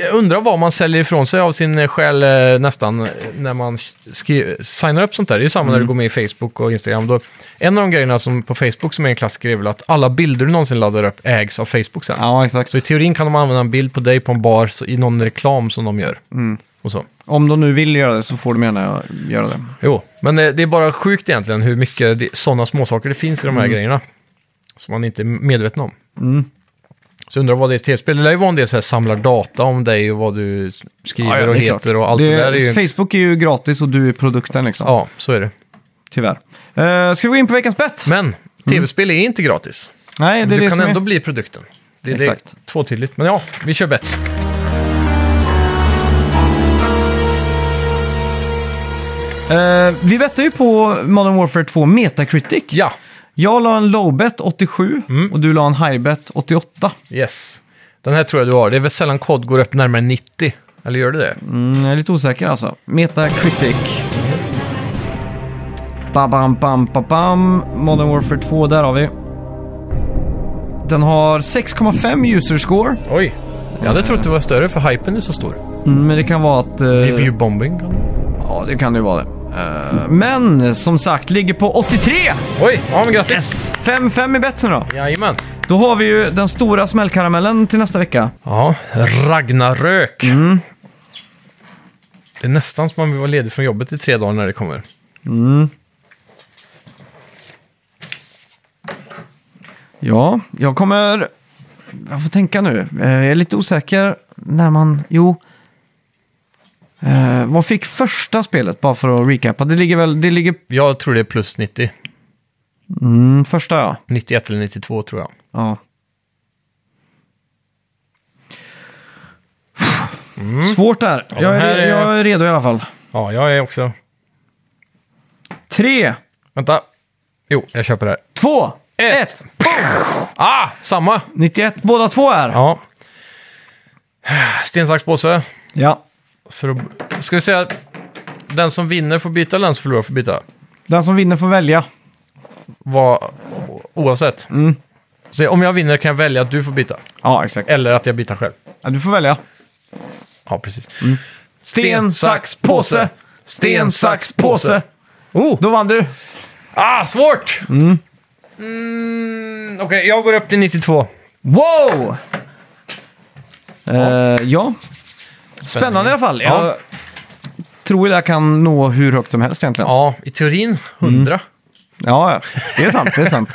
Speaker 2: jag undrar vad man säljer ifrån sig av sin själ eh, nästan eh, när man skri- signar upp sånt där. Det är ju samma när
Speaker 1: Mm.
Speaker 2: du går med i Facebook och Instagram. Då, en av de grejerna som på Facebook som är en klassiker är väl att alla bilder du någonsin laddar upp ägs av Facebook sen.
Speaker 1: Ja, exakt.
Speaker 2: Så i teorin kan de använda en bild på dig på en bar så, i någon reklam som de gör.
Speaker 1: Mm.
Speaker 2: Och så.
Speaker 1: Om de nu vill göra det så får de gärna göra det.
Speaker 2: Jo, men eh, det är bara sjukt egentligen hur mycket det- sådana småsaker det finns i de här
Speaker 1: Mm.
Speaker 2: grejerna. Som man inte är medveten om. Så undrar vad det är till spel. Det lär ju vara en del så här samlar data om dig och vad du skriver och
Speaker 1: det är klart.
Speaker 2: heter och allt det, där. Är ju...
Speaker 1: Facebook är ju gratis och du är produkten liksom.
Speaker 2: Ja, så är det.
Speaker 1: Tyvärr. Eh, ska vi gå in på veckans bett?
Speaker 2: Men tv-spel är inte gratis.
Speaker 1: Nej, Mm. det är
Speaker 2: du
Speaker 1: det
Speaker 2: kan
Speaker 1: som
Speaker 2: ändå
Speaker 1: är...
Speaker 2: bli produkten. Det är
Speaker 1: Exakt.
Speaker 2: det tvåtydligt. Men ja, vi kör bets.
Speaker 1: Eh, vi bettade ju på Modern Warfare 2 Metacritic.
Speaker 2: Ja,
Speaker 1: Jag la en low bet 87
Speaker 2: Mm.
Speaker 1: och du la en high bet 88.
Speaker 2: yes. Den här tror jag du har. Det är väl sällan kod går upp närmare 90. Eller gör det det?
Speaker 1: Mm, jag är lite osäker alltså. Metacritic. Bam, bam, bam, bam, bam. Modern Warfare 2, där har vi. Den har 6,5 user score.
Speaker 2: Oj. Jag hade trott det var större för hypen är så stor.
Speaker 1: Mm, men det kan vara att... eh,
Speaker 2: Review bombing.
Speaker 1: Ja, det kan det ju vara det. Eh, men som sagt, ligger på 83!
Speaker 2: Oj, ja men grattis.
Speaker 1: 5-5 i betsen då.
Speaker 2: Jajamän.
Speaker 1: Då har vi ju den stora smällkaramellen till nästa vecka.
Speaker 2: Ja, Ragnarök. Det är nästan som man vill vara ledig från jobbet i tre dagar när det kommer.
Speaker 1: Ja, jag kommer... Jag får tänka nu. Eh, Jag är lite osäker när man... Jo. Eh, vad fick första spelet, bara för att recapa? Det ligger väl... Det ligger...
Speaker 2: Jag tror det är plus 90.
Speaker 1: Mm, första, ja.
Speaker 2: 91 eller 92 tror jag.
Speaker 1: ja. Svårt där.
Speaker 2: Mm. Ja,
Speaker 1: jag,
Speaker 2: den
Speaker 1: är,
Speaker 2: här är-
Speaker 1: jag är redo i alla fall.
Speaker 2: Ja, jag är också...
Speaker 1: Tre,
Speaker 2: Vänta. Jo, jag köper det här.
Speaker 1: två, ett.
Speaker 2: Ah, samma!
Speaker 1: 91, båda två är. Ja.
Speaker 2: Ja. Sten, sax, påse. För att... Ska vi säga att den som vinner får byta eller den som förlorar får byta?
Speaker 1: Den som vinner får välja.
Speaker 2: Vad... Oavsett. Så om jag vinner kan jag välja att du får byta.
Speaker 1: Ja, exakt.
Speaker 2: Eller att jag byter själv.
Speaker 1: Ja, du får välja.
Speaker 2: Ja, precis.
Speaker 1: Sten, sax, påse. Sten, sax, påse.
Speaker 2: Oh!
Speaker 1: Då vann du.
Speaker 2: Ah, svårt! Mm. Okej, jag går upp till 92.
Speaker 1: Wow! Ja. ja. Spännande i alla fall. Jag
Speaker 2: Ja.
Speaker 1: tror jag kan nå hur högt som helst egentligen.
Speaker 2: Ja, i teorin 100.
Speaker 1: Mm. Ja, ja. det är sant. Det är *laughs* sant.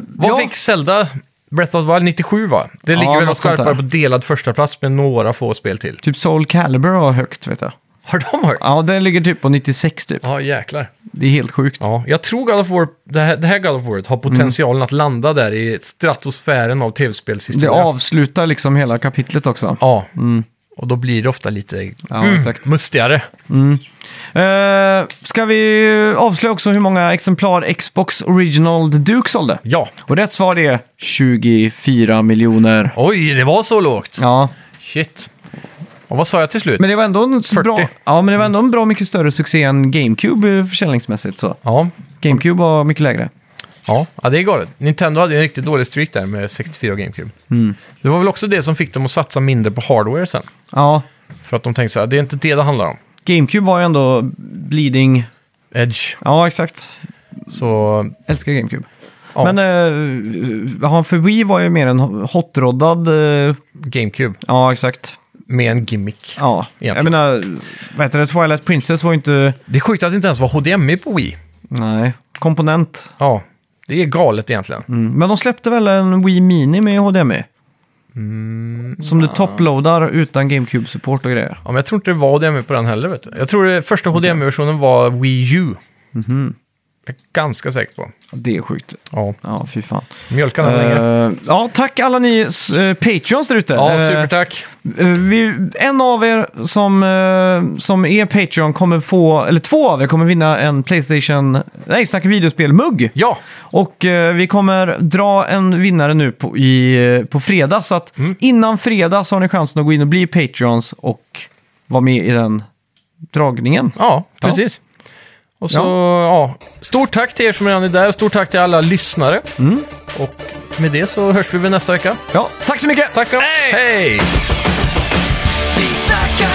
Speaker 1: Eh,
Speaker 2: Vad
Speaker 1: ja.
Speaker 2: fick Zelda Breath of the Wild 97 va? Det ligger väl
Speaker 1: något
Speaker 2: något
Speaker 1: sånt där.
Speaker 2: skarpare på delad första plats med några få spel till.
Speaker 1: Typ Soul Calibur var högt, vet jag.
Speaker 2: Har de hört?
Speaker 1: Ja, den ligger typ på 96 typ.
Speaker 2: Ja, jäklar.
Speaker 1: Det är helt sjukt.
Speaker 2: Ja, jag tror God of War, det här, det här God of War har
Speaker 1: Mm.
Speaker 2: potentialen att landa där i stratosfären av
Speaker 1: Det
Speaker 2: tv-spelshistoria.
Speaker 1: avslutar liksom hela kapitlet också.
Speaker 2: Ja, och då blir det ofta lite mm,
Speaker 1: Ja, exakt.
Speaker 2: mustigare.
Speaker 1: Eh, ska vi avslöja också hur många exemplar Xbox Original Duke sålde?
Speaker 2: Ja.
Speaker 1: Och rätt svar är 24 miljoner.
Speaker 2: Oj, det var så lågt.
Speaker 1: Ja,
Speaker 2: Shit. Och vad sa jag till slut?
Speaker 1: men det var ändå en så
Speaker 2: 40.
Speaker 1: bra, ja, men det var ändå en bra mycket större succé än GameCube eh, försäljningsmässigt. Så.
Speaker 2: Ja,
Speaker 1: GameCube var mycket lägre.
Speaker 2: Ja, ja, det är galet. Nintendo hade ju en riktigt dålig streak där med 64 och GameCube.
Speaker 1: Mm.
Speaker 2: Det var väl också det som fick dem att satsa mindre på hardware sen.
Speaker 1: Ja,
Speaker 2: För att de tänkte så här, det är inte det det handlar om.
Speaker 1: GameCube var ju ändå bleeding.
Speaker 2: Edge.
Speaker 1: Ja, exakt.
Speaker 2: Så,
Speaker 1: Älskar GameCube.
Speaker 2: ja,
Speaker 1: Men eh, han för Wii var ju mer en hot- hotroddad... eh,
Speaker 2: GameCube.
Speaker 1: ja, exakt.
Speaker 2: med en gimmick.
Speaker 1: Ja, jag
Speaker 2: Egentligen.
Speaker 1: menar, vad heter det? Twilight Princess var ju inte...
Speaker 2: Det är sjukt att det inte ens var HDMI på Wii.
Speaker 1: Nej, komponent.
Speaker 2: Ja, det är galet egentligen.
Speaker 1: Mm. Men de släppte väl en Wii Mini med HDMI? som du topploadar utan GameCube-support och grejer.
Speaker 2: Ja, men jag tror inte det var HDMI på den heller. Vet du. Jag tror det första HDMI-versionen var Wii U.
Speaker 1: Mhm.
Speaker 2: Jag är ganska säker på.
Speaker 1: Det är sjukt.
Speaker 2: Ja,
Speaker 1: Ja, fy fan.
Speaker 2: mjölka den länge.
Speaker 1: Eh, ja, tack alla ni uh, patreons där ute.
Speaker 2: Ja,
Speaker 1: Eh,
Speaker 2: supertack.
Speaker 1: Eh, vi, en av er som, eh, som är Patreon kommer få, eller två av er kommer vinna en Playstation, nej, snacka videospel-mugg.
Speaker 2: Ja,
Speaker 1: Och eh, vi kommer dra en vinnare nu på, i, eh, på fredag. Så att innan fredag så har ni chansen att gå in och bli Patreons och vara med i den dragningen.
Speaker 2: ja precis. Och så, ja. Stort tack till er som redan är där. Stort tack till alla lyssnare. Och med det så hörs vi väl nästa vecka.
Speaker 1: Ja, tack så mycket!
Speaker 2: Tack så mycket. Hej!
Speaker 3: Vi snackar